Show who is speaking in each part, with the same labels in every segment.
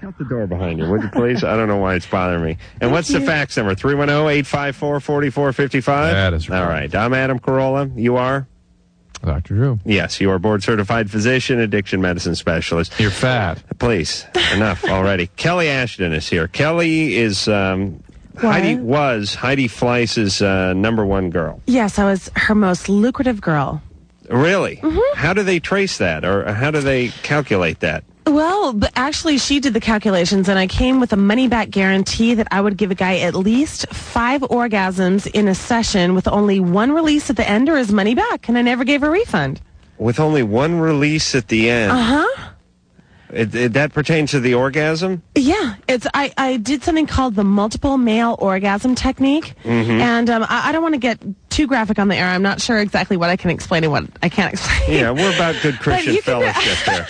Speaker 1: Count the door behind you, would you please? I don't know why it's bothering me. And what's the fax number? 310 854 4455?
Speaker 2: That is right.
Speaker 1: All right. I'm Adam Carolla. You are?
Speaker 2: Dr. Drew.
Speaker 1: Yes, you are board certified physician, addiction medicine specialist.
Speaker 2: You're fat.
Speaker 1: Please, enough already. Kelly Ashton is here. Kelly is. Um, Heidi was Heidi Fleiss's uh, number one girl.
Speaker 3: Yes, I was her most lucrative girl.
Speaker 1: Really? How do they trace that, or how do they calculate that?
Speaker 3: Well, but actually, she did the calculations, and I came with a money back guarantee that I would give a guy at least five orgasms in a session with only one release at the end or his money back, and I never gave a refund.
Speaker 1: With only one release at the end.
Speaker 3: Uh-huh.
Speaker 1: Uh huh. It, it- that pertains to the orgasm.
Speaker 3: Yeah, it's I, I did something called the multiple male orgasm technique,
Speaker 1: Mm-hmm.
Speaker 3: and um, I, I don't want to get too graphic on the air. I'm not sure exactly what I can explain and what I can't explain.
Speaker 1: Yeah, we're about good Christian
Speaker 3: you can-
Speaker 1: fellowship there.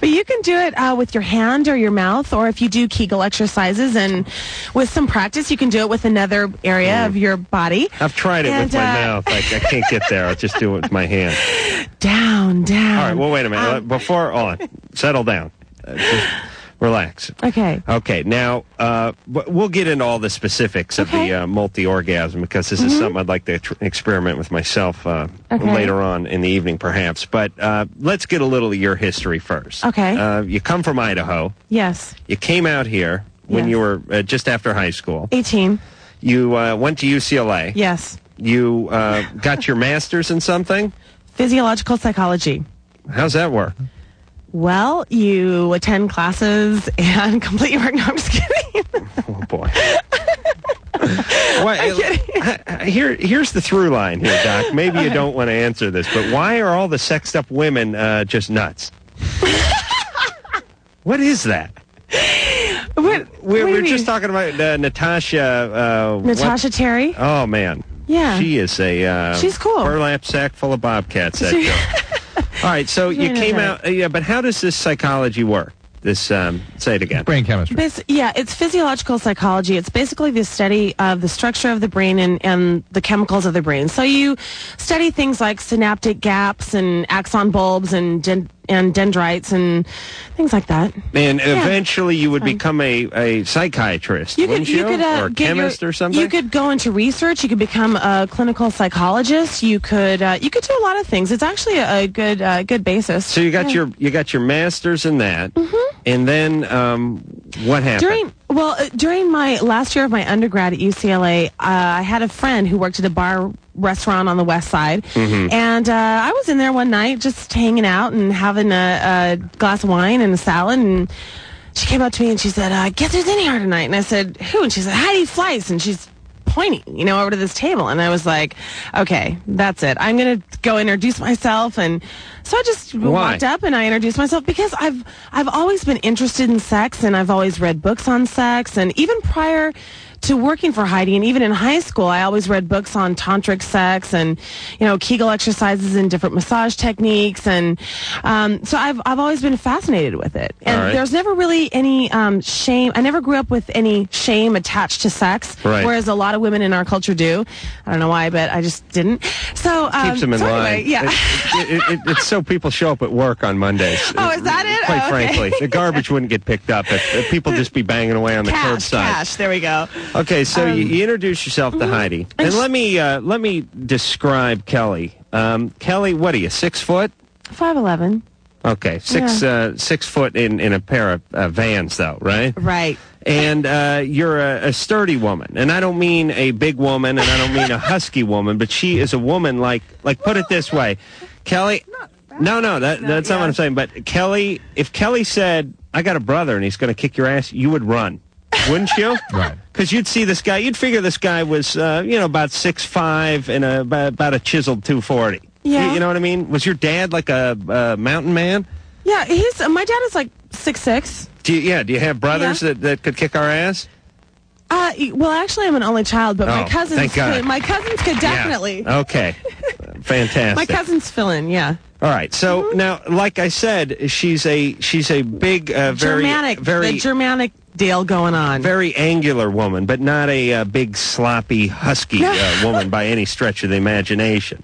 Speaker 3: But you can do it uh, with your hand or your mouth, or if you do Kegel exercises, and with some practice, you can do it with another area of your body.
Speaker 1: I've tried it with
Speaker 3: And,
Speaker 1: my
Speaker 3: uh,
Speaker 1: mouth. I, I can't get there. I just do it with my hand.
Speaker 3: Down, down. Um,
Speaker 1: All right. Well, wait a minute. Before on, settle down. Uh, just relax.
Speaker 3: Okay.
Speaker 1: Okay. Now, uh, w- we'll get into all the specifics of
Speaker 3: Okay. Mm-hmm.
Speaker 1: the uh, multi orgasm because this is something I'd like to tr- experiment with myself uh,
Speaker 3: Okay.
Speaker 1: later on in the evening, perhaps. But uh, let's get a little of your history first.
Speaker 3: Okay.
Speaker 1: Uh, you come from Idaho.
Speaker 3: Yes.
Speaker 1: You came out here when
Speaker 3: Yes.
Speaker 1: you were uh, just after high school.
Speaker 3: 18.
Speaker 1: You uh, went to UCLA.
Speaker 3: Yes.
Speaker 1: You uh, got your master's in something.
Speaker 3: Physiological psychology.
Speaker 1: How's that work?
Speaker 3: Well, you attend classes and complete your work. No, I'm just kidding.
Speaker 1: Oh boy. Why, uh, I- I- here, here's the through line here, Doc. Maybe you don't want to answer this, but why are all the sexed up women uh, just nuts? what is that?
Speaker 3: What,
Speaker 1: We're,
Speaker 3: what do you
Speaker 1: we're just
Speaker 3: mean?
Speaker 1: talking about uh, Natasha. Uh, what-
Speaker 3: Natasha Terry.
Speaker 1: oh man.
Speaker 3: Yeah.
Speaker 1: She is a. Uh,
Speaker 3: She's cool.
Speaker 1: Burlap sack full of bobcats. That girl. all right. So you
Speaker 3: really
Speaker 1: came
Speaker 3: nice.
Speaker 1: out. Uh, yeah, but how does this psychology work? This um, say it again.
Speaker 2: Brain chemistry.
Speaker 3: Bas- yeah, it's physiological psychology. It's basically the study of the structure of the brain and, and the chemicals of the brain. So you study things like synaptic gaps and axon bulbs and den- and dendrites and things like that.
Speaker 1: And eventually, you would become a, a psychiatrist,
Speaker 3: You
Speaker 1: wouldn't
Speaker 3: could, you, could uh,
Speaker 1: or a
Speaker 3: get your-
Speaker 1: chemist or something.
Speaker 3: You could go into research. You could become a clinical psychologist. You could uh, you could do a lot of things. It's actually a, a good uh, good basis.
Speaker 1: so you got your you got your masters in that, and then um, what happened?
Speaker 3: Mm-hmm. During well, uh, during my last year of my undergrad at UCLA, uh, I had a friend who worked at a bar restaurant on the west side,
Speaker 1: Mm-hmm.
Speaker 3: and uh, I was in there one night just hanging out and having a, a glass of wine and a salad and. She came up to me and she said, uh, "Guess who's in here tonight?" And I said, "Who?" And she said, "Heidi Fleiss." And she's pointing, you know, over to this table. And I was like, "Okay, that's it. I'm gonna go introduce myself." And so I just
Speaker 1: Why?
Speaker 3: walked up up and I introduced myself because I've I've always been interested in sex and I've always read books on sex and even prior to working for Heidi and even in high school I always read books on tantric sex and you know Kegel exercises and different massage techniques and um, so I've I've always been fascinated with it and
Speaker 1: All right.
Speaker 3: there's never really any um, shame I never grew up with any shame attached to sex
Speaker 1: Right.
Speaker 3: whereas a lot of women in our culture do I don't know why but I just didn't so um,
Speaker 1: keeps them in
Speaker 3: so
Speaker 1: line.
Speaker 3: anyway, yeah.
Speaker 1: It- it- it- it's so people show up at work on Mondays.
Speaker 3: Oh, is that it?
Speaker 1: Quite
Speaker 3: Oh, okay.
Speaker 1: frankly, the garbage wouldn't get picked up if, if people just be banging away on the
Speaker 3: Cash,
Speaker 1: curbside.
Speaker 3: cash. There we go. Um, mm-hmm.
Speaker 1: Okay, so you, you introduce yourself to Heidi, and
Speaker 3: sh-
Speaker 1: let me uh, let me describe Kelly. Um, Kelly, what are you? Six foot?
Speaker 3: Five eleven.
Speaker 1: Okay, six uh, six foot in in a pair of uh, vans, though, right?
Speaker 3: Right.
Speaker 1: And uh, you're a, a sturdy woman, and I don't mean a big woman, and I don't mean a husky woman, but she is a woman like like put it this way, Kelly. No, no, that, that's not what I'm saying. But Kelly, if Kelly said, "I got a brother and he's going to kick your ass," you would run, wouldn't you?
Speaker 2: Right.
Speaker 1: Because you'd see this guy, you'd figure this guy was, uh, you know, about six five and a, about, about a chiseled two forty.
Speaker 3: Yeah.
Speaker 1: You, know what I mean? Was your dad like a, uh mountain man?
Speaker 3: Yeah, he's uh, my dad is like six six.
Speaker 1: Do you, yeah. Do you have brothers
Speaker 3: Yeah.
Speaker 1: that, that could kick our ass?
Speaker 3: Uh, e- well, actually, I'm an only child, but
Speaker 1: Oh,
Speaker 3: my cousins,
Speaker 1: thank God.
Speaker 3: could- my cousins could definitely.
Speaker 1: Yeah. Okay. Fantastic.
Speaker 3: My Mm-hmm. cousins fill in, yeah.
Speaker 1: All right. So now, like I said, she's a she's a big, uh, very
Speaker 3: Germanic,
Speaker 1: very
Speaker 3: the Germanic deal going on.
Speaker 1: very angular woman, but not a uh, big sloppy husky uh, woman by any stretch of the imagination.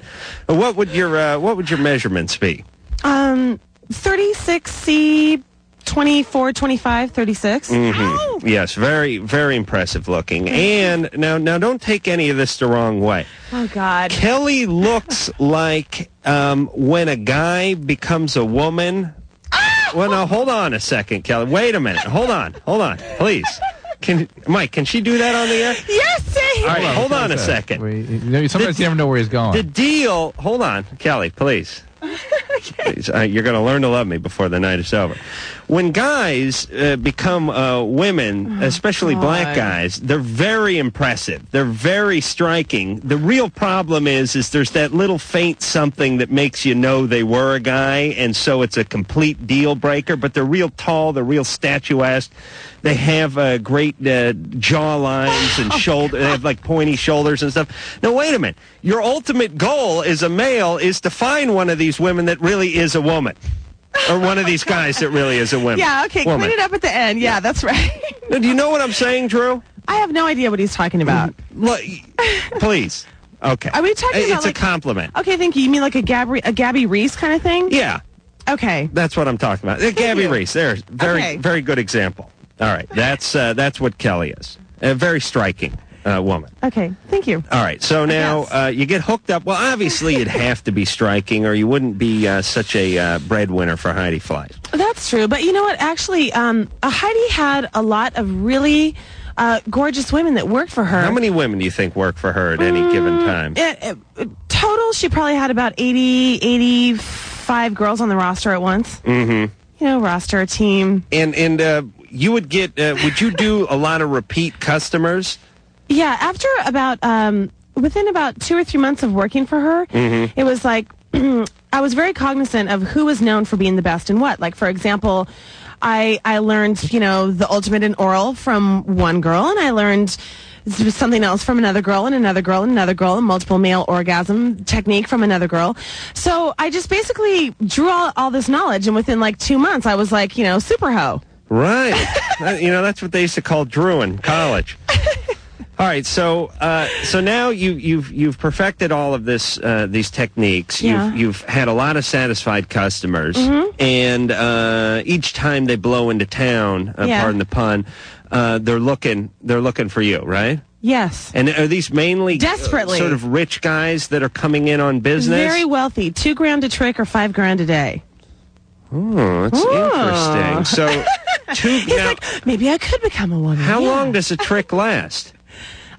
Speaker 1: Uh, What would your uh, what would your measurements be?
Speaker 3: um, 36C 24, 25, 36. Ow!
Speaker 1: Mm-hmm. Yes, very, very impressive looking. And now, now, don't take any of this the wrong way.
Speaker 3: Oh, God.
Speaker 1: Kelly looks like um, when a guy becomes a woman. Well, now hold on a second, Kelly. Wait a minute. Hold on. Hold on, please. Can Mike? Can she do that on the air?
Speaker 3: Yes, Dave.
Speaker 1: All right, hold on a
Speaker 2: That's
Speaker 1: second.
Speaker 2: We- you know, sometimes
Speaker 1: The-
Speaker 2: you never know where he's going.
Speaker 1: The deal. Hold on, Kelly, please. Please, uh, you're going to learn to love me before the night is over. When guys uh, become uh, women, especially black
Speaker 3: God.
Speaker 1: guys, they're very impressive. They're very striking. The real problem is, is there's that little faint something that makes you know they were a guy, and so it's a complete deal breaker. But they're real tall. They're real statuesque. They have uh, great uh, jawlines
Speaker 3: Oh,
Speaker 1: and shoulder. They have like pointy shoulders and stuff. Now wait a minute. Your ultimate goal as a male is to find one of these women that really is a woman, or one of these guys that really is a woman.
Speaker 3: Yeah, okay.
Speaker 1: Woman.
Speaker 3: Clean it up at the end. Yeah, that's right.
Speaker 1: Now, do you know what I'm saying, Drew? Mm,
Speaker 3: I have no idea what he's talking about.
Speaker 1: Look, please. Okay.
Speaker 3: Are we talking
Speaker 1: It's
Speaker 3: about,
Speaker 1: a
Speaker 3: like-
Speaker 1: compliment.
Speaker 3: Okay, thank you. You mean like a Gabby, a Gabby Reese kind of thing?
Speaker 1: Yeah,
Speaker 3: Okay.
Speaker 1: that's what I'm talking about. Uh, Gabby
Speaker 3: you.
Speaker 1: Reese. There, very,
Speaker 3: Okay.
Speaker 1: very good example. All right, that's uh, that's what Kelly is. A very striking uh, woman.
Speaker 3: Okay. Thank you.
Speaker 1: All right, so now
Speaker 3: guess.
Speaker 1: uh, you get hooked up. Well, obviously you'd have to be striking, or you wouldn't be uh, such a uh, breadwinner for Heidi Fleiss.
Speaker 3: That's true. But you know what? Actually, um, uh, Heidi had a lot of really uh, gorgeous women that worked for her.
Speaker 1: How many women do you think work for her at any
Speaker 3: Mm,
Speaker 1: given time?
Speaker 3: Uh, uh, total, she probably had about 80, 85 girls on the roster at once. Mm-hmm. You know, roster, team.
Speaker 1: And and uh, you would get. Uh, would you do a lot of repeat customers?
Speaker 3: Yeah, after about um, within about two or three months of working for her,
Speaker 1: Mm-hmm.
Speaker 3: it was like I was very cognizant of who was known for being the best in what. Like for example, I I learned you know the ultimate in oral from one girl, and I learned s- something else from another girl and another girl and another girl and multiple male orgasm technique from another girl so i just basically drew all, all this knowledge and within like two months i was like you know super hoe
Speaker 1: Right. That- you know, that's what they used to call Drew in college. All right, so uh, so now you, you've you've perfected all of this uh, these techniques.
Speaker 3: Yeah. Mm-hmm.
Speaker 1: You've you've had a lot of satisfied customers, and uh, each time they blow into town, uh,
Speaker 3: Yeah.
Speaker 1: pardon the pun, uh, they're looking they're looking for you, right?
Speaker 3: yes
Speaker 1: And are these mainly uh,
Speaker 3: Desperately.
Speaker 1: sort of rich guys that are coming in on business?
Speaker 3: very wealthy two grand a trick or five grand a day
Speaker 1: oh, that's interesting. So two
Speaker 3: He's
Speaker 1: now,
Speaker 3: like, maybe I could become a woman.
Speaker 1: how
Speaker 3: Yeah.
Speaker 1: long does a trick last?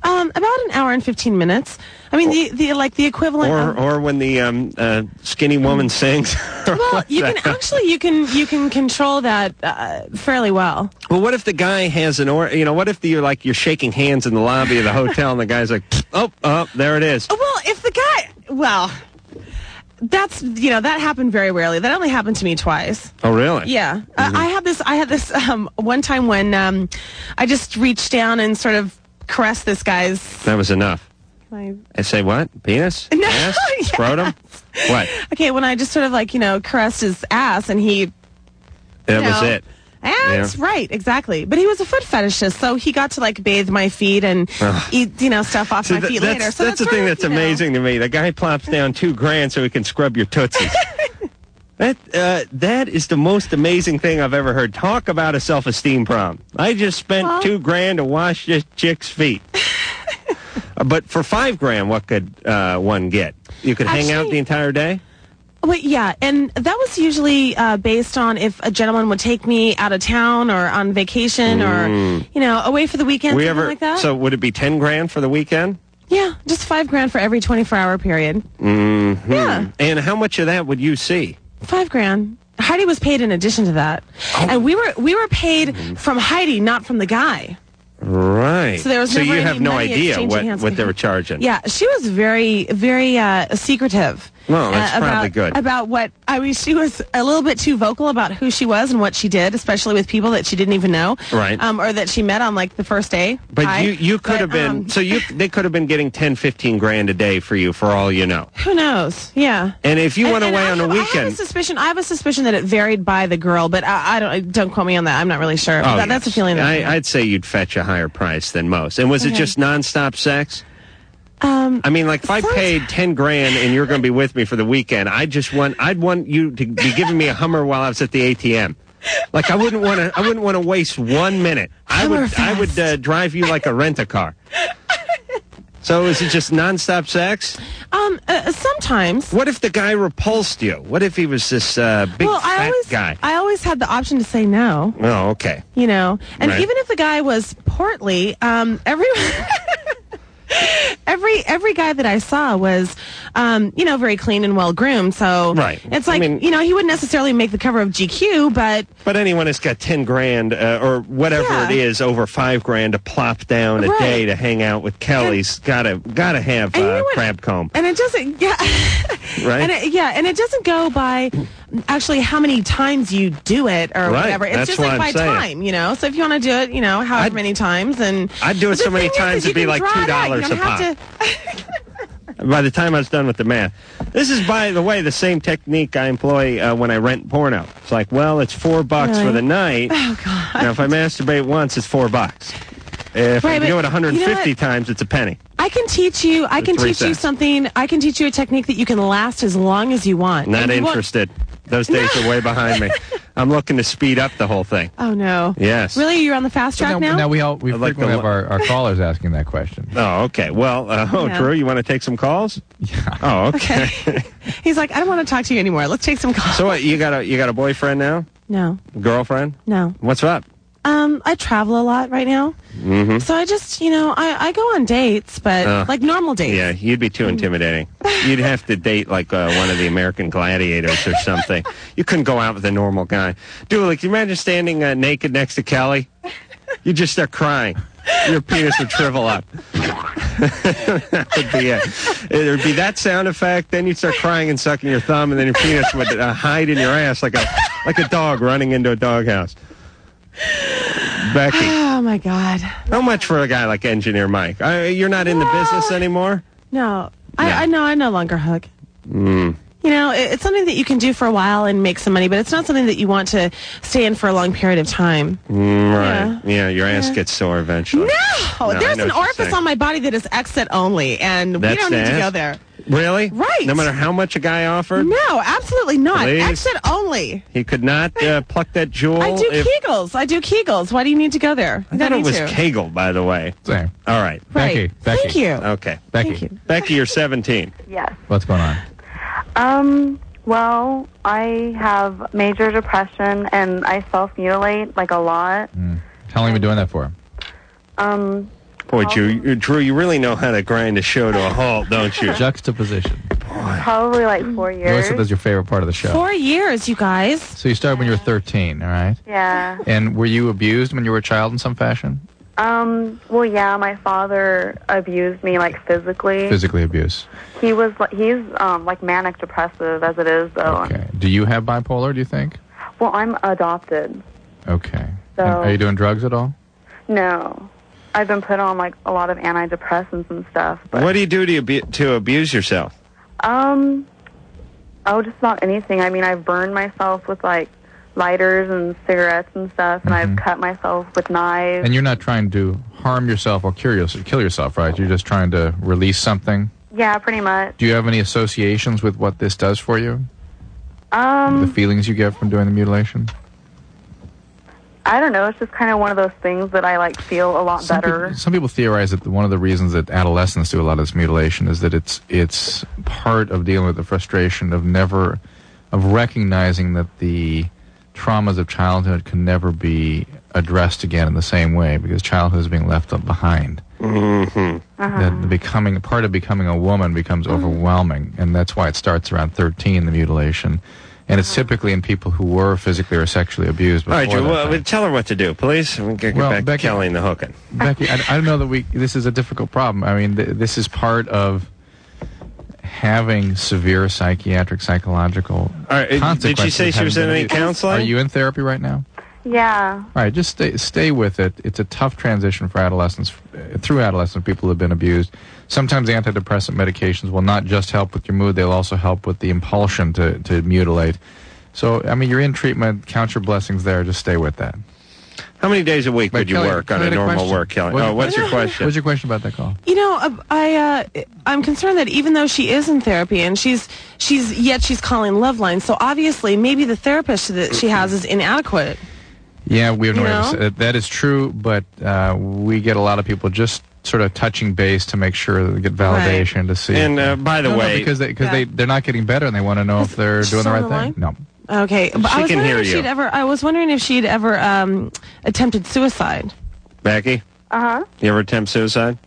Speaker 3: Um, about an hour and fifteen minutes. I mean, the, the like the equivalent.
Speaker 1: or
Speaker 3: of,
Speaker 1: or when the um, uh, skinny woman sings.
Speaker 3: Mm. well, you can actually you can you can control that uh, fairly well.
Speaker 1: well, what if the guy has an or? You know, what if the, you're like you're shaking hands in the lobby of the hotel, and the guy's like, "Oh, oh, there it is."
Speaker 3: Well, if the guy, well, that's you know that happened very rarely. That only happened to me twice.
Speaker 1: Oh, really?
Speaker 3: Yeah, uh, I had this. I had this um, one time when um, I just reached down and sort of caressed this guy's.
Speaker 1: That was enough.
Speaker 3: My,
Speaker 1: I say what? Penis?
Speaker 3: No,
Speaker 1: Ass?
Speaker 3: yes.
Speaker 1: Scrotum? What?
Speaker 3: okay, when I just sort of like you know caressed his ass and he
Speaker 1: That
Speaker 3: No.
Speaker 1: was it.
Speaker 3: That's
Speaker 1: Yeah.
Speaker 3: right, exactly. But he was a foot fetishist, so he got to like bathe my feet and eat, you know, stuff off
Speaker 1: So
Speaker 3: my
Speaker 1: th-
Speaker 3: feet
Speaker 1: that's
Speaker 3: later. So
Speaker 1: that's the
Speaker 3: sort
Speaker 1: thing
Speaker 3: of,
Speaker 1: that's
Speaker 3: you know-
Speaker 1: amazing to me. The guy plops down two grand so he can scrub your tootsies. That uh, that is the most amazing thing I've ever heard. Talk about a self esteem problem. I just spent
Speaker 3: Well-
Speaker 1: two grand to wash this chick's feet. Uh, but for five grand, what could uh, one get? You could hang out
Speaker 3: Actually-
Speaker 1: the entire day.
Speaker 3: Wait, yeah, and that was usually uh, based on if a gentleman would take me out of town or on vacation or you know away for the weekend,
Speaker 1: Mm. We
Speaker 3: something
Speaker 1: ever
Speaker 3: like that.
Speaker 1: so would it be ten grand for the weekend?
Speaker 3: yeah, just five grand for every twenty-four hour period. Yeah,
Speaker 1: Mm-hmm. And how much of that would you see?
Speaker 3: five grand. Heidi was paid in addition to that,
Speaker 1: Oh.
Speaker 3: and we were we were paid from Heidi, not from the guy.
Speaker 1: Right.
Speaker 3: So there was never
Speaker 1: you
Speaker 3: any
Speaker 1: have no
Speaker 3: money
Speaker 1: idea
Speaker 3: exchanging
Speaker 1: what,
Speaker 3: hands
Speaker 1: what they were
Speaker 3: behind-
Speaker 1: charging.
Speaker 3: Yeah, she was very, very uh, secretive. Uh,
Speaker 1: Well, that's
Speaker 3: about,
Speaker 1: probably good.
Speaker 3: About what I mean, she was a little bit too vocal about who she was and what she did, especially with people that she didn't even know,
Speaker 1: Right.
Speaker 3: Um, or that she met on like the first day.
Speaker 1: But
Speaker 3: Hi.
Speaker 1: you you could
Speaker 3: But,
Speaker 1: have been
Speaker 3: um,
Speaker 1: so you they could have been getting 10 15 grand a day for you for all you know.
Speaker 3: who knows? Yeah.
Speaker 1: And if you
Speaker 3: And-
Speaker 1: went
Speaker 3: and
Speaker 1: away
Speaker 3: I
Speaker 1: on
Speaker 3: have-
Speaker 1: a
Speaker 3: I have a
Speaker 1: weekend,
Speaker 3: suspicion. I have a suspicion that it varied by the girl, but I, I don't. Don't quote me on that. I'm not really sure.
Speaker 1: Oh,
Speaker 3: That- That's a
Speaker 1: yes.
Speaker 3: feeling. That I
Speaker 1: I, I'd say you'd fetch a higher price than most. And was it
Speaker 3: Okay.
Speaker 1: just nonstop sex? Um, I mean, like if I
Speaker 3: some-
Speaker 1: paid ten grand and you're going to be with me for the weekend, I just want I'd want you to be giving me a Hummer while I was at the ATM. Like I wouldn't want to. I wouldn't want to waste one minute. I would. I would uh, drive you like a rent a car. So is it just nonstop sex?
Speaker 3: Um, uh, sometimes.
Speaker 1: What if the guy repulsed you? What if he was this uh, big
Speaker 3: well,
Speaker 1: fat
Speaker 3: I always,
Speaker 1: guy?
Speaker 3: I always had the option to say no.
Speaker 1: oh, okay.
Speaker 3: You know, and
Speaker 1: Right.
Speaker 3: even if the guy was portly, um, every. Every every guy that I saw was, um, you know, very clean and well groomed. So
Speaker 1: Right.
Speaker 3: it's
Speaker 1: I
Speaker 3: like
Speaker 1: mean-
Speaker 3: you know he wouldn't necessarily make the cover of GQ, but
Speaker 1: But anyone that's got ten grand uh, or whatever
Speaker 3: Yeah.
Speaker 1: it is, over five grand to plop down a
Speaker 3: Right.
Speaker 1: day to hang out with Kelly's, gotta gotta have
Speaker 3: And you know
Speaker 1: uh,
Speaker 3: what-
Speaker 1: crab comb,
Speaker 3: and it doesn't yeah
Speaker 1: right?
Speaker 3: and it, yeah and it doesn't go by actually how many times you do it or
Speaker 1: Right.
Speaker 3: whatever. It's
Speaker 1: That's
Speaker 3: just
Speaker 1: what
Speaker 3: like
Speaker 1: I'm
Speaker 3: by
Speaker 1: saying.
Speaker 3: time, you know. So if you want to do it, you know, however
Speaker 1: I'd-
Speaker 3: many times, and
Speaker 1: I'd do it
Speaker 3: But the
Speaker 1: so many
Speaker 3: thing is,
Speaker 1: times
Speaker 3: is
Speaker 1: it'd
Speaker 3: you
Speaker 1: be
Speaker 3: can
Speaker 1: like
Speaker 3: draw it out.
Speaker 1: $2
Speaker 3: You
Speaker 1: a
Speaker 3: don't
Speaker 1: pop.
Speaker 3: have to-
Speaker 1: By the time I was done with the math, this is by the way the same technique I employ uh, when I rent porno. It's like, well, it's four bucks for
Speaker 3: Really?
Speaker 1: the night.
Speaker 3: Oh God!
Speaker 1: Now, if I masturbate once, it's four bucks. If
Speaker 3: Right,
Speaker 1: I do
Speaker 3: but
Speaker 1: it 150
Speaker 3: you know what?
Speaker 1: times, it's a penny.
Speaker 3: I can teach you. I can
Speaker 1: three
Speaker 3: teach you
Speaker 1: cents.
Speaker 3: something. I can teach you a technique that you can last as long as you want.
Speaker 1: Not
Speaker 3: And you won't-
Speaker 1: interested. Those days are way behind me. I'm looking to speed up the whole thing.
Speaker 3: Oh no!
Speaker 1: Yes.
Speaker 3: Really, you're on the fast track
Speaker 2: now,
Speaker 3: now.
Speaker 2: now we all we
Speaker 1: I'd like
Speaker 2: frequently
Speaker 1: to
Speaker 2: have our, our callers asking that question.
Speaker 1: Oh, okay. Well, uh, oh,
Speaker 3: Yeah.
Speaker 1: Drew, you want to take some calls? Yeah. Oh, okay.
Speaker 3: He's like, I don't want to talk to you anymore. Let's take some calls.
Speaker 1: so what? You got a you got a boyfriend now?
Speaker 3: no,
Speaker 1: Girlfriend?
Speaker 3: no.
Speaker 1: What's up?
Speaker 3: Um, I travel a lot right now, mm-hmm. so I just, you know, I, I go on dates, but
Speaker 1: Hmm? Uh,
Speaker 3: like normal Mm. dates.
Speaker 1: Yeah, you'd be too intimidating. You'd have to date like uh, one of the American gladiators or something. You couldn't go out with a normal guy. Dude, like, you imagine standing uh, naked next to Kelly? You'd just start crying. Your penis would shrivel up. that would be it. It would be that sound effect. Then you'd start crying and sucking your thumb, and then your penis would uh, hide in your ass like a like a dog running into a doghouse. Becky,
Speaker 3: Oh my God!
Speaker 1: how much for a guy like Engineer Mike? Uh, you're not in the business anymore.
Speaker 3: No, I,
Speaker 1: Yeah.
Speaker 3: I no, I no longer hug.
Speaker 2: Mm,
Speaker 3: You know, it, it's something that you can do for a while and make some money, but it's not something that you want to stay in for a long period of time.
Speaker 1: Mm, Right. Yeah, your ass gets sore eventually.
Speaker 3: Oh,
Speaker 1: No, I
Speaker 3: there's
Speaker 1: know
Speaker 3: an
Speaker 1: what you're
Speaker 3: orifice
Speaker 1: saying.
Speaker 3: on my body that is exit only, and
Speaker 1: That's
Speaker 3: we don't need
Speaker 1: the
Speaker 3: to
Speaker 1: ass?
Speaker 3: go there.
Speaker 1: Really?
Speaker 3: Right.
Speaker 1: No matter how much a guy offered,
Speaker 3: No, absolutely not.
Speaker 1: Please.
Speaker 3: Exit only.
Speaker 1: he could not uh, pluck that jewel.
Speaker 3: I do
Speaker 1: if-
Speaker 3: Kegels. I do Kegels. Why do you need to go there?
Speaker 1: I
Speaker 3: You don't
Speaker 1: thought it
Speaker 3: need
Speaker 1: was
Speaker 3: to.
Speaker 1: Kegel, by the way.
Speaker 2: Same.
Speaker 1: All right.
Speaker 2: Becky,
Speaker 3: Right.
Speaker 2: Becky.
Speaker 3: Thank you.
Speaker 1: Okay.
Speaker 2: Becky,
Speaker 3: Thank you.
Speaker 1: Becky, you're 17.
Speaker 4: Yes.
Speaker 2: what's going on?
Speaker 4: Um, well, I have major depression and I self mutilate like a lot.
Speaker 2: How long have you been doing that for?
Speaker 4: Um,
Speaker 1: Boy,
Speaker 3: Oh.
Speaker 1: Drew, you, Drew, you really know how to grind a show to a halt, don't you?
Speaker 2: Juxtaposition.
Speaker 4: probably like four
Speaker 2: You always said
Speaker 4: years.
Speaker 2: that's your favorite part of the show.
Speaker 3: Four years, you guys.
Speaker 2: So you started when you were 13, all right?
Speaker 4: Yeah.
Speaker 2: And were you abused when you were a child in some fashion?
Speaker 4: Um, well, yeah, my father abused me like physically.
Speaker 2: Physically abused.
Speaker 4: He was like he's um like manic depressive as it is though.
Speaker 2: Okay. Do you have bipolar, do you think?
Speaker 4: Well, I'm adopted.
Speaker 2: Okay.
Speaker 4: So-
Speaker 2: And are you doing drugs at all?
Speaker 4: No. I've been put on like a lot of antidepressants and stuff, but
Speaker 1: What do you do to, abu- to abuse yourself?
Speaker 4: Um, oh, just about anything. I mean, I've burned myself with like lighters and cigarettes and stuff, and I've cut myself with knives.
Speaker 2: Mm-hmm. And you're not trying to harm yourself or cure yourself, kill yourself, right? You're just trying to release something.
Speaker 4: yeah, pretty much.
Speaker 2: Do you have any associations with what this does for you? The
Speaker 4: Um,
Speaker 2: feelings you get from doing the mutilation?
Speaker 4: I don't know. It's just kind of one of those things that I like feel a lot
Speaker 2: Some
Speaker 4: better.
Speaker 2: people, some people theorize that the- one of the reasons that adolescents do a lot of this mutilation is that it's it's part of dealing with the frustration of never of recognizing that the traumas of childhood can never be addressed again in the same way because childhood is being left behind.
Speaker 3: Ah.
Speaker 2: That the becoming part of becoming a woman becomes overwhelming, and that's why it starts around thirteen, the mutilation, and it's typically in people who were physically or sexually abused.
Speaker 1: All
Speaker 2: Before
Speaker 1: right, Drew,
Speaker 2: that
Speaker 1: well,
Speaker 2: time.
Speaker 1: well, tell her what to do, please. We get, get
Speaker 2: Well,
Speaker 1: back
Speaker 2: Becky-
Speaker 1: to Kelly and the hooking.
Speaker 2: Becky, I, I don't know that we. This is a difficult problem. I mean, th- this is part of having severe psychiatric, psychological.
Speaker 1: All right, uh,
Speaker 2: consequences
Speaker 1: did she say she
Speaker 2: having
Speaker 1: was
Speaker 2: been
Speaker 1: in any
Speaker 2: abused.
Speaker 1: counseling?
Speaker 2: Are you in therapy right now?
Speaker 4: yeah.
Speaker 2: All right, just stay stay with it. It's a tough transition for adolescents. uh, Through adolescence, people have been abused. Sometimes antidepressant medications will not just help with your mood; they'll also help with the impulsion to to mutilate. So, I mean, you're in treatment. Count your blessings there. Just stay with that.
Speaker 1: How many days a week
Speaker 2: Wait,
Speaker 1: would you
Speaker 2: Kelly,
Speaker 1: work on
Speaker 2: Kelly
Speaker 1: a
Speaker 2: had a
Speaker 1: normal
Speaker 2: question.
Speaker 1: work, Kelly?
Speaker 2: What-
Speaker 1: oh, what's your question?
Speaker 2: What's your question about that call?
Speaker 3: You know, uh, I uh, I'm concerned that even though she is in therapy and she's she's yet she's calling love line, so obviously maybe the therapist that she has is inadequate.
Speaker 2: Yeah, we have no
Speaker 3: You
Speaker 2: way of
Speaker 3: know?
Speaker 2: s- That is true, but uh, we get a lot of people just sort of touching base to make sure that they get validation to see.
Speaker 1: And uh, by the
Speaker 2: No, no,
Speaker 1: way,
Speaker 2: because they, cause
Speaker 3: Yeah.
Speaker 2: they, they're not getting better and they want to know if they're
Speaker 3: she's
Speaker 2: doing the
Speaker 3: on
Speaker 2: right thing.
Speaker 3: the
Speaker 2: No.
Speaker 3: Okay, but
Speaker 1: She
Speaker 3: I was
Speaker 1: can
Speaker 3: wondering
Speaker 1: hear
Speaker 3: if
Speaker 1: you.
Speaker 3: she'd ever. I was wondering if she'd ever um, attempted suicide.
Speaker 1: Becky,
Speaker 4: Uh huh.
Speaker 1: you ever attempt suicide?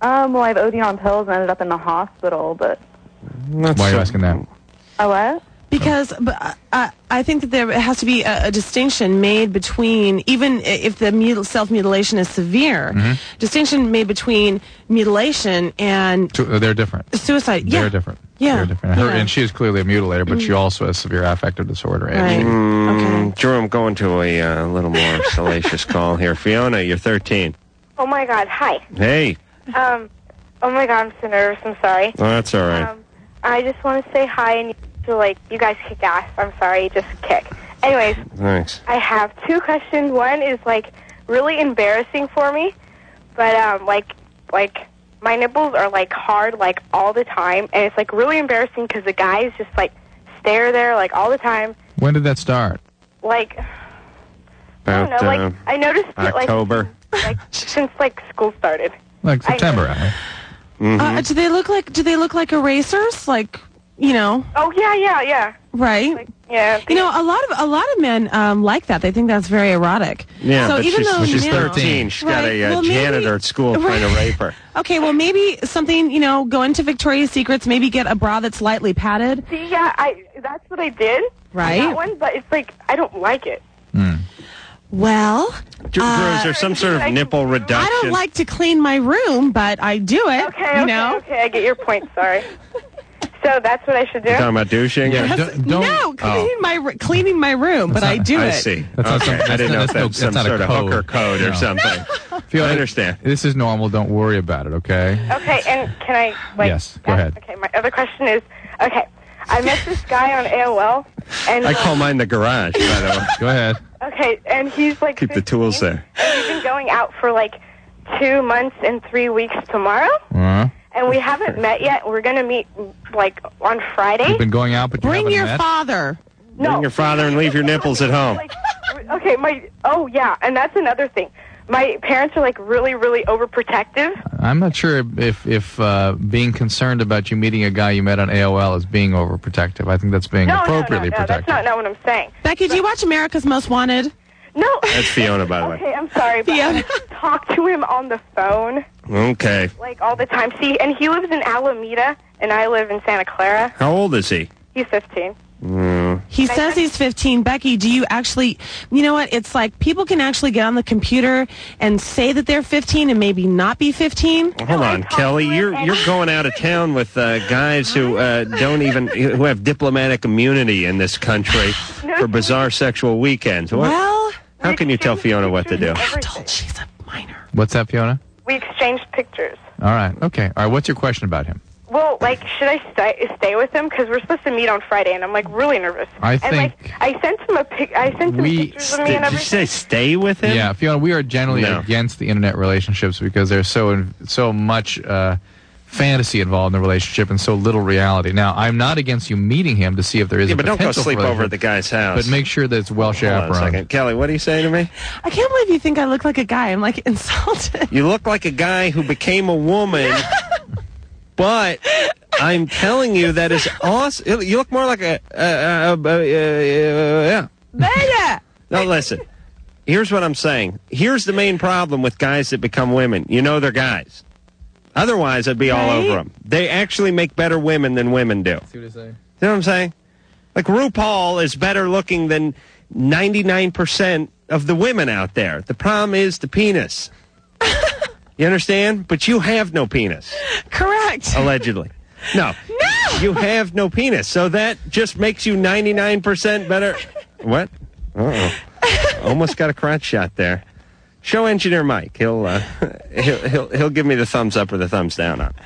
Speaker 4: Um, well, I've OD'd on pills and ended up in the hospital, but
Speaker 1: That's
Speaker 2: Why are you
Speaker 1: so-
Speaker 2: asking that?
Speaker 4: oh what?
Speaker 3: Because but I- I, I think that there has to be a, a distinction made between, even i- if the mutil- self-mutilation is severe,
Speaker 2: Mm-hmm.
Speaker 3: distinction made between mutilation and
Speaker 2: Two- uh, They're different.
Speaker 3: suicide.
Speaker 2: They're
Speaker 3: yeah.
Speaker 2: different.
Speaker 3: Yeah.
Speaker 2: They're different. Her,
Speaker 3: Yeah.
Speaker 2: And she is clearly a mutilator, but she also has severe affective disorder.
Speaker 3: Right.
Speaker 2: ASD.
Speaker 3: Okay.
Speaker 1: Mm, Drew, I'm going to a uh, little more salacious call here. Fiona, you're 13.
Speaker 5: Oh my God! Hi.
Speaker 1: Hey,
Speaker 5: Um. Oh my God! I'm so nervous. I'm sorry.
Speaker 1: oh, that's all right.
Speaker 5: Um. I just want to say hi and to like you guys kick ass. I'm sorry. Just kick. Anyways,
Speaker 1: Thanks.
Speaker 5: I have two questions. One is like really embarrassing for me, but um, like like my nipples are like hard like all the time, and it's like really embarrassing because the guys just like stare there like all the time.
Speaker 2: When did that start?
Speaker 5: Like I
Speaker 1: About
Speaker 5: don't know.
Speaker 1: uh,
Speaker 5: Like I noticed it like
Speaker 1: October.
Speaker 5: like since like school started.
Speaker 2: Like September, I Mm-hmm.
Speaker 1: Mm-hmm.
Speaker 3: Uh, do they look like Do they look like erasers? Like you know,
Speaker 5: Oh yeah, yeah, yeah,
Speaker 3: right?
Speaker 5: yeah.
Speaker 3: you know, a lot of a lot of men um, like that. They think that's very erotic.
Speaker 1: Yeah,
Speaker 3: So
Speaker 1: but
Speaker 3: even
Speaker 1: she's,
Speaker 3: though
Speaker 1: she's
Speaker 3: now-
Speaker 1: 13. She's got
Speaker 3: Right,
Speaker 1: a uh,
Speaker 3: well, maybe-
Speaker 1: janitor at school trying to rape her.
Speaker 3: Okay, well maybe something you know, go into Victoria's Secrets, maybe get a bra that's lightly padded.
Speaker 5: See, yeah, I that's what I did.
Speaker 3: Right.
Speaker 5: That one, but it's like I don't like it.
Speaker 3: Well,
Speaker 1: Drew, Drew, is there some sort of
Speaker 5: I-
Speaker 1: nipple reduction?
Speaker 3: Uh, I don't like to clean my room, but I do it.
Speaker 5: Okay,
Speaker 3: you
Speaker 5: okay,
Speaker 3: know.
Speaker 5: okay. I get your point. Sorry. so that's what I should do.
Speaker 1: You're talking about douching?
Speaker 2: Yeah, don't, don't- oh.
Speaker 3: no, clean my r- cleaning my room, but I do
Speaker 1: I
Speaker 3: it.
Speaker 1: see.
Speaker 2: That's not
Speaker 1: okay.
Speaker 2: some-
Speaker 1: I
Speaker 2: that's
Speaker 1: didn't
Speaker 2: not-
Speaker 1: know if
Speaker 2: that's no-
Speaker 1: that's
Speaker 2: that's
Speaker 1: some
Speaker 2: not a
Speaker 1: sort of hooker
Speaker 2: code.
Speaker 1: code or
Speaker 2: No.
Speaker 1: something.
Speaker 2: Fiona,
Speaker 1: I understand.
Speaker 2: This is normal. Don't worry about it, okay?
Speaker 5: Okay, and can I like?
Speaker 2: Yes, go ahead.
Speaker 5: Okay, my other question is, okay, I met this guy on AOL, and
Speaker 1: I call mine the garage, by the way.
Speaker 2: Go ahead.
Speaker 5: okay, and he's like
Speaker 1: Keep the tools
Speaker 5: 16,
Speaker 1: there.
Speaker 5: And we've been going out for like two months and three weeks tomorrow,
Speaker 2: Uh-huh.
Speaker 5: and we haven't met yet. We're gonna meet like on Friday.
Speaker 2: You've been going out, but you
Speaker 3: Bring
Speaker 2: haven't
Speaker 3: your
Speaker 2: met?
Speaker 3: father.
Speaker 5: no,
Speaker 1: Bring your father and leave your nipples at home.
Speaker 5: like okay my oh yeah and that's another thing my parents are like really really overprotective
Speaker 2: I'm not sure if if uh, being concerned about you meeting a guy you met on AOL is being overprotective. I think that's being
Speaker 5: no no, no,
Speaker 2: appropriately
Speaker 5: no
Speaker 2: protective.
Speaker 5: that's not, not what i'm saying
Speaker 3: Becky, do you watch America's Most Wanted?
Speaker 5: no
Speaker 1: That's Fiona, by the way.
Speaker 5: okay i'm sorry but
Speaker 3: Yeah.
Speaker 5: i talk to him on the phone
Speaker 1: Okay.
Speaker 5: like all the time see and he lives in alameda and i live in santa clara
Speaker 1: How old is he? Hmm.
Speaker 5: he's 15
Speaker 3: He says he's 15. Becky, do you actually, you know what? It's like people can actually get on the computer and say that they're 15 and maybe not be 15.
Speaker 1: Hold on, Kelly. You're you're going out of town with uh, guys who uh, don't even who have diplomatic immunity in this country for bizarre sexual weekends. What?
Speaker 3: Well,
Speaker 1: How can you tell Fiona what to do?
Speaker 3: I told she's a minor.
Speaker 2: What's that, Fiona?
Speaker 5: we exchanged pictures
Speaker 2: All right. Okay. All right. What's your question about him?
Speaker 5: well, like, should I stay, stay with him? Because we're supposed to meet on Friday, and I'm like really nervous.
Speaker 2: I
Speaker 5: and,
Speaker 2: think-
Speaker 5: like, I sent him a pic. I sent him
Speaker 2: We
Speaker 5: pictures of me and
Speaker 1: Did you
Speaker 5: everything.
Speaker 1: say stay with him?
Speaker 2: Yeah, Fiona, we are generally
Speaker 1: No.
Speaker 2: against the internet relationships because there's so so much uh, fantasy involved in the relationship and so little reality. Now, I'm not against you meeting him to see if there is.
Speaker 1: Yeah,
Speaker 2: a
Speaker 1: but don't go
Speaker 2: potential for
Speaker 1: sleep over at the
Speaker 2: relationship,
Speaker 1: guy's house.
Speaker 2: But make sure that it's well
Speaker 1: Hold on a second,
Speaker 2: chaperoned.
Speaker 1: Kelly. What do you say to me?
Speaker 3: I can't believe you think I look like a guy. I'm like insulted.
Speaker 1: You look like a guy who became a woman, but I'm telling you that is awesome. You look more like a uh, uh, uh, uh, yeah.
Speaker 3: Beta!
Speaker 1: No, listen. Here's what I'm saying. Here's the main problem with guys that become women. You know they're guys. Otherwise, I'd be all
Speaker 3: Right?
Speaker 1: over them. They actually make better women than women do. You know what I'm saying? Like RuPaul is better looking than 99% of the women out there. The problem is the penis. you understand? But you have no penis,
Speaker 3: Correct.
Speaker 1: allegedly. No. No. You have no penis. So that just makes you 99% better. What? Uh-oh. Almost got a crotch shot there. Show engineer Mike. He'll uh, he'll, he'll he'll give me the thumbs up or the thumbs down on. it.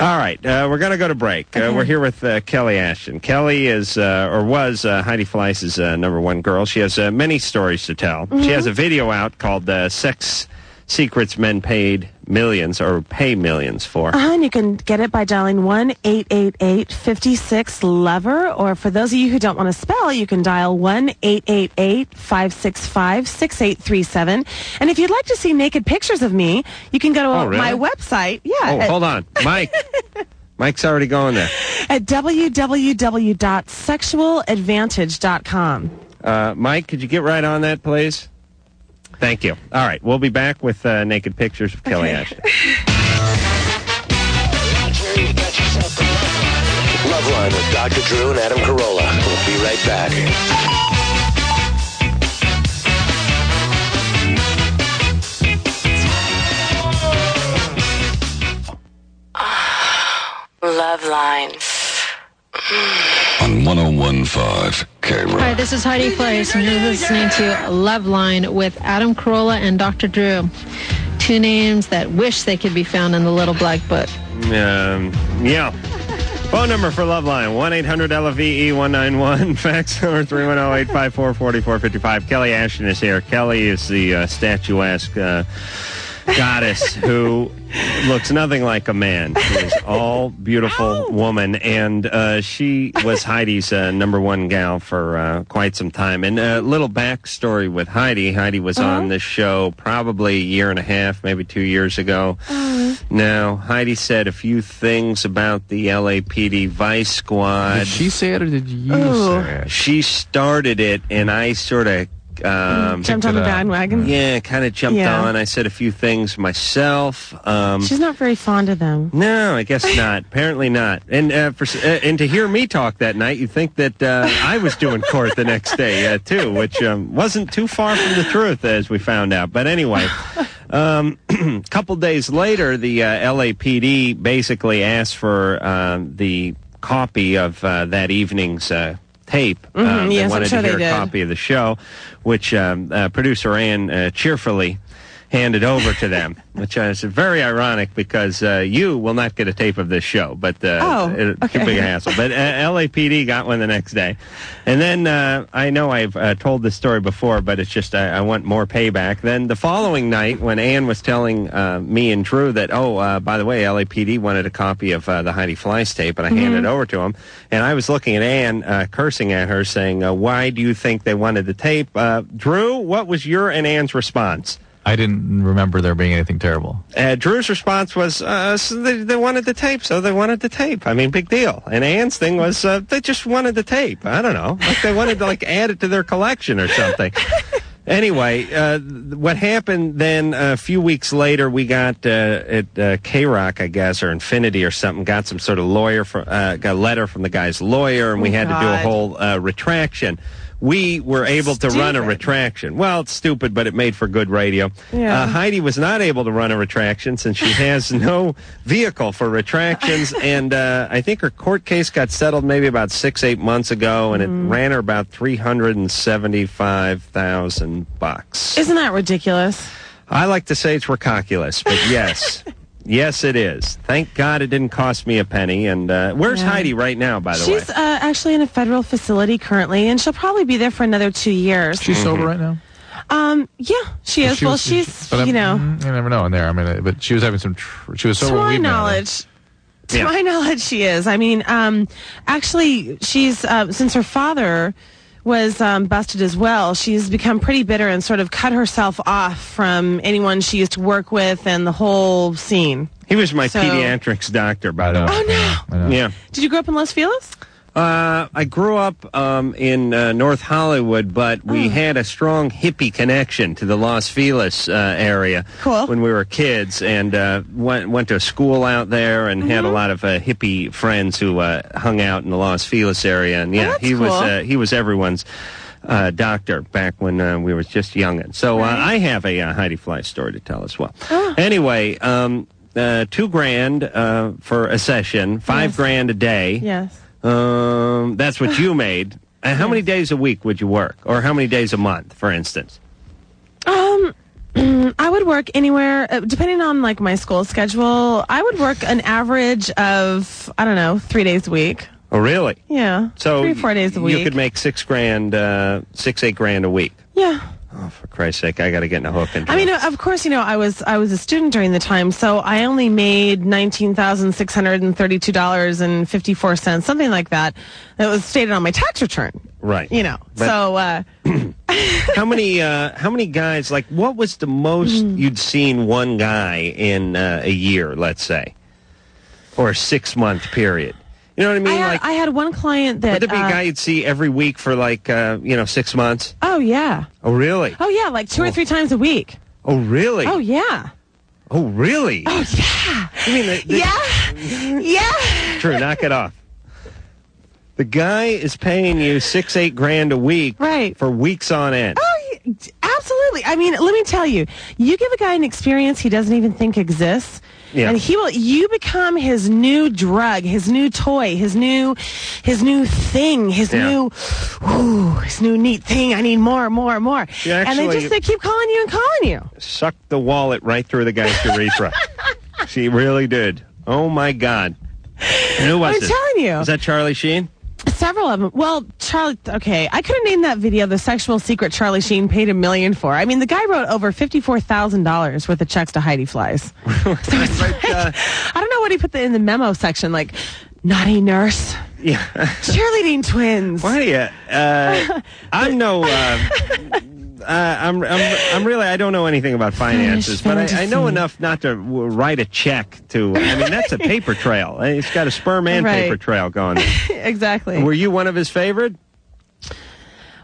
Speaker 1: All right, uh, we're gonna go to break. Uh, we're here with uh, Kelly Ashton. Kelly is uh, or was uh, Heidi Fleiss's uh, number one girl. She has uh, many stories to tell. She has a video out called uh, "Sex Secrets Men Paid Millions or Pay Millions for."
Speaker 3: Uh-huh, and you can get it by dialing 1 888 56 Lover. Or for those of you who don't want to spell, you can dial 1 888 565 6837. And if you'd like to see naked pictures of me, you can go to
Speaker 1: Oh,
Speaker 3: uh,
Speaker 1: really?
Speaker 3: my website. Yeah.
Speaker 1: Oh,
Speaker 3: at-
Speaker 1: hold on, Mike. Mike's already going there.
Speaker 3: at www.sexualadvantage.com.
Speaker 1: Uh, Mike, could you get right on that, please? Thank you. All right, we'll be back with uh, naked pictures of Kelly Ashton.
Speaker 6: Loveline with Dr. Drew and Adam Carolla. We'll be right back.
Speaker 7: Love line.
Speaker 8: on 1015 K
Speaker 9: Hi,
Speaker 8: Rock.
Speaker 9: this is Heidi Fleiss, and you're listening to Love Line with Adam Carolla and Dr. Drew. Two names that wish they could be found in the little black book.
Speaker 1: Um, yeah. Phone number for Loveline, E 1-800-LOVE-191, fax number 310-854-4455. Kelly Ashton is here. Kelly is the uh, statuesque uh, goddess who looks nothing like a man. She is all beautiful woman, and uh, she was Heidi's uh, number one gal for uh, quite some time. And a little backstory with Heidi. Heidi was on this show probably a year and a half, maybe two years ago. Now, Heidi said a few things about the LAPD Vice Squad. Oh,
Speaker 2: Did she say it or did you
Speaker 3: Ooh.
Speaker 2: say it?
Speaker 1: She started it, and I sort of, um,
Speaker 3: Jumped on
Speaker 2: it
Speaker 3: the
Speaker 2: up.
Speaker 3: bandwagon.
Speaker 1: yeah, kind of jumped
Speaker 3: Yeah.
Speaker 1: on. I said a few things myself. Um,
Speaker 3: She's not very fond of them.
Speaker 1: no, I guess not. Apparently not. And uh, for uh, and to hear me talk that night, you think that uh, I was doing court the next day uh, too, which um, wasn't too far from the truth, as we found out. But anyway, um, a couple days later, the uh, LAPD basically asked for um, the copy of uh, that evening's. Uh, Tape. um,
Speaker 3: Mm-hmm. yes,
Speaker 1: they
Speaker 3: I'm
Speaker 1: wanted
Speaker 3: sure
Speaker 1: to
Speaker 3: they
Speaker 1: hear a
Speaker 3: did.
Speaker 1: copy of the show, which um, uh, producer Ann uh, cheerfully handed over to them, which is very ironic because uh, you will not get a tape of this show, but uh,
Speaker 3: Oh,
Speaker 1: it's
Speaker 3: okay.
Speaker 1: too big a hassle. But uh, LAPD got one the next day. And then uh, I know I've uh, told this story before, but it's just I, I want more payback. Then the following night, when Ann was telling uh, me and Drew that, oh, uh, by the way, LAPD wanted a copy of uh, the Heidi Fleiss tape,
Speaker 3: Mm-hmm.
Speaker 1: and I handed it over to him. And I was looking at Ann, uh, cursing at her, saying, uh, why do you think they wanted the tape? Uh, Drew, what was your and Ann's response?
Speaker 2: I didn't remember there being anything terrible.
Speaker 1: Uh, Drew's response was, uh, so they, they wanted the tape, so they wanted the tape. I mean, big deal. And Ann's thing was, uh, they just wanted the tape. I don't know. Like they wanted to like add it to their collection or something. Anyway, uh, th- what happened then uh, a few weeks later, we got uh, at uh, K Rock, I guess, or Infinity or something, got some sort of lawyer, fro- uh, got a letter from the guy's lawyer, and we had to do a
Speaker 3: God.
Speaker 1: whole uh, retraction. We were able to run a
Speaker 3: Stupid.
Speaker 1: retraction. Well, it's stupid, but it made for good radio.
Speaker 3: Yeah.
Speaker 1: Uh, Heidi was not able to run a retraction since she has no vehicle for retractions, and uh, I think her court case got settled maybe about six, eight months ago, and
Speaker 3: Mm.
Speaker 1: it ran her about three hundred and seventy-five thousand bucks.
Speaker 3: Isn't that ridiculous?
Speaker 1: I like to say it's recalculous, but yes, yes, it is. Thank God it didn't cost me a penny. And uh, where's
Speaker 3: Yeah.
Speaker 1: Heidi right now? By the
Speaker 3: She's uh,
Speaker 1: way,
Speaker 3: actually in a federal facility currently, and she'll probably be there for another two years.
Speaker 2: She's sober
Speaker 1: Mm-hmm.
Speaker 2: right now.
Speaker 3: Um, yeah, she is.
Speaker 2: She
Speaker 3: well,
Speaker 2: was-
Speaker 3: she's,
Speaker 2: but I'm-
Speaker 3: you know,
Speaker 2: mm, you never know in there. I mean, uh, but she was having some. Tr- she was
Speaker 3: to
Speaker 2: sober. with
Speaker 3: my
Speaker 2: weed now, right?
Speaker 3: knowledge. To
Speaker 1: Yeah.
Speaker 3: my knowledge, she is. I mean, um, actually, she's uh, since her father was um, busted as well. She's become pretty bitter and sort of cut herself off from anyone she used to work with and the whole scene.
Speaker 1: he was my
Speaker 3: so-
Speaker 1: pediatrics doctor, by the way.
Speaker 3: Oh
Speaker 2: I know.
Speaker 1: Yeah.
Speaker 3: Did you grow up in Los Feliz?
Speaker 1: Uh, I grew up um, in uh, North Hollywood, but
Speaker 3: Hmm.
Speaker 1: we had a strong hippie connection to the Los Feliz uh, area
Speaker 3: Cool.
Speaker 1: when we were kids, and uh, went went to a school out there and
Speaker 3: Mm-hmm.
Speaker 1: had a lot of uh, hippie friends who uh, hung out in the Los Feliz area. And yeah,
Speaker 3: Oh, that's
Speaker 1: he was
Speaker 3: cool.
Speaker 1: uh, he was everyone's. Uh, doctor back when uh, we were just youngin. So uh, I have a uh, Heidi Fly story to tell as well.
Speaker 3: Oh.
Speaker 1: Anyway, um, uh, two grand uh, for a session, five grand a day.
Speaker 3: Yes.
Speaker 1: Um, that's what you made. Uh, how many days a week would you work, or how many days a month, for instance?
Speaker 3: Um, would work anywhere, uh, depending on like my school schedule. I would work an average of I don't know three days a week.
Speaker 1: Oh, really?
Speaker 3: Yeah,
Speaker 1: So
Speaker 3: three four days a week.
Speaker 1: You could make six grand, uh, six eight grand a week.
Speaker 3: yeah.
Speaker 1: Oh, for Christ's sake, I got to get in a hook and.
Speaker 3: I mean, of course, you know, I was I was a student during the time, so I only made nineteen thousand six hundred and thirty-two dollars and fifty-four cents, something like that. That was stated on my tax return,
Speaker 1: right?
Speaker 3: you know.
Speaker 1: But
Speaker 3: so uh,
Speaker 1: how many uh, how many guys like what was the most
Speaker 3: Mm.
Speaker 1: you'd seen one guy in uh, a year, let's say, or a six month period? You know what I mean?
Speaker 3: I, had,
Speaker 1: like,
Speaker 3: I had one client that.
Speaker 1: would there be
Speaker 3: uh,
Speaker 1: a guy you'd see every week for like uh, you know six months?
Speaker 3: oh yeah,
Speaker 1: Oh, really?
Speaker 3: oh yeah, like two or three times a week.
Speaker 1: Oh, really?
Speaker 3: Oh yeah,
Speaker 1: Oh, really? Oh, yeah. You mean the, the,
Speaker 3: yeah, yeah.
Speaker 1: Drew, knock it off. The guy is paying you six, eight grand a week
Speaker 3: Right. Oh.
Speaker 1: for weeks on end.
Speaker 3: Absolutely. I mean, let me tell you, you give a guy an experience he doesn't even think exists.
Speaker 1: Yeah.
Speaker 3: And he will you become his new drug, his new toy, his new his new thing, his
Speaker 1: Yeah.
Speaker 3: new ooh, his new neat thing. I need more, more, more.
Speaker 1: You
Speaker 3: and they
Speaker 1: actually-
Speaker 3: just they keep calling you and calling you.
Speaker 1: Suck the wallet right through the guy's urethra. she really did. Oh, my God. And who was
Speaker 3: I'm
Speaker 1: it?
Speaker 3: telling you.
Speaker 1: Is that Charlie Sheen?
Speaker 3: Several of them. Well, Charlie. Okay, I could have named that video "The Sexual Secret Charlie Sheen Paid a Million for." I mean, the guy wrote over fifty-four thousand dollars worth of checks to Heidi Flies. so it's like,
Speaker 1: uh,
Speaker 3: I don't know what he put the, in the memo section, like naughty nurse,
Speaker 1: Yeah.
Speaker 3: cheerleading twins.
Speaker 1: Why do you? Uh, I'm no. Uh, uh, I'm, I'm. I'm really. I don't know anything about finances, but I, I know
Speaker 3: fantasy.
Speaker 1: enough not to w- write a check to. I mean, that's a paper trail. It's got a sperm and
Speaker 3: Right.
Speaker 1: paper trail going.
Speaker 3: exactly.
Speaker 1: Were you one of his favorite?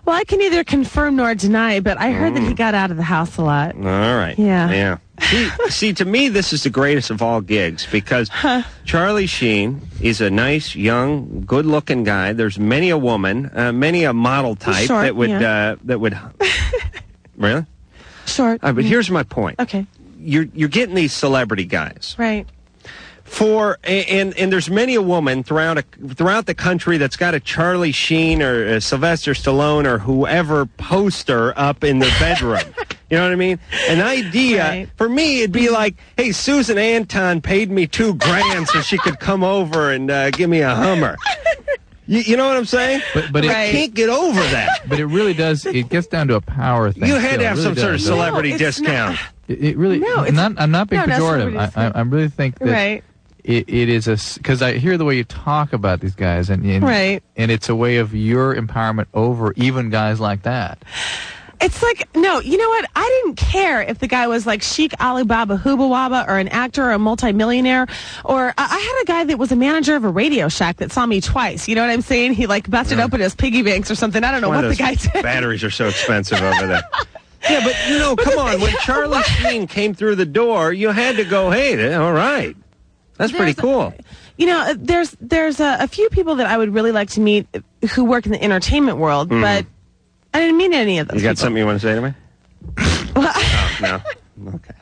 Speaker 3: well, I can neither confirm nor deny, but I heard
Speaker 1: Mm.
Speaker 3: that he got out of the house a lot.
Speaker 1: All right.
Speaker 3: Yeah.
Speaker 1: Yeah. See, see, to me, this is the greatest of all gigs because Charlie Sheen is a nice, young, good-looking guy. There's many a woman, uh, many a model type
Speaker 3: short,
Speaker 1: that would
Speaker 3: yeah.
Speaker 1: uh, that would. really?
Speaker 3: Short.
Speaker 1: All right, but here's my point.
Speaker 3: Mm. okay.
Speaker 1: you're you're getting these celebrity guys
Speaker 3: Right.
Speaker 1: for and and- and there's many a woman throughout a, throughout the country that's got a Charlie Sheen or a Sylvester Stallone or whoever poster up in their bedroom. you know what I mean? An idea
Speaker 3: Right.
Speaker 1: for me, it'd be like, hey, Susan Anton paid me two grand so she could come over and uh, give me a Hummer. You, you know what I'm saying?
Speaker 2: But, but,
Speaker 3: Right.
Speaker 2: it,
Speaker 1: Can't get over that.
Speaker 2: but it really does. It gets down to a power thing.
Speaker 1: You had
Speaker 2: still. It
Speaker 1: to have
Speaker 2: really
Speaker 1: some sort of
Speaker 2: does.
Speaker 1: celebrity
Speaker 3: No, it's
Speaker 1: discount.
Speaker 2: It, it really.
Speaker 3: No, it's-
Speaker 2: not, I'm not being
Speaker 3: no, that's what
Speaker 2: pejorative.
Speaker 3: it
Speaker 2: I,
Speaker 3: is.
Speaker 2: I, I really think that
Speaker 3: Right.
Speaker 2: it, it is a because I hear the way you talk about these guys, and, and
Speaker 3: Right.
Speaker 2: and it's a way of your empowerment over even guys like that.
Speaker 3: It's like, no, you know what? I didn't care if the guy was like Sheik Alibaba Hubawaba or an actor or a multimillionaire. Or I, I had a guy that was a manager of a Radio Shack that saw me twice. You know what I'm saying? He like busted open his piggy banks or something. I don't know
Speaker 1: One
Speaker 3: what
Speaker 1: of
Speaker 3: the guy
Speaker 1: those
Speaker 3: did.
Speaker 1: Batteries are so expensive over there. Yeah, but you know, come on. When Charlie Sheen came through the door, you had to go, hey, th- all right. That's pretty cool.
Speaker 3: You know, uh, there's there's a, a few people that I would really like to meet who work in the entertainment world, but I didn't meet any of
Speaker 1: Mm-hmm.
Speaker 3: those.
Speaker 1: You got
Speaker 3: people.
Speaker 1: something you want to say to me? oh, no. Okay.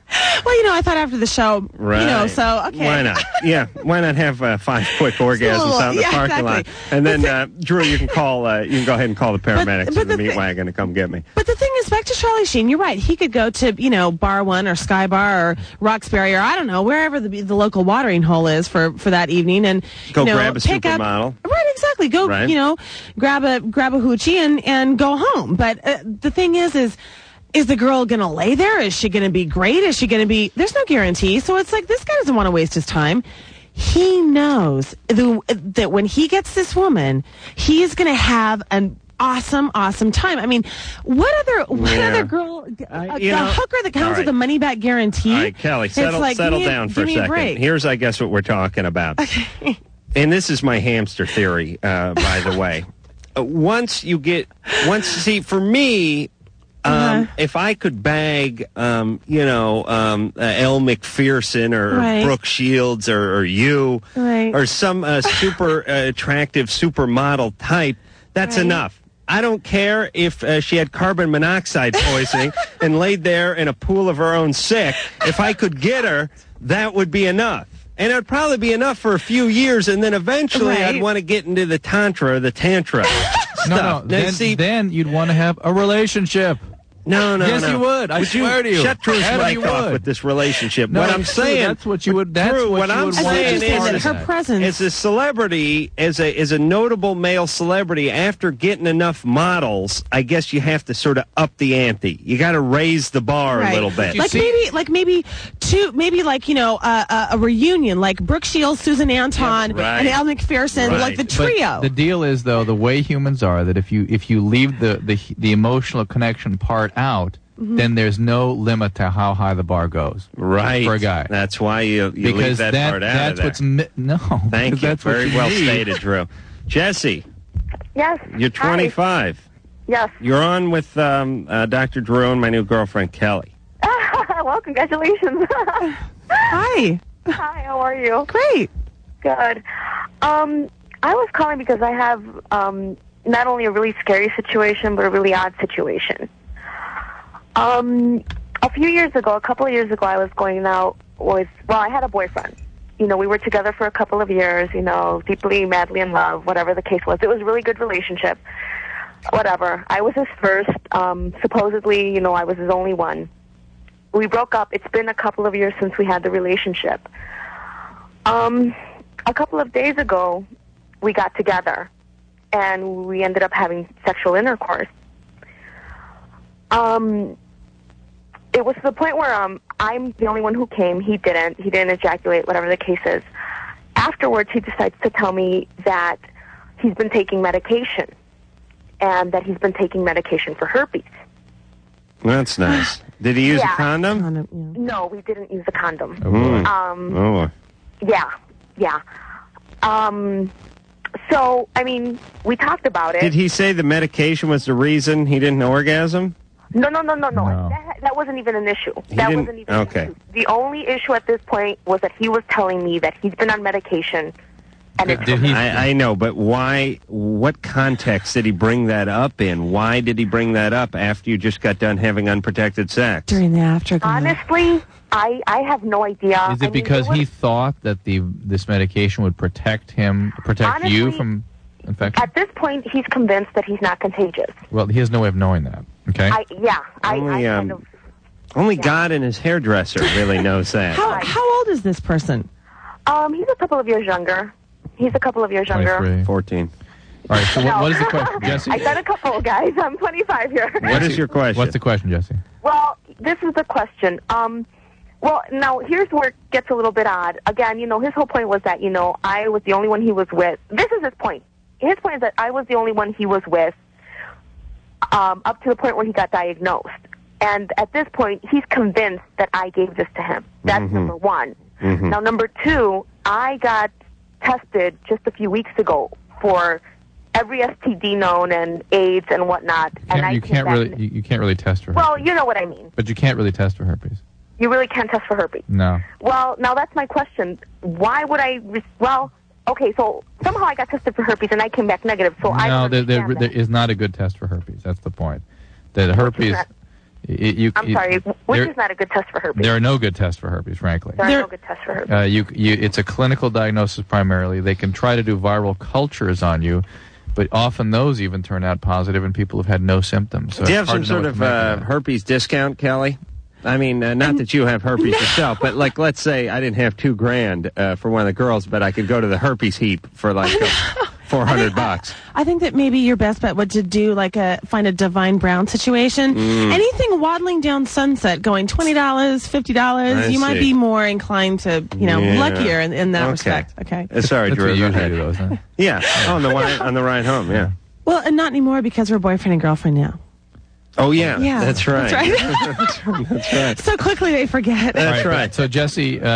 Speaker 3: Well, you know, I thought after the show,
Speaker 1: Right.
Speaker 3: you know, so okay,
Speaker 1: Why not? Yeah. Why not have uh, five quick orgasms
Speaker 3: little-
Speaker 1: out in the
Speaker 3: yeah,
Speaker 1: parking lot?
Speaker 3: exactly.
Speaker 1: And then, uh, Drew, you can call. Uh, you can go ahead and call the paramedics and
Speaker 3: but
Speaker 1: the
Speaker 3: the
Speaker 1: meat
Speaker 3: thi-
Speaker 1: wagon to come get me.
Speaker 3: But the thing is, back to Charlie Sheen, you're right. He could go to, you know, Bar One or Sky Bar or Roxbury or I don't know, wherever the, the local watering hole is for, for that evening and
Speaker 1: Go
Speaker 3: you know,
Speaker 1: grab a
Speaker 3: pick up-
Speaker 1: supermodel.
Speaker 3: Right, exactly. Go,
Speaker 1: Right.
Speaker 3: you know, grab a grab a hoochie and, and go home. But uh, the thing is, is is the girl going to lay there? Is she going to be great? Is she going to be? There's no guarantee. So it's like this guy doesn't want to waste his time. He knows the, that when he gets this woman, he is going to have an awesome, awesome time. I mean, what other what
Speaker 1: Yeah.
Speaker 3: other girl, a,
Speaker 1: I-
Speaker 3: a
Speaker 1: you know-
Speaker 3: hooker that comes
Speaker 1: All
Speaker 3: with
Speaker 1: right.
Speaker 3: a money back guarantee?
Speaker 1: All right, Kelly,
Speaker 3: It's
Speaker 1: settle,
Speaker 3: like,
Speaker 1: settle
Speaker 3: give me a-
Speaker 1: down for
Speaker 3: give
Speaker 1: a
Speaker 3: me
Speaker 1: second.
Speaker 3: break.
Speaker 1: Here's, I guess, what we're talking about. and this is my hamster theory, uh, by the way. Uh, once you get, once, see, for me, um,
Speaker 3: Uh-huh.
Speaker 1: if I could bag, um, you know, um, uh, Elle McPherson or
Speaker 3: Right.
Speaker 1: Brooke Shields or, or you
Speaker 3: Right.
Speaker 1: or some uh, super uh, attractive supermodel type, that's
Speaker 3: Right.
Speaker 1: enough. I don't care if uh, she had carbon monoxide poisoning and laid there in a pool of her own sick. If I could get her, that would be enough. And it would probably be enough for a few years, and then eventually I'd
Speaker 3: Right.
Speaker 1: want to get into the tantra or the tantra stuff.
Speaker 2: No, no.
Speaker 1: Now,
Speaker 2: Then,
Speaker 1: see,
Speaker 2: then you'd want to have a relationship.
Speaker 1: No, no,
Speaker 2: Yes,
Speaker 1: no.
Speaker 2: you would. I swear to you.
Speaker 1: Shut Drew's
Speaker 2: Adam,
Speaker 1: mic
Speaker 2: you
Speaker 1: off
Speaker 2: would.
Speaker 1: with this relationship.
Speaker 2: No,
Speaker 1: what I'm
Speaker 2: it's true.
Speaker 1: saying,
Speaker 2: That's what you would- that's
Speaker 1: Drew,
Speaker 2: what you would
Speaker 1: I'm
Speaker 3: I
Speaker 2: want
Speaker 3: thought you
Speaker 1: saying
Speaker 2: to
Speaker 3: said
Speaker 2: part
Speaker 3: that
Speaker 1: is,
Speaker 2: of
Speaker 3: her
Speaker 2: that.
Speaker 3: presence.
Speaker 1: as a celebrity, as a as a notable male celebrity, after getting enough models, I guess you have to sort of up the ante. You got to raise the bar
Speaker 3: Right.
Speaker 1: a little bit.
Speaker 3: Like
Speaker 2: see-
Speaker 3: maybe, like maybe two, maybe like you know uh, uh, a reunion, like Brooke Shields, Susan Anton,
Speaker 1: right.
Speaker 3: and Al McPherson,
Speaker 1: Right.
Speaker 3: like the
Speaker 2: But
Speaker 3: trio.
Speaker 2: The deal is though the way humans are that if you if you leave the the, the emotional connection part out,
Speaker 3: Mm-hmm.
Speaker 2: then there's no limit to how high the bar goes.
Speaker 1: right
Speaker 2: for a guy.
Speaker 1: That's why you, you leave
Speaker 2: because
Speaker 1: that,
Speaker 2: that-
Speaker 1: part out
Speaker 2: that's
Speaker 1: of there.
Speaker 2: what's mi- no.
Speaker 1: Thank
Speaker 2: because
Speaker 1: you.
Speaker 2: That's what
Speaker 1: Very
Speaker 2: you
Speaker 1: well
Speaker 2: need.
Speaker 1: stated, Drew. Jesse,
Speaker 4: Yes. uh,
Speaker 1: you're
Speaker 4: Hi.
Speaker 1: 25.
Speaker 4: Yes.
Speaker 1: You're on with um, uh, Dr. Drew and my new girlfriend Kelly.
Speaker 4: well, congratulations.
Speaker 3: Hi,
Speaker 4: Hi, how are you?
Speaker 3: great.
Speaker 4: Good. Um, I was calling because I have um, not only a really scary situation, but a really odd situation. Um, a few years ago, a couple of years ago, I was going out with, well, I had a boyfriend. You know, we were together for a couple of years, you know, deeply, madly in love, whatever the case was. It was a really good relationship. Whatever. I was his first. Um, supposedly, you know, I was his only one. We broke up. It's been a couple of years since we had the relationship. Um, a couple of days ago, we got together, and we ended up having sexual intercourse. Um, it was to the point where um, I'm the only one who came. He didn't. He didn't ejaculate. Whatever the case is. Afterwards, he decides to tell me that he's been taking medication, and that he's been taking medication for herpes.
Speaker 1: That's nice. Did he use
Speaker 4: Yeah.
Speaker 1: a condom?
Speaker 3: On a- you know.
Speaker 4: No, we didn't use a condom.
Speaker 1: Mm.
Speaker 4: Um,
Speaker 1: Oh,
Speaker 4: yeah, yeah. Um, so I mean, we talked about it.
Speaker 1: did he say the medication was the reason he didn't orgasm?
Speaker 4: No, no, no, no, no.
Speaker 2: No.
Speaker 4: That, that wasn't even an issue.
Speaker 1: He
Speaker 4: that
Speaker 1: didn't-
Speaker 4: wasn't even
Speaker 1: okay.
Speaker 4: An issue. The only issue at this point was that he was telling me that he's been on medication, and
Speaker 2: Did,
Speaker 4: it's
Speaker 2: did he?
Speaker 1: I, I know, but why? What context did he bring that up in? Why did he bring that up after you just got done having unprotected sex?
Speaker 3: During the afterglow.
Speaker 4: honestly, I I have no idea. I
Speaker 2: is
Speaker 4: mean,
Speaker 2: it because
Speaker 4: was-
Speaker 2: he thought that the this medication would protect him, protect you
Speaker 4: Honestly,
Speaker 2: from infection?
Speaker 4: at this point he's convinced that he's not contagious?
Speaker 2: well, he has no way of knowing that. Okay.
Speaker 4: I yeah. I,
Speaker 1: Only,
Speaker 4: I kind
Speaker 1: um,
Speaker 4: of,
Speaker 1: Only God and his hairdresser really knows that.
Speaker 3: How how old is this person?
Speaker 4: um, he's a couple of years younger. He's a couple of years younger.
Speaker 2: 23. All
Speaker 1: Fourteen.
Speaker 2: right. So what,
Speaker 4: No.
Speaker 2: what is the question, Jesse?
Speaker 4: I got a couple, guys. I'm 25 here.
Speaker 1: What is your question?
Speaker 2: What's the question, Jesse?
Speaker 4: Well, this is the question. Um, well, now here's where it gets a little bit odd. Again, you know, his whole point was that you know I was the only one he was with. This is his point. His point is that I was the only one he was with, um, up to the point where he got diagnosed. And at this point, he's convinced that I gave this to him. That's
Speaker 2: Mm-hmm.
Speaker 4: number one. Now, number two, I got tested just a few weeks ago for every STD known and AIDS and whatnot. and I
Speaker 2: Can't, you
Speaker 4: came
Speaker 2: can't
Speaker 4: back-
Speaker 2: really. You, you can't really test for.
Speaker 4: Well,
Speaker 2: herpes.
Speaker 4: you know what I mean.
Speaker 2: but you can't really test for herpes.
Speaker 4: You really can't test for herpes.
Speaker 2: No.
Speaker 4: Well, now that's my question. Why would I? Re- well, okay, so somehow I got tested for herpes and I came back negative. So Oh, I
Speaker 2: no,
Speaker 4: don't
Speaker 2: there, there,
Speaker 4: understand
Speaker 2: there
Speaker 4: that.
Speaker 2: is not a good test for herpes. That's the point. That herpes.
Speaker 4: that?
Speaker 2: It, you,
Speaker 4: I'm
Speaker 2: it-
Speaker 4: sorry, which
Speaker 2: there,
Speaker 4: is not a good test for herpes.
Speaker 2: There are no good tests for herpes, frankly.
Speaker 4: There are
Speaker 3: there-
Speaker 4: no good tests for herpes.
Speaker 2: Uh, you, you, it's a clinical diagnosis primarily. They can try to do viral cultures on you, but often those even turn out positive, and people have had no symptoms. So
Speaker 1: Do you have
Speaker 2: it's
Speaker 1: some
Speaker 2: hard to know
Speaker 1: sort
Speaker 2: what
Speaker 1: of
Speaker 2: to make
Speaker 1: uh,
Speaker 2: that.
Speaker 1: herpes discount, Kelly? I mean, uh, not that you have herpes yourself, but like, let's say I didn't have two grand uh, for one of the girls, but I could go to the herpes heap for like uh, four hundred bucks.
Speaker 3: I think that maybe your best bet would to do like a find a Divine Brown situation.
Speaker 1: Mm.
Speaker 3: Anything waddling down Sunset, going twenty dollars,
Speaker 1: I
Speaker 3: fifty dollars. You might
Speaker 1: see.
Speaker 3: be more inclined to you know
Speaker 1: Yeah.
Speaker 3: luckier in, in that
Speaker 1: Okay.
Speaker 3: respect. Okay.
Speaker 1: Uh, sorry,
Speaker 2: That's
Speaker 1: Drew.
Speaker 2: what
Speaker 1: go
Speaker 2: you usually
Speaker 1: ahead.
Speaker 2: do, though, isn't it?
Speaker 1: Yeah, Oh, on the wi- on the ride home. Yeah.
Speaker 3: Well, and not anymore because we're boyfriend and girlfriend now.
Speaker 1: Oh yeah,
Speaker 3: Yeah,
Speaker 1: that's right.
Speaker 3: That's right. So quickly they forget.
Speaker 1: That's
Speaker 2: but-
Speaker 1: right.
Speaker 2: So Jesse, uh,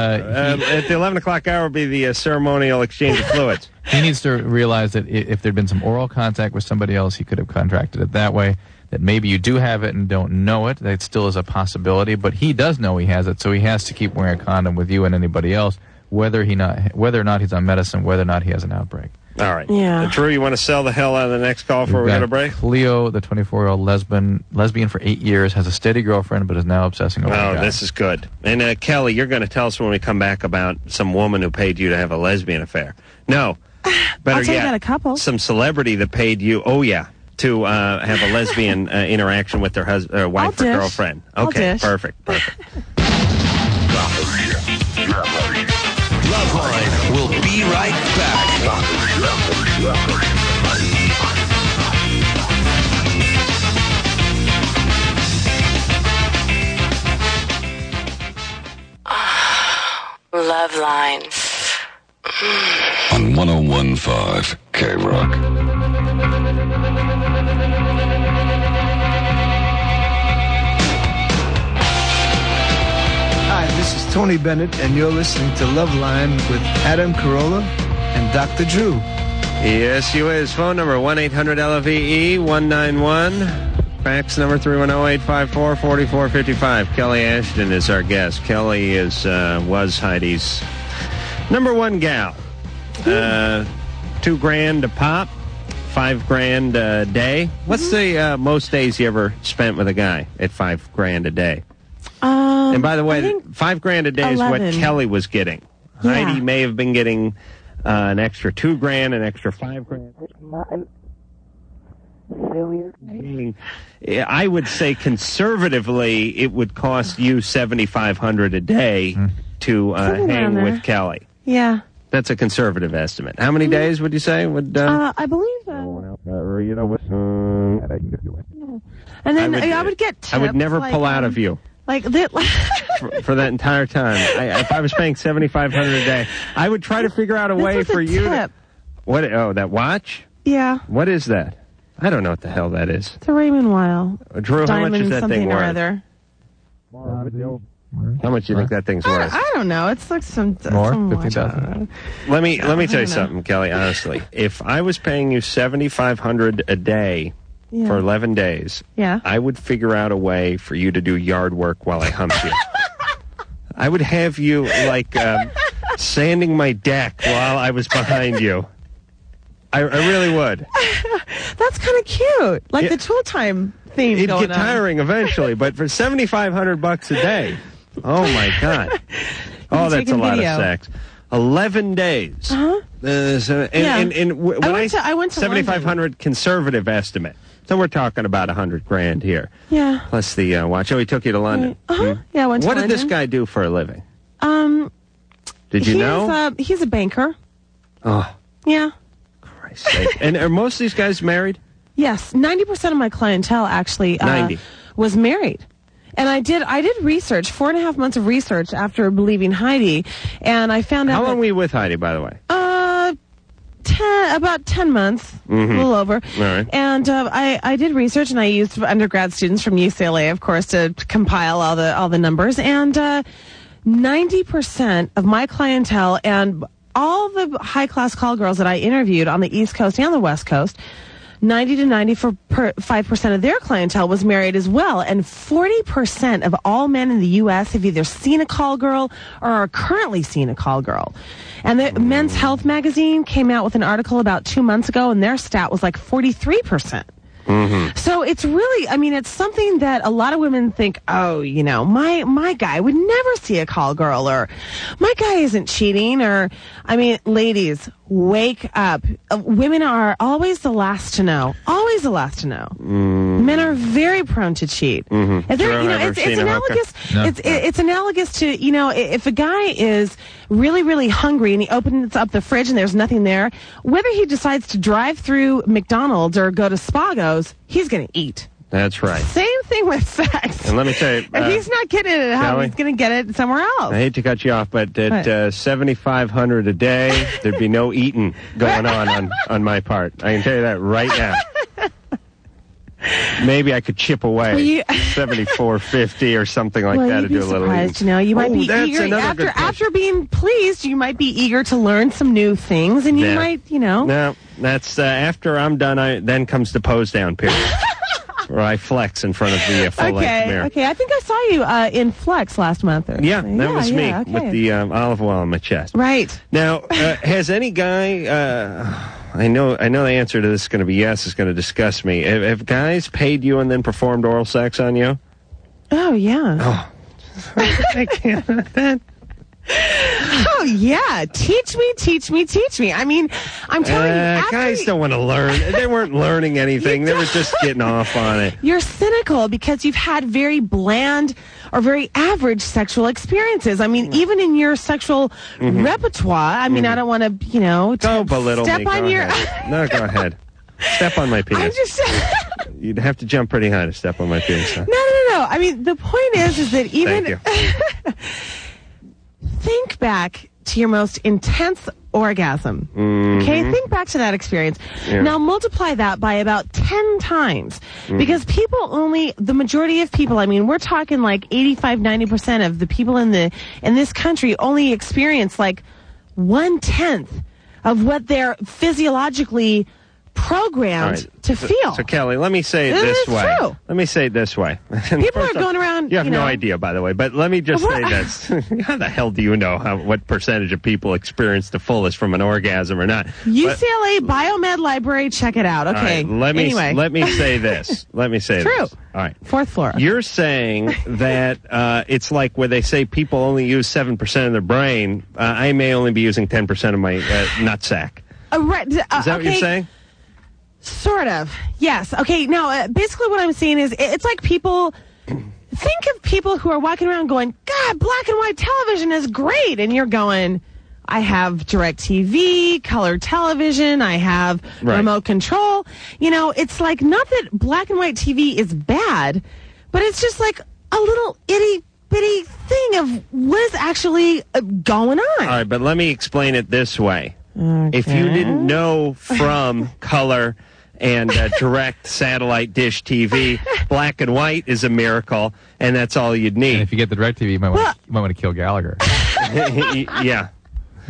Speaker 1: Um, at the eleven o'clock hour will be the uh, ceremonial exchange of fluids.
Speaker 2: he needs to realize that i- if there'd been some oral contact with somebody else, he could have contracted it that way. That maybe you do have it and don't know it. That still is a possibility, but he does know he has it, so he has to keep wearing a condom with you and anybody else, whether he not whether or not he's on medicine, whether or not he has an outbreak.
Speaker 1: All right.
Speaker 3: Yeah.
Speaker 1: Uh, Drew, you want to sell the hell out of the next call before we
Speaker 2: We've
Speaker 1: go to
Speaker 2: got
Speaker 1: break?
Speaker 2: Cleo, the 24-year-old lesbian, lesbian for eight years, has a steady girlfriend, but is now obsessing over.
Speaker 1: Oh,
Speaker 2: a guy.
Speaker 1: this is good. And uh, Kelly, you're going to tell us when we come back about some woman who paid you to have a lesbian affair. No, better
Speaker 3: I'll tell you
Speaker 1: yet,
Speaker 3: about a couple.
Speaker 1: Some celebrity that paid you. Oh yeah, to uh, have a lesbian uh, interaction with their husband, uh, wife, or
Speaker 3: dish.
Speaker 1: girlfriend.
Speaker 3: I'll
Speaker 1: Okay,
Speaker 3: dish.
Speaker 1: perfect, perfect.
Speaker 6: Loveline will be right back.
Speaker 7: Love line.
Speaker 8: on 1015 K Rock.
Speaker 10: Hi, this is Tony Bennett, and you're listening to Love Line with Adam Carolla and Dr. Drew.
Speaker 1: Yes, you is. Phone number 1 800 LVE 191. Fax number 310 854 4455. Kelly Ashton is our guest. Kelly is uh, was Heidi's number one gal. Uh, two grand a pop, five grand a day. What's the uh, most days you ever spent with a guy at five grand a day?
Speaker 3: Um,
Speaker 1: And by the
Speaker 3: I
Speaker 1: way,
Speaker 3: think-
Speaker 1: five grand a day is what
Speaker 3: 11.
Speaker 1: Kelly was getting.
Speaker 3: Yeah.
Speaker 1: Heidi may have been getting uh, an extra two grand, an extra five grand. Meaning, eh, I would say conservatively, it would cost you seventy five hundred a day
Speaker 3: Hmm.
Speaker 1: to uh,
Speaker 3: Something
Speaker 1: hang
Speaker 3: around there.
Speaker 1: with Kelly.
Speaker 3: yeah.
Speaker 1: That's a conservative estimate. How many days would you say would? Uh,
Speaker 3: Uh, I believe. Hmm. Uh,
Speaker 1: you know, uh,
Speaker 3: and
Speaker 1: I
Speaker 3: then
Speaker 1: would,
Speaker 3: I, I
Speaker 1: uh,
Speaker 3: would get. Tips,
Speaker 1: I would never
Speaker 3: like,
Speaker 1: pull out
Speaker 3: um,
Speaker 1: of you
Speaker 3: Like that.
Speaker 1: for, for that entire time. I, if I was paying seventy five hundred a day, I would try to figure out a
Speaker 3: this
Speaker 1: way
Speaker 3: was
Speaker 1: for
Speaker 3: a
Speaker 1: you. To,
Speaker 3: Tip.
Speaker 1: what? Oh, that watch.
Speaker 3: Yeah,
Speaker 1: What is that? I don't know what the hell that is.
Speaker 3: it's a Raymond Weil
Speaker 1: Uh, Drew, how much is
Speaker 3: diamond
Speaker 1: that
Speaker 3: something
Speaker 1: thing
Speaker 3: or
Speaker 1: worth?
Speaker 3: other.
Speaker 1: How much do you think that thing's
Speaker 3: I,
Speaker 1: worth?
Speaker 3: I don't know. It's like some
Speaker 2: More?
Speaker 3: some watch.
Speaker 2: 15,000?
Speaker 1: Let me let me tell you
Speaker 3: don't know.
Speaker 1: something, Kelly. Honestly, if I was paying you seventy five hundred a day
Speaker 3: Yeah.
Speaker 1: for eleven days,
Speaker 3: Yeah.
Speaker 1: I would figure out a way for you to do yard work while I humped you. I would have you like um, sanding my deck while I was behind you. I, I really would.
Speaker 3: That's kind of cute. Like
Speaker 1: Yeah.
Speaker 3: the tool time theme
Speaker 1: It'd
Speaker 3: going
Speaker 1: get tiring eventually, but for seventy five hundred bucks a day, oh my god! Oh, that's a
Speaker 3: taking
Speaker 1: lot
Speaker 3: video.
Speaker 1: of sex. Eleven days. Uh-huh. so, and,
Speaker 3: Yeah.
Speaker 1: and, and w-
Speaker 3: I
Speaker 1: when
Speaker 3: went to- I went to
Speaker 1: seventy five hundred conservative estimate. So we're talking about a hundred grand here,
Speaker 3: on. Yeah.
Speaker 1: plus the uh, watch. Oh, he took you to London.
Speaker 3: Uh-huh. Yeah. I Went to
Speaker 1: Hmm? What did this
Speaker 3: London.
Speaker 1: guy do for a living?
Speaker 3: Um.
Speaker 1: Did you
Speaker 3: he's
Speaker 1: know?
Speaker 3: A, he's a banker. uh,
Speaker 1: oh,
Speaker 3: Yeah.
Speaker 1: Christ's sake. and are most of these guys married?
Speaker 3: Yes, ninety percent of my clientele actually uh,
Speaker 1: 90.
Speaker 3: was married, and I did I did research four and a half months of research after believing Heidi, and I found out
Speaker 1: How
Speaker 3: that-
Speaker 1: long were you with Heidi, by the way?
Speaker 3: uh, ten, about ten months, a little over.
Speaker 1: right.
Speaker 3: And uh, I, I did research, and I used undergrad students from UCLA, of course, to compile all the all the numbers. And uh, ninety percent of my clientele and all the high class call girls that I interviewed on the East Coast and the West Coast. 90 to 95 percent of their clientele was married as well, and 40 percent of all men in the U.S. have either seen a call girl or are currently seeing a call girl. And the Men's Health magazine came out with an article about two months ago, and their stat was like 43 percent. So it's really, I mean, it's something that a lot of women think, oh, you know, my my guy would never see a call girl, or my guy isn't cheating, or, I mean, ladies, wake up. Uh, women are always the last to know, always the last to know. Men are very prone to cheat. If
Speaker 1: Sure,
Speaker 3: they're-
Speaker 6: I've
Speaker 3: mm-hmm. you know,
Speaker 1: never
Speaker 3: it's, it's
Speaker 1: seen a hooker.
Speaker 3: analogous. It's it- it's analogous to you know i- if a guy is really really hungry and he opens up the fridge and there's nothing there, whether he decides to drive through McDonald's or go to Spago's, he's going to eat.
Speaker 1: That's right.
Speaker 3: Same thing with sex.
Speaker 1: And let me tell you,
Speaker 3: if
Speaker 1: uh,
Speaker 3: he's not getting it at home,
Speaker 1: Sally?
Speaker 3: he's going to get it somewhere else.
Speaker 1: I hate to cut you off, but at
Speaker 3: Right.
Speaker 1: uh, seventy five hundred a day, there'd be no eating going on, on on my part. I can tell you that right now. Maybe I could chip away
Speaker 3: Well, you-
Speaker 1: seventy four fifty or something like
Speaker 3: well,
Speaker 1: that
Speaker 3: you'd
Speaker 1: to
Speaker 3: be
Speaker 1: do a little
Speaker 3: surprised.
Speaker 1: eating.
Speaker 3: You know, you might
Speaker 1: Oh,
Speaker 3: be
Speaker 1: that's
Speaker 3: eager
Speaker 1: another
Speaker 3: after
Speaker 1: good question.
Speaker 3: after being pleased. You might be eager to learn some new things, and you
Speaker 1: Yeah.
Speaker 3: might, you know,
Speaker 1: No, that's uh, after I'm done. I then comes the pose down period, where I flex in front of the uh, full length
Speaker 3: Okay,
Speaker 1: mirror.
Speaker 3: okay. I think I saw you uh, in Flex last month. Or
Speaker 1: Yeah, that
Speaker 3: something.
Speaker 1: was me
Speaker 3: yeah, okay.
Speaker 1: with the um, olive oil on my chest.
Speaker 3: right.
Speaker 1: Now, uh, has any guy? Uh, I know, I know. The answer to this is going to be yes. It's going to disgust me. Have, have guys paid you and then performed oral sex on you?
Speaker 3: Oh yeah.
Speaker 1: I can't. That
Speaker 3: oh yeah, teach me, teach me, teach me. I mean, I'm telling you,
Speaker 1: Uh,
Speaker 3: after
Speaker 1: guys don't want to learn. They weren't learning anything. They were just getting off on it.
Speaker 3: You're cynical because you've had very bland or very average sexual experiences. I
Speaker 1: Mm-hmm.
Speaker 3: mean, even in your sexual repertoire, I mean, I don't want to, you know, t-
Speaker 1: Go belittle
Speaker 3: step
Speaker 1: me.
Speaker 3: on
Speaker 1: go
Speaker 3: your.
Speaker 1: ahead. No, go ahead. Step on my
Speaker 3: I'm
Speaker 1: penis.
Speaker 3: just.
Speaker 1: You'd have to jump pretty high to step on my penis. huh?
Speaker 3: no, no, no, no. I mean, the point is, is that
Speaker 1: Thank
Speaker 3: even
Speaker 1: you.
Speaker 3: think back to your most intense orgasm. Okay, think back to that experience.
Speaker 1: Mm-hmm. Yeah. Mm-hmm.
Speaker 3: Now multiply that by about 10 times because people only the majority of people, I mean, we're talking like 85 90% of the people in the in this country only experience like one tenth of what they're physiologically
Speaker 1: All
Speaker 3: programmed
Speaker 1: right.
Speaker 3: to
Speaker 1: so,
Speaker 3: feel.
Speaker 1: So Kelly, let me say it
Speaker 3: This
Speaker 1: this
Speaker 3: is
Speaker 1: way.
Speaker 3: true.
Speaker 1: Let me say it this way.
Speaker 3: People are going around,
Speaker 1: You have
Speaker 3: you
Speaker 1: no
Speaker 3: know-
Speaker 1: idea, by the way. But let me just
Speaker 3: What?
Speaker 1: say this: How the hell do you know how, what percentage of people experience the fullest from an orgasm or not? But-
Speaker 3: UCLA Biomed Library, check it out.
Speaker 1: all right,
Speaker 3: Okay.
Speaker 1: let me
Speaker 3: anyway,
Speaker 1: let me say this. Let me say
Speaker 3: True.
Speaker 1: this. All right.
Speaker 3: fourth floor.
Speaker 1: You're saying that uh, it's like where they say people only use seven percent of their brain. Uh, I may only be using ten percent of my uh, nutsack.
Speaker 3: Uh, right, uh,
Speaker 1: Is that what you're
Speaker 3: okay,
Speaker 1: saying?
Speaker 3: Sort of. Yes. Okay. Now, uh, basically, what I'm saying is, it- it's like people think of people who are walking around going, "God, black and white television is great," and you're going, "I have direct TV, color television, I have
Speaker 1: Right.
Speaker 3: remote control." You know, it's like not that black and white TV is bad, but it's just like a little itty bitty thing of what is actually uh, going on.
Speaker 1: All right, but let me explain it this way. If you didn't know from color and uh, direct satellite dish TV, black and white is a miracle, and that's all you'd
Speaker 2: And
Speaker 1: need.
Speaker 2: if you get the direct TV, you might
Speaker 3: Well-
Speaker 2: want to, you might want to kill Gallagher. You
Speaker 1: yeah.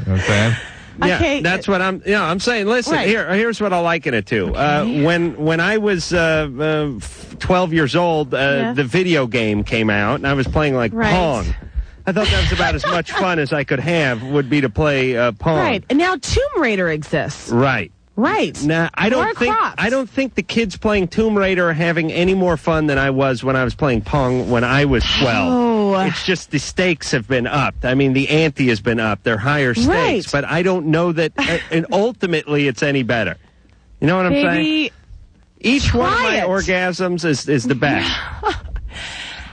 Speaker 2: know what I'm saying?
Speaker 1: Yeah,
Speaker 3: Okay.
Speaker 1: that's what I'm. Yeah, I'm saying. Listen,
Speaker 3: Right.
Speaker 1: here, here's what I liken it to. Uh, when when I was uh, uh, f- 12 years old, uh,
Speaker 3: Yeah.
Speaker 1: the video game came out, and I was playing like
Speaker 3: Right.
Speaker 1: Pong. I thought that was about as much fun as I could have would be to play uh, Pong.
Speaker 3: Right. And now Tomb Raider exists.
Speaker 1: Right.
Speaker 3: Right.
Speaker 1: Nah, I don't
Speaker 3: Laura
Speaker 1: think
Speaker 3: Croft.
Speaker 1: I don't think the kids playing Tomb Raider are having any more fun than I was when I was playing Pong when I was twelve.
Speaker 3: Oh.
Speaker 1: It's just the stakes have been upped. I mean, the ante has been up. They're higher stakes,
Speaker 3: Right.
Speaker 1: but I don't know that. uh, and ultimately, it's any better. You know what I'm saying?
Speaker 3: Baby,
Speaker 1: Each one of my
Speaker 3: try it.
Speaker 1: orgasms is is the best.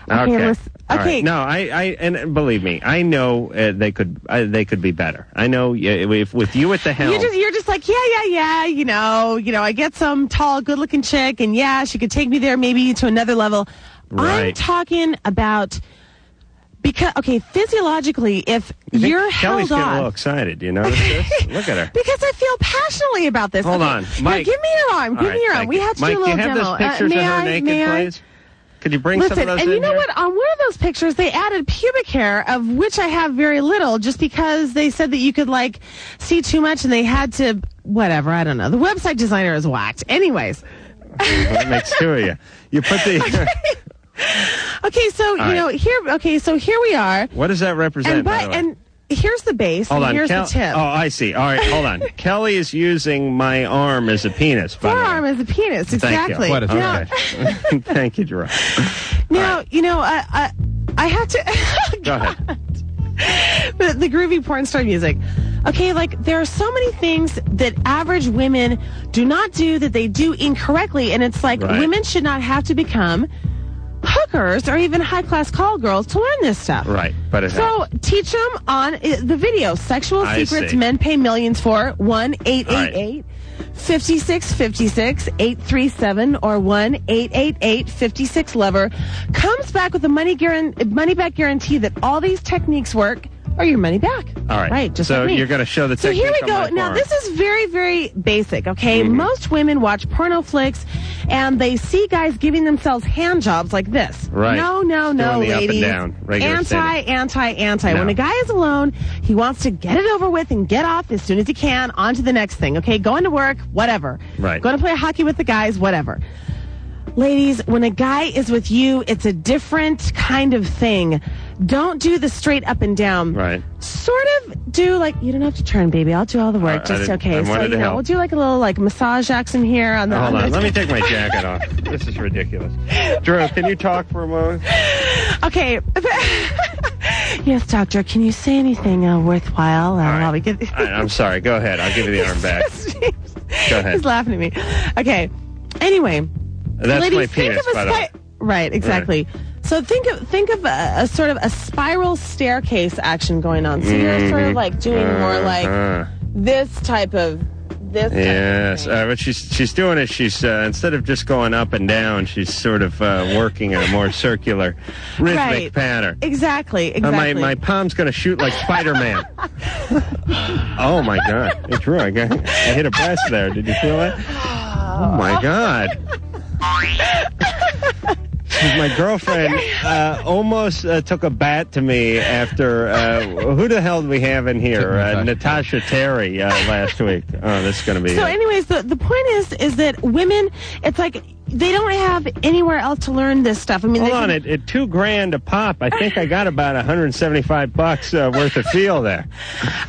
Speaker 1: Okay.
Speaker 3: listen-
Speaker 1: All right.
Speaker 3: okay.
Speaker 1: No, I, I, and believe me, I know uh, they could, uh, they could be better. I know uh, if with you at the helm,
Speaker 3: you're just you're just like yeah yeah yeah you know you know I get some tall good looking chick and yeah she could take me there maybe to another level. I'm
Speaker 1: Right.
Speaker 3: talking about because okay physiologically if
Speaker 1: You think
Speaker 3: you're
Speaker 1: Kelly's
Speaker 3: held
Speaker 1: getting a
Speaker 3: on
Speaker 1: little excited. You notice this? Look at her.
Speaker 3: because I feel passionately about this.
Speaker 1: Hold
Speaker 3: Okay,
Speaker 1: on,
Speaker 3: now
Speaker 1: Mike.
Speaker 3: give me your arm.
Speaker 1: All
Speaker 3: Give
Speaker 1: right,
Speaker 3: me your arm.
Speaker 1: thank
Speaker 3: We
Speaker 1: you.
Speaker 3: have to
Speaker 1: Mike,
Speaker 3: do a little
Speaker 1: you have
Speaker 3: demo.
Speaker 1: those pictures
Speaker 3: uh, may
Speaker 1: of her
Speaker 3: I,
Speaker 1: naked,
Speaker 3: may I?
Speaker 1: please? Could you bring some
Speaker 3: Listen,
Speaker 1: of those
Speaker 3: and you
Speaker 1: in
Speaker 3: know
Speaker 1: here?
Speaker 3: what? On one of those pictures, they added pubic hair, of which I have very little, just because they said that you could like see too much, and they had to whatever. I don't know. The website designer is whacked. Anyways,
Speaker 1: That makes two of you. You put the.
Speaker 3: okay, so you
Speaker 1: right.
Speaker 3: know here. Okay, so here we are,
Speaker 1: what does that represent?
Speaker 3: and
Speaker 1: by the
Speaker 3: but
Speaker 1: way?
Speaker 3: and here's the base.
Speaker 1: hold
Speaker 3: and
Speaker 1: on.
Speaker 3: here's
Speaker 1: Kel-
Speaker 3: the tip.
Speaker 1: Oh, I see. All right, hold on. Kelly is using my arm as a penis. By
Speaker 3: Forearm
Speaker 1: the way.
Speaker 3: is a penis.
Speaker 1: Thank
Speaker 3: Exactly.
Speaker 1: you.
Speaker 2: What is
Speaker 3: You
Speaker 2: that?
Speaker 3: know,
Speaker 1: Okay. Thank you, Jerome.
Speaker 3: Now, you know, I, I, I have to.
Speaker 1: Go ahead.
Speaker 3: the, the groovy porn star music. Okay, like there are so many things that average women do not do that they do incorrectly, and it's like
Speaker 1: Right.
Speaker 3: women should not have to become hookers or even high class call girls to learn this stuff.
Speaker 1: Right, but it
Speaker 3: so
Speaker 1: happens.
Speaker 3: teach them on uh, the video. Sexual
Speaker 1: I
Speaker 3: secrets
Speaker 1: see.
Speaker 3: men pay millions for. One eight eight eight. 5656 837 or 1 888 56 Lover comes back with a money, guaran- money back guarantee that all these techniques work or your money back.
Speaker 1: All right.
Speaker 3: Right, just
Speaker 1: so
Speaker 3: like me.
Speaker 1: you're going to show the
Speaker 3: So here we
Speaker 1: technique on my
Speaker 3: go. Now
Speaker 1: forearm. Mm-hmm.
Speaker 3: this is very, very basic. Okay, most women watch porno flicks, and they see guys giving themselves hand jobs like this.
Speaker 1: Right.
Speaker 3: No, no,
Speaker 1: Just
Speaker 3: no,
Speaker 1: doing the up and
Speaker 3: ladies.
Speaker 1: down, regular
Speaker 3: anti,
Speaker 1: standing.
Speaker 3: anti, anti.
Speaker 1: No.
Speaker 3: When a guy is alone, he wants to get it over with and get off as soon as he can. On to the next thing. Okay, going to work, whatever.
Speaker 1: Right.
Speaker 3: Going to play hockey with the guys, whatever. Ladies, when a guy is with you, it's a different kind of thing. Don't do the straight up and down
Speaker 1: Right.
Speaker 3: sort of do like you don't have to turn, baby. I'll do all the work.
Speaker 1: I
Speaker 3: just
Speaker 1: didn't- I
Speaker 3: okay. So
Speaker 1: wanted
Speaker 3: you
Speaker 1: to
Speaker 3: know,
Speaker 1: help.
Speaker 3: we'll do like a little like massage action here on the.
Speaker 1: Hold
Speaker 3: on
Speaker 1: on.
Speaker 3: the-
Speaker 1: Let me take my jacket off. This is ridiculous. Jerome, can you talk for a moment?
Speaker 3: okay. Yes, doctor. Can you say anything uh, worthwhile uh, while we get?
Speaker 1: I, I'm sorry. Go ahead. I'll give you the arm back. Go ahead.
Speaker 3: He's laughing at me. Okay. Anyway,
Speaker 1: That's
Speaker 3: ladies,
Speaker 1: my
Speaker 3: think
Speaker 1: penis,
Speaker 3: of a
Speaker 1: by the way.
Speaker 3: spi- Right. Exactly. So think of think of a, a sort of a spiral staircase action going on. So you're sort of like doing more like
Speaker 1: Mm-hmm. Uh-huh.
Speaker 3: this type of this.
Speaker 1: Yes, uh, but she's she's doing it. She's uh, instead of just going up and down, she's sort of uh, working in a more circular, rhythmic
Speaker 3: Right.
Speaker 1: pattern.
Speaker 3: Exactly.
Speaker 1: Uh, my
Speaker 3: Exactly.
Speaker 1: my palm's gonna shoot like Spider Man. oh my god! It's true. I, got, I hit a breast there. Did you feel it? Oh my god! My girlfriend uh, almost uh, took a bat to me after uh, who the hell do we have in here? Uh, Natasha Terry uh, last week. Oh, this is gonna be.
Speaker 3: So, anyways, the, the point is is that women, it's like they don't have anywhere else to learn this stuff. I mean,
Speaker 1: Hold
Speaker 3: they
Speaker 1: on, at,
Speaker 3: can-
Speaker 1: at two grand a pop, I think I got about 175 bucks uh, worth of feel there.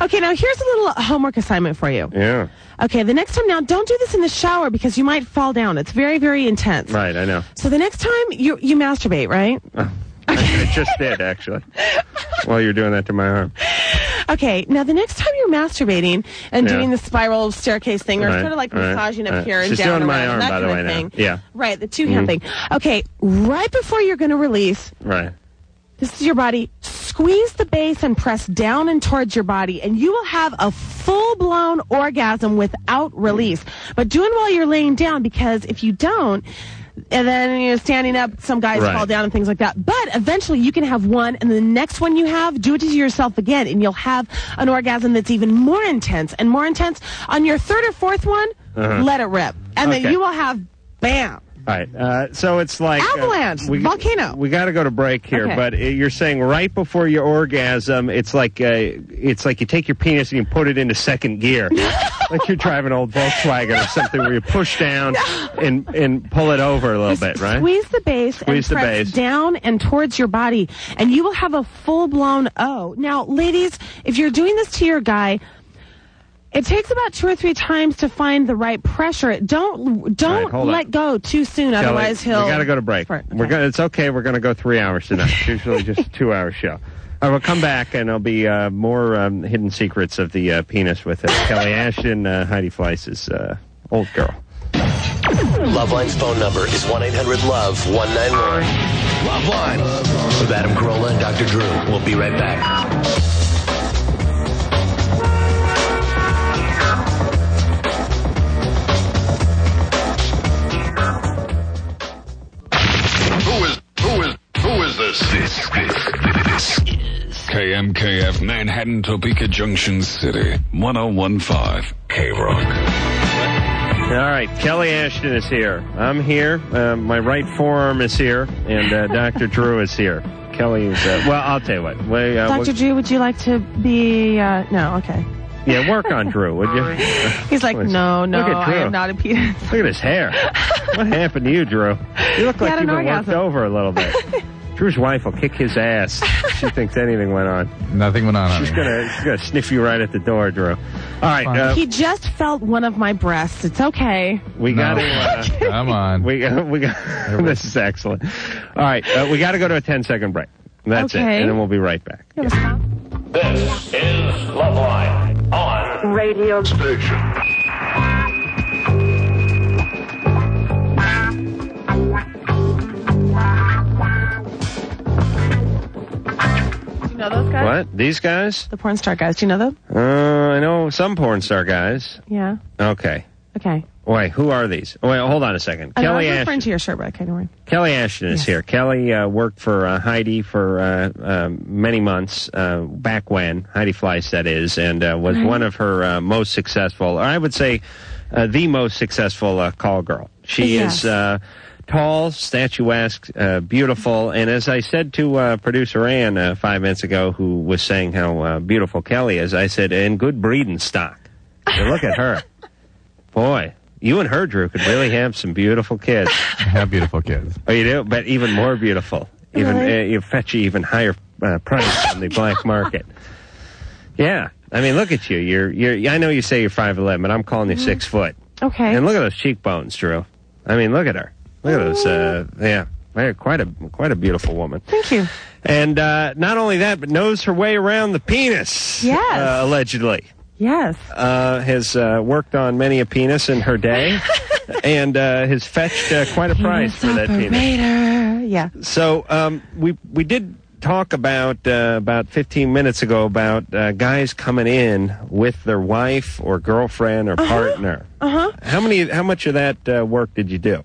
Speaker 3: okay, now here's a little homework assignment for you.
Speaker 1: Yeah,
Speaker 3: Okay, the next time now, don't do this in the shower because you might fall down. It's very, very intense.
Speaker 1: right, I know.
Speaker 3: So the next time you you masturbate, right?
Speaker 1: I just did, actually, while you're doing that to my arm.
Speaker 3: Okay, now the next time you're masturbating and
Speaker 1: Yeah.
Speaker 3: doing the spiral staircase thing, or
Speaker 1: Right,
Speaker 3: sort of like
Speaker 1: right,
Speaker 3: massaging up
Speaker 1: right.
Speaker 3: here and
Speaker 1: She's
Speaker 3: down
Speaker 1: doing my
Speaker 3: around,
Speaker 1: arm,
Speaker 3: that
Speaker 1: by the
Speaker 3: kind of
Speaker 1: way, now.
Speaker 3: thing.
Speaker 1: Yeah. Mm-hmm.
Speaker 3: right, the two hand thing. Okay, right before you're going to release,
Speaker 1: Right.
Speaker 3: This is your body. Squeeze the base and press down and towards your body, and you will have a full blown orgasm without release. But do it while you're laying down because if you don't, and then you're standing up, some guys
Speaker 1: Right.
Speaker 3: fall down and things like that. But eventually you can have one, and the next one you have, do it to yourself again, and you'll have an orgasm that's even more intense and more intense. On your third or fourth one, let it rip.
Speaker 1: Uh-huh.
Speaker 3: And
Speaker 1: Okay.
Speaker 3: then you will have bam.
Speaker 1: All right. Uh, so it's like uh,
Speaker 3: Avalanche, volcano.
Speaker 1: We got to go to break here,
Speaker 3: Okay.
Speaker 1: but uh, you're saying right before your orgasm, it's like uh, it's like you take your penis and you put it into second gear, like you're driving an old Volkswagen or something, where you push down and and pull it over a little bit, right?
Speaker 3: Squeeze the base
Speaker 1: Squeeze the
Speaker 3: and press
Speaker 1: base.
Speaker 3: down and towards your body, and you will have a full blown O. Now, ladies, if you're doing this to your guy, it takes about two or three times to find the right pressure. Don't
Speaker 1: All
Speaker 3: don't
Speaker 1: right, hold on.
Speaker 3: let go too soon,
Speaker 1: Kelly,
Speaker 3: otherwise he'll.
Speaker 1: We got to go to break.
Speaker 3: Fart.
Speaker 1: We're gonna, it's okay. We're going to go three hours tonight. It's usually just a two-hour show. All right, we'll come back and there'll be uh, more um, hidden secrets of the uh, penis with uh, Kelly Ashton, uh, Heidi Fleiss' uh, old girl.
Speaker 6: Loveline's phone number is 1 800 Love 191. Loveline with Adam Carolla and Dr. Drew. We'll be right back.
Speaker 8: Who is who is who is this? This this this is KMKF Manhattan Topeka Junction City 1015 K Rock.
Speaker 1: All right, Kelly Ashton is here. I'm here. Um, my right forearm is here, and uh, Dr. Drew is here. Kelly is, uh, well, I'll tell you what. We, uh,
Speaker 3: Dr.
Speaker 1: we-
Speaker 3: Drew, would you like to be? Uh, no, okay.
Speaker 1: yeah, work on Drew, would you? Look
Speaker 3: He's like,
Speaker 1: Please.
Speaker 3: no, no,
Speaker 1: Look at
Speaker 3: I
Speaker 1: Drew.
Speaker 3: am not a penis.
Speaker 1: at his hair. What happened to you, Drew? You look
Speaker 3: He
Speaker 1: like you've
Speaker 3: had an
Speaker 1: been worked
Speaker 3: orgasm.
Speaker 1: over a little bit. Drew's wife will kick his ass. if She thinks anything went on.
Speaker 2: Nothing went on. on
Speaker 1: She's
Speaker 2: me.
Speaker 1: gonna, she's gonna sniff you right at the door, Drew. All right, uh,
Speaker 3: He just felt one of my breasts. It's okay.
Speaker 1: we
Speaker 2: No.
Speaker 1: got to. Uh,
Speaker 2: Come on.
Speaker 1: We uh, we got this is excellent. All right, uh, we got to go to a 10 second break. That's it,
Speaker 3: Okay.
Speaker 1: and then we'll be right back.
Speaker 3: You have a smile?
Speaker 6: This is Loveline on Radio Station.
Speaker 3: Do you know those guys?
Speaker 1: What these guys?
Speaker 3: The porn star guys. Do you know them?
Speaker 1: Uh, I know some porn star guys.
Speaker 3: Yeah.
Speaker 1: Okay.
Speaker 3: Okay.
Speaker 1: Wait, who are these? Wait, hold on a second.
Speaker 3: I know,
Speaker 1: Kelly
Speaker 3: I was
Speaker 1: Ashton.
Speaker 3: referring to your shirt, but okay, don't worry.
Speaker 1: Kelly Ashton is
Speaker 3: Yes.
Speaker 1: here. Kelly uh, worked for uh, Heidi for uh, um many months uh, back when Heidi Fleiss that is, and uh, was one of her uh, most successful, or I would say, uh, the most successful uh, call girl. She
Speaker 3: Yes.
Speaker 1: is uh, tall, statuesque, uh, beautiful, and as I said to uh, producer Ann uh, five minutes ago, who was saying how uh, beautiful Kelly is, I said, "And good breeding stock." So look at her, boy. You and her, Drew, could really have some beautiful kids.
Speaker 2: I have beautiful kids.
Speaker 1: Oh, you do, but even more beautiful. Even uh, you fetch an even higher uh, price on the black market. Yeah, I mean, look at you. You're, you're. I know you say you're five eleven, but I'm calling you six foot.
Speaker 3: Mm-hmm. Okay.
Speaker 1: And look at those cheekbones, Drew. I mean, look at her. Look at those. Uh, yeah. Very quite a quite a beautiful woman.
Speaker 3: Thank you.
Speaker 1: And uh, not only that, but knows her way around the penis.
Speaker 3: Yes.
Speaker 1: Uh, allegedly.
Speaker 3: Yes.
Speaker 1: Uh, has uh, worked on many a penis in her day, and uh, has fetched uh, quite a prize for that penis.
Speaker 3: Operator. Yeah.
Speaker 1: So um, we we did talk about uh, about 15 minutes ago about uh, guys coming in with their wife or girlfriend or partner.
Speaker 3: Uh huh.
Speaker 1: How many? How much of that uh, work did you do?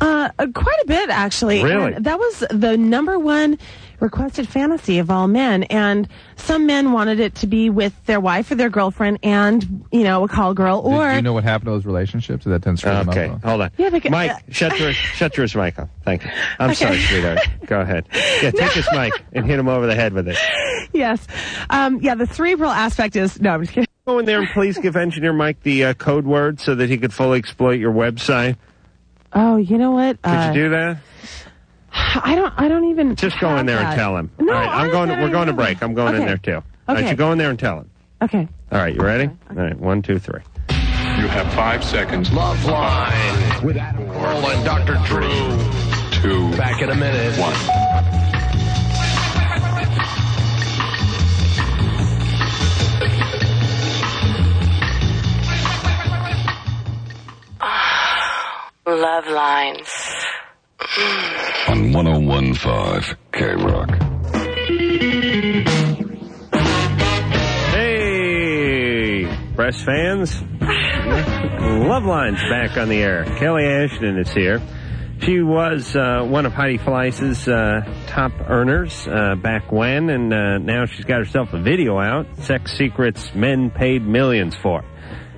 Speaker 3: Uh, uh, quite a bit actually.
Speaker 1: Really?
Speaker 3: And that was the number one requested fantasy of all men, and some men wanted it to be with their wife or their girlfriend, and you know, a call girl
Speaker 2: Do-
Speaker 3: or.
Speaker 2: do you know what happened to those relationships? That tends to
Speaker 1: Okay, hold on.
Speaker 3: Yeah, because-
Speaker 1: Mike,
Speaker 3: uh,
Speaker 1: shut your shut yours, mic off. Thank you. I'm
Speaker 3: Okay.
Speaker 1: sorry, sweetheart. Go ahead. Yeah, take this mic and hit him over the head with it.
Speaker 3: yes. Um, yeah. The cerebral aspect is no. I'm just kidding.
Speaker 1: Go in there and please give engineer Mike the uh, code word so that he could fully exploit your website.
Speaker 3: Oh, you know what?
Speaker 1: Could you do that?
Speaker 3: I don't. I don't even.
Speaker 1: Just go in there and tell him.
Speaker 3: No,
Speaker 1: All right, I'm
Speaker 3: honestly,
Speaker 1: going.
Speaker 3: I don't
Speaker 1: We're
Speaker 3: even
Speaker 1: going to
Speaker 3: know.
Speaker 1: break. I'm going in
Speaker 3: Okay.
Speaker 1: there too. All right,
Speaker 3: Okay.
Speaker 1: you go in there and tell him.
Speaker 3: Okay.
Speaker 1: All right, you ready? All right, one, two, three.
Speaker 8: You have five seconds.
Speaker 6: Love Line with Adam Carolla and Dr. Drew.
Speaker 8: Two.
Speaker 6: Back in a minute.
Speaker 8: One.
Speaker 7: Love lines.
Speaker 8: On 1015 K Rock.
Speaker 1: Hey, breast fans. Loveline's back on the air. Kelly Ashton is here. She was uh, one of Heidi Fleiss's uh, top earners uh, back when, and uh, now she's got herself a video out, Sex Secrets Men Paid Millions For.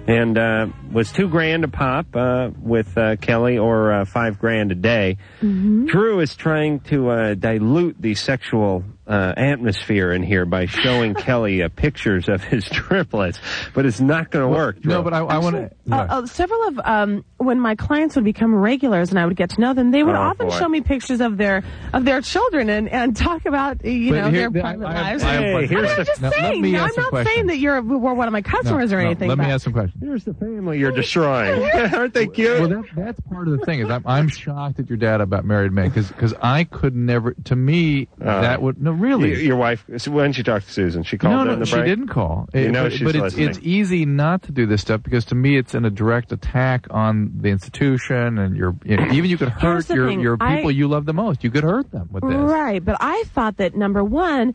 Speaker 1: And uh, was two grand a pop uh, with uh, Kelly or uh, five grand a day.
Speaker 2: Mm-hmm.
Speaker 1: Drew is trying to uh, dilute the sexual uh, atmosphere in here by showing Kelly uh, pictures of his triplets, but it's not going to work. Drew.
Speaker 2: No, but I, I want to.
Speaker 3: Uh, uh, several of um, when my clients would become regulars and I would get to know them, they would
Speaker 1: Oh,
Speaker 3: often
Speaker 1: boy.
Speaker 3: show me pictures of their of their children and, and talk about you
Speaker 2: But
Speaker 3: know
Speaker 2: here-
Speaker 3: their
Speaker 2: I-
Speaker 3: private
Speaker 2: I-
Speaker 3: lives.
Speaker 2: I-
Speaker 1: Hey,
Speaker 2: I-
Speaker 1: here's
Speaker 3: I'm
Speaker 1: the-
Speaker 3: just
Speaker 2: Now, let
Speaker 3: saying.
Speaker 2: me
Speaker 3: I'm
Speaker 2: ask a
Speaker 3: not
Speaker 2: question.
Speaker 3: saying that you're were one of my
Speaker 2: No,
Speaker 3: customers or
Speaker 2: no,
Speaker 3: anything.
Speaker 2: Let
Speaker 3: but
Speaker 2: me ask some questions.
Speaker 1: Here's the family you're destroying. Aren't they cute?
Speaker 2: Well, that, that's part of the thing is I'm, I'm shocked at your data about married men because I could never. To me, that would no
Speaker 1: Y-
Speaker 2: really.
Speaker 1: your wife, why don't you talk to Susan? She Uh, called
Speaker 2: no,
Speaker 1: in
Speaker 2: no,
Speaker 1: the
Speaker 2: she
Speaker 1: break.
Speaker 2: didn't call.
Speaker 1: You
Speaker 2: It-
Speaker 1: know
Speaker 2: but
Speaker 1: she's
Speaker 2: but it's,
Speaker 1: listening.
Speaker 2: it's easy not to do this stuff because to me it's in a direct attack on the institution and your you know, even you could
Speaker 3: Here's
Speaker 2: hurt
Speaker 3: the
Speaker 2: your,
Speaker 3: thing.
Speaker 2: your
Speaker 3: I-
Speaker 2: people you love the most. You could hurt them with this.
Speaker 3: Right, but I thought that number one,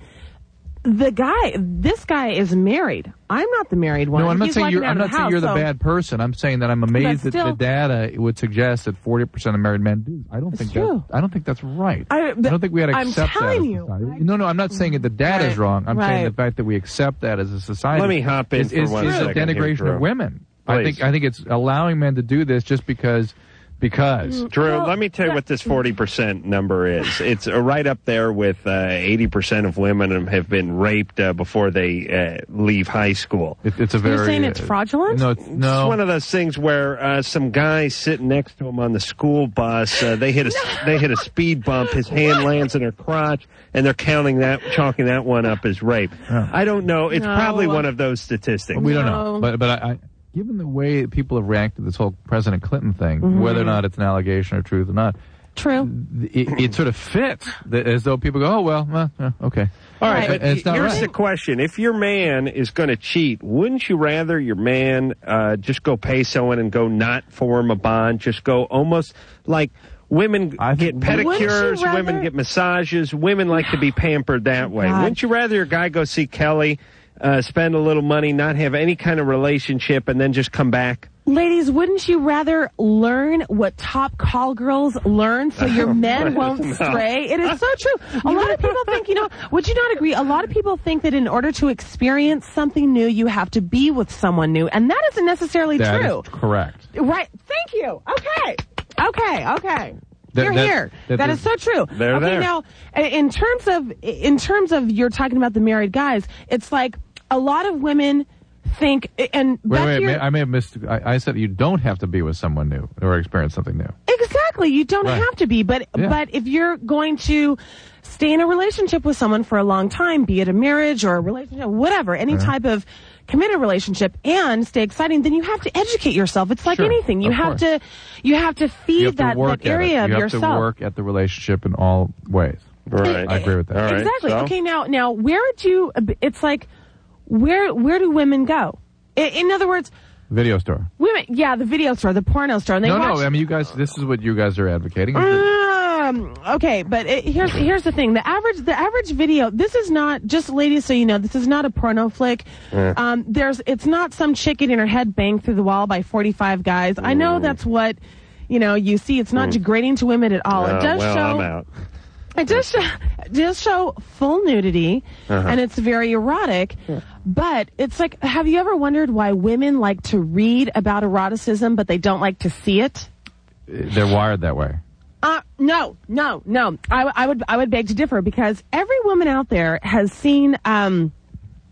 Speaker 3: the guy, this guy is married. I'm not the married one.
Speaker 2: No, I'm not
Speaker 3: He's
Speaker 2: saying
Speaker 3: walking
Speaker 2: you're.
Speaker 3: out
Speaker 2: I'm
Speaker 3: of
Speaker 2: not saying
Speaker 3: house,
Speaker 2: you're the
Speaker 3: so-
Speaker 2: bad person. I'm saying that I'm amazed
Speaker 3: But
Speaker 2: that
Speaker 3: still-
Speaker 2: the data would suggest that 40 percent of married men do. I don't think
Speaker 3: true.
Speaker 2: that. I don't think that's right.
Speaker 3: I- but
Speaker 2: don't think we had to
Speaker 3: I'm
Speaker 2: accept that.
Speaker 3: telling
Speaker 2: as a
Speaker 3: you.
Speaker 2: society. No, no, I'm not saying that the data is
Speaker 3: Right.
Speaker 2: wrong. I'm saying the
Speaker 3: Right.
Speaker 2: fact that we accept that as a society.
Speaker 1: Let me hop in
Speaker 2: is,
Speaker 1: for
Speaker 2: is,
Speaker 1: one
Speaker 2: is a
Speaker 1: second here,
Speaker 2: denigration
Speaker 1: Drew.
Speaker 2: of women. I
Speaker 1: Please.
Speaker 2: think. I think it's allowing men to do this just because. Because
Speaker 1: Drew,
Speaker 3: Mm, Well,
Speaker 1: let me tell you
Speaker 3: that-
Speaker 1: what this 40% number is. It's uh, right up there with uh, 80% of women have been raped uh, before they uh, leave high school.
Speaker 2: it, it's a very.
Speaker 3: saying it's
Speaker 2: uh,
Speaker 3: fraudulent?
Speaker 2: No, it's, no.
Speaker 1: It's one of those things where uh, some guy sitting next to him on the school bus, uh, they hit a they hit a speed bump. His hand lands in her crotch, and they're counting that, chalking that one up as rape. I don't know. It's
Speaker 3: No.
Speaker 1: probably one of those statistics.
Speaker 2: We don't
Speaker 3: No.
Speaker 2: know, but but I, I, given the way that people have reacted to this whole President Clinton thing, whether or not it's an allegation or truth or not,
Speaker 3: Mm-hmm. True.
Speaker 2: th- it, it sort of fits that, as though people go, oh well, uh, uh, okay.
Speaker 1: All right,
Speaker 2: Right.
Speaker 1: but
Speaker 2: It's not
Speaker 1: here's
Speaker 2: right.
Speaker 1: the question: If your man is going to cheat, wouldn't you rather your man uh, just go pay someone and go not form a bond? Just go almost like women
Speaker 2: I
Speaker 1: get
Speaker 2: think-
Speaker 3: Wouldn't you
Speaker 1: pedicures, women
Speaker 3: rather-
Speaker 1: get massages, women like to be pampered that way.
Speaker 3: God.
Speaker 1: Wouldn't you rather your guy go see Kelly, uh, spend a little money, not have any kind of relationship, and then just come back?
Speaker 3: Ladies, wouldn't you rather learn what top call girls learn so your men won't stray? It is so true. A lot of people think, you know, would you not agree? A lot of people think that in order to experience something new, you have to be with someone new, and that isn't necessarily
Speaker 2: That is
Speaker 3: true.
Speaker 2: correct.
Speaker 3: Right. Thank you. Okay. Okay. Okay.
Speaker 2: That-
Speaker 3: You're
Speaker 2: that-
Speaker 3: here.
Speaker 2: that
Speaker 3: that
Speaker 2: is-
Speaker 3: is, so true.
Speaker 1: They're
Speaker 3: okay,
Speaker 1: there.
Speaker 3: now i- in terms of in terms of you're talking about the married guys, it's like a lot of women think and
Speaker 2: Wait,
Speaker 3: back
Speaker 2: wait,
Speaker 3: to your-
Speaker 2: may, I may have missed. I, I said you don't have to be with someone new or experience something new.
Speaker 3: Exactly. You don't
Speaker 2: Right.
Speaker 3: have to be, but
Speaker 2: Yeah.
Speaker 3: but if you're going to stay in a relationship with someone for a long time, be it a marriage or a relationship, whatever, any type of committed relationship and stay exciting, then you have to educate yourself. It's like
Speaker 2: Sure.
Speaker 3: anything. You
Speaker 2: Of
Speaker 3: have
Speaker 2: course.
Speaker 3: to you have to feed
Speaker 2: you have
Speaker 3: that,
Speaker 2: to work
Speaker 3: that
Speaker 2: at
Speaker 3: area
Speaker 2: it.
Speaker 3: of
Speaker 2: You have
Speaker 3: yourself.
Speaker 2: to work at the relationship in all ways.
Speaker 1: Right.
Speaker 2: I agree with that.
Speaker 1: All right.
Speaker 3: Exactly.
Speaker 1: so?
Speaker 3: Okay. Now, now, where do you? It's like, where where do women go? In, in other words,
Speaker 2: Video store.
Speaker 3: women. Yeah, the video store, the porno store, and they
Speaker 2: no,
Speaker 3: watch. Mm.
Speaker 2: no. I mean, you guys. This is what you guys are advocating.
Speaker 3: Um, okay, but it, here's here's the thing: the average the average video. This is not just ladies, so you know. This is not a porno flick.
Speaker 11: Yeah.
Speaker 3: Um, there's it's not some chick getting her head banged through the wall by 45 guys. I know that's what you know. You see, it's not
Speaker 1: Mm.
Speaker 3: degrading to women at all.
Speaker 1: Uh,
Speaker 3: Oh, it does
Speaker 1: well,
Speaker 3: show.
Speaker 1: I'm out.
Speaker 3: It does show, it does show full nudity,
Speaker 1: Uh-huh.
Speaker 3: and it's very erotic. But it's like, have you ever wondered why women like to read about eroticism, but they don't like to see it?
Speaker 2: They're wired that way.
Speaker 3: Uh, no, no, no. I, w- I would, I would beg to differ because every woman out there has seen, um,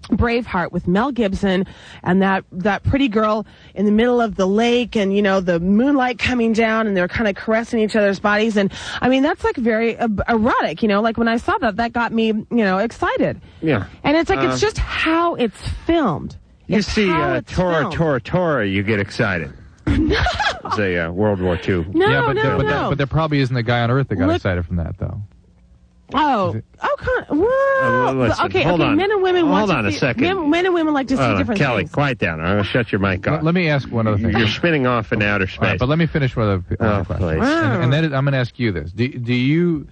Speaker 3: Braveheart with Mel Gibson and that, that pretty girl in the middle of the lake and, you know, the moonlight coming down and they're kind of caressing each other's bodies. And I mean, that's like very uh, erotic, you know, like when I saw that, that got me, you know, excited.
Speaker 1: Yeah.
Speaker 3: And it's like,
Speaker 1: Uh,
Speaker 3: it's just how it's filmed.
Speaker 1: You
Speaker 3: It's
Speaker 1: see
Speaker 3: how
Speaker 1: uh,
Speaker 3: it's
Speaker 1: Tora,
Speaker 3: filmed.
Speaker 1: Tora, Tora, you get excited. It's a uh, World War II.
Speaker 3: No,
Speaker 2: yeah, but,
Speaker 3: no,
Speaker 2: there, but,
Speaker 3: no.
Speaker 2: There, but there probably isn't a guy on earth that got
Speaker 3: Look-
Speaker 2: excited from that, though.
Speaker 3: Oh, oh, con- wow.
Speaker 1: Uh, l- listen,
Speaker 3: okay,
Speaker 1: hold
Speaker 3: okay.
Speaker 1: on.
Speaker 3: Men and women
Speaker 1: Hold
Speaker 3: want
Speaker 1: on
Speaker 3: to
Speaker 1: a
Speaker 3: see,
Speaker 1: second.
Speaker 3: Men, men and women like to see
Speaker 1: Hold on,
Speaker 3: different
Speaker 1: Uh, Kelly,
Speaker 3: things.
Speaker 1: quiet down. I'm going to shut your mic off.
Speaker 2: Let me ask one other thing.
Speaker 1: You're spinning off in outer space.
Speaker 2: All right, but let me finish with a
Speaker 1: Oh,
Speaker 2: question.
Speaker 1: please.
Speaker 2: And, and then I'm going to ask you this: Do, do you?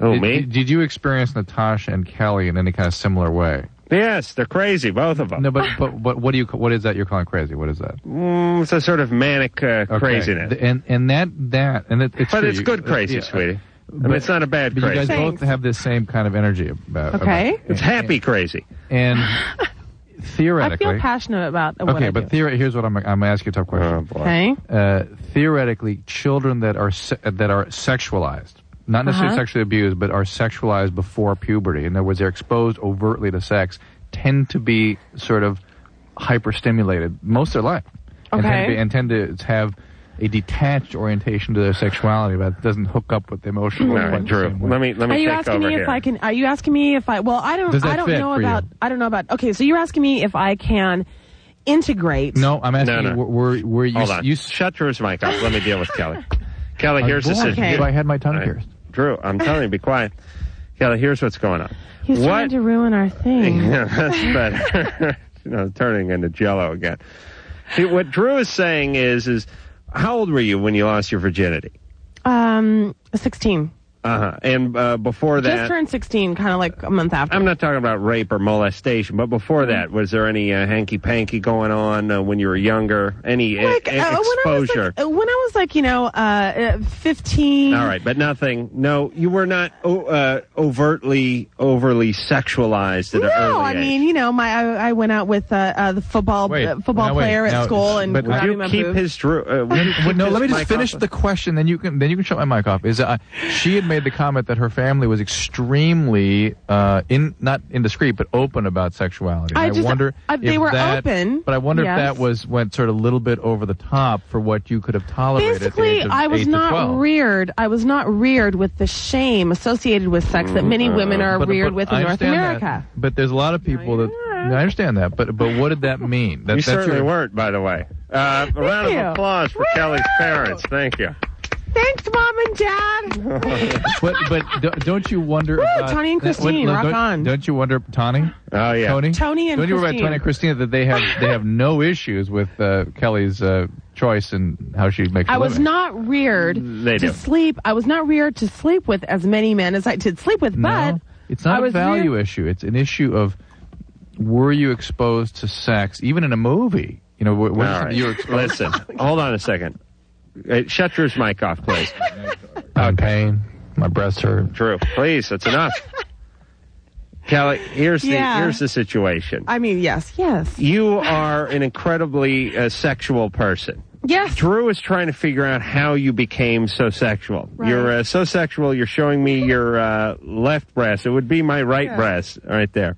Speaker 1: Oh,
Speaker 2: did,
Speaker 1: me?
Speaker 2: Did, you experience Natasha and Kelly in any kind of similar way?
Speaker 1: Yes, they're crazy, both of them.
Speaker 2: No, but but, but what do you? What is that you're calling crazy? What is that?
Speaker 1: Mm, it's a sort of manic uh,
Speaker 2: Okay.
Speaker 1: craziness.
Speaker 2: Th- And and that that and it, it's
Speaker 1: but
Speaker 2: true.
Speaker 1: it's
Speaker 2: You-
Speaker 1: good
Speaker 2: uh,
Speaker 1: crazy,
Speaker 2: yeah.
Speaker 1: sweetie. I mean,
Speaker 2: But-
Speaker 1: it's not a bad
Speaker 2: But you
Speaker 1: crazy.
Speaker 2: guys both have this same kind of energy about. about-
Speaker 3: Okay.
Speaker 1: it's happy crazy.
Speaker 2: and
Speaker 3: I
Speaker 2: theoretically,
Speaker 3: feel passionate about what
Speaker 2: okay,
Speaker 3: I
Speaker 2: but
Speaker 3: do.
Speaker 2: theori- here's what I'm I'm gonna ask you a tough question.
Speaker 1: Oh,
Speaker 3: Okay.
Speaker 2: Uh, theoretically, children that are se- that are sexualized, not necessarily
Speaker 3: Uh-huh.
Speaker 2: sexually abused, but are sexualized before puberty. In other words, they're exposed overtly to sex, tend to be sort of hyperstimulated most of their life, and, tend to
Speaker 3: Okay.
Speaker 2: be, and tend to have a detached orientation to their sexuality that doesn't hook up with the emotional.
Speaker 1: All right, Drew, let me- let me
Speaker 3: are you
Speaker 1: take
Speaker 3: asking
Speaker 1: over
Speaker 3: me if
Speaker 1: here.
Speaker 3: I can? Are you asking me if I? Well, I
Speaker 2: Does
Speaker 3: don't.
Speaker 2: that
Speaker 3: I don't
Speaker 2: fit
Speaker 3: know
Speaker 2: for you?
Speaker 3: about. I don't know about. Okay, so you're asking me if I can integrate.
Speaker 2: No, I'm asking
Speaker 1: No, no.
Speaker 2: you. Were, were you?
Speaker 1: Hold on.
Speaker 2: you
Speaker 1: Shut Drew's mic off. Let me deal with Kelly. Kelly,
Speaker 2: I was
Speaker 1: here's the
Speaker 2: born.
Speaker 1: situation.
Speaker 2: I had my tongue
Speaker 1: All right.
Speaker 2: pierced.
Speaker 1: Drew, I'm telling you, be quiet. Kelly, here's what's going on.
Speaker 3: He's
Speaker 1: what
Speaker 3: trying to ruin our thing.
Speaker 1: Yeah, that's better. you know, turning into jello again. See, what Drew is saying is, is how old were you when you lost your virginity?
Speaker 3: Um, sixteen.
Speaker 1: Uh-huh. And uh, before
Speaker 3: Just
Speaker 1: that,
Speaker 3: turned sixteen, kind of like um, a month after.
Speaker 1: I'm not talking about rape or molestation, but before that, was there any uh, hanky panky going on uh, when you were younger? Any uh,
Speaker 3: Like,
Speaker 1: e-
Speaker 3: uh, When I, was
Speaker 1: exposure?
Speaker 3: like, uh, when I was like, you know, uh, uh, fifteen.
Speaker 1: All right, but nothing. No, you were not o- uh, overtly, overly sexualized at an
Speaker 3: No,
Speaker 1: early
Speaker 3: I
Speaker 1: age.
Speaker 3: mean, you know, my I, I went out with uh, uh, the football
Speaker 2: Wait,
Speaker 3: uh, football
Speaker 2: now wait,
Speaker 3: player at
Speaker 2: now-
Speaker 3: school and
Speaker 2: but- Would
Speaker 1: Would
Speaker 3: grabbing
Speaker 1: you
Speaker 3: my
Speaker 1: keep
Speaker 3: boob.
Speaker 1: his Drew? Uh, would you
Speaker 2: Well,
Speaker 1: keep
Speaker 2: no,
Speaker 1: his
Speaker 2: let me just
Speaker 1: mic
Speaker 2: finish
Speaker 1: off?
Speaker 2: the question. Then you can then you can shut my mic off. Is uh, she had made the comment that her family was extremely uh, in not indiscreet but open about sexuality. And
Speaker 3: I
Speaker 2: I,
Speaker 3: just-
Speaker 2: wonder
Speaker 3: uh, they
Speaker 2: if
Speaker 3: were
Speaker 2: that-
Speaker 3: open,
Speaker 2: but I wonder
Speaker 3: yes.
Speaker 2: if that was went sort of a little bit over the top for what you could have tolerated.
Speaker 3: Basically,
Speaker 2: at the age of
Speaker 3: I
Speaker 2: 8
Speaker 3: was
Speaker 2: to
Speaker 3: not
Speaker 2: 12.
Speaker 3: reared. I was not reared with the shame associated with sex that many women
Speaker 2: Mm-hmm.
Speaker 3: are
Speaker 2: Uh, But- but
Speaker 3: reared with
Speaker 2: I
Speaker 3: in North
Speaker 2: understand that.
Speaker 3: America.
Speaker 2: but there's a lot of people that I understand that. But but what did that mean? That,
Speaker 1: You
Speaker 2: that's
Speaker 1: certainly
Speaker 2: your,
Speaker 1: weren't, by the way. Uh, a round
Speaker 3: you.
Speaker 1: of applause for Kelly's parents. Thank you.
Speaker 3: Thanks, mom and dad.
Speaker 2: But but do- don't you wonder about
Speaker 3: Tony and
Speaker 2: that- what-
Speaker 3: Christine,
Speaker 2: no,
Speaker 3: rock
Speaker 2: don't,
Speaker 3: on.
Speaker 2: Don't you wonder, Tony?
Speaker 1: Oh yeah.
Speaker 2: Tony?
Speaker 3: Tony and
Speaker 2: Don't you worry about
Speaker 3: Christine.
Speaker 2: Tony and Christina that they have they have no issues with uh, Kelly's uh, choice and how she makes.
Speaker 3: I
Speaker 2: a
Speaker 3: was
Speaker 2: living.
Speaker 3: not reared
Speaker 1: They
Speaker 3: to
Speaker 1: do.
Speaker 3: sleep. I was not reared to sleep with as many men as I did sleep with, but
Speaker 2: No, it's not
Speaker 3: I
Speaker 2: a
Speaker 3: was
Speaker 2: value
Speaker 3: reared-
Speaker 2: issue. It's an issue of were you exposed to sex even in a movie? You know, wh-
Speaker 1: All
Speaker 2: what is
Speaker 1: right.
Speaker 2: something you were exposed
Speaker 1: Listen, hold on a second. Uh, shut Drew's mic off, please.
Speaker 2: I'm in pain. My breasts hurt.
Speaker 1: Drew, please, that's enough. Kelly, here's the
Speaker 3: Yeah.
Speaker 1: here's the situation.
Speaker 3: I mean, yes, yes,
Speaker 1: You are an incredibly uh, sexual person.
Speaker 3: yes.
Speaker 1: Drew is trying to figure out how you became so sexual.
Speaker 3: Right.
Speaker 1: You're uh, so sexual. You're showing me your uh, left breast. It would be my right
Speaker 3: Yeah.
Speaker 1: breast right there.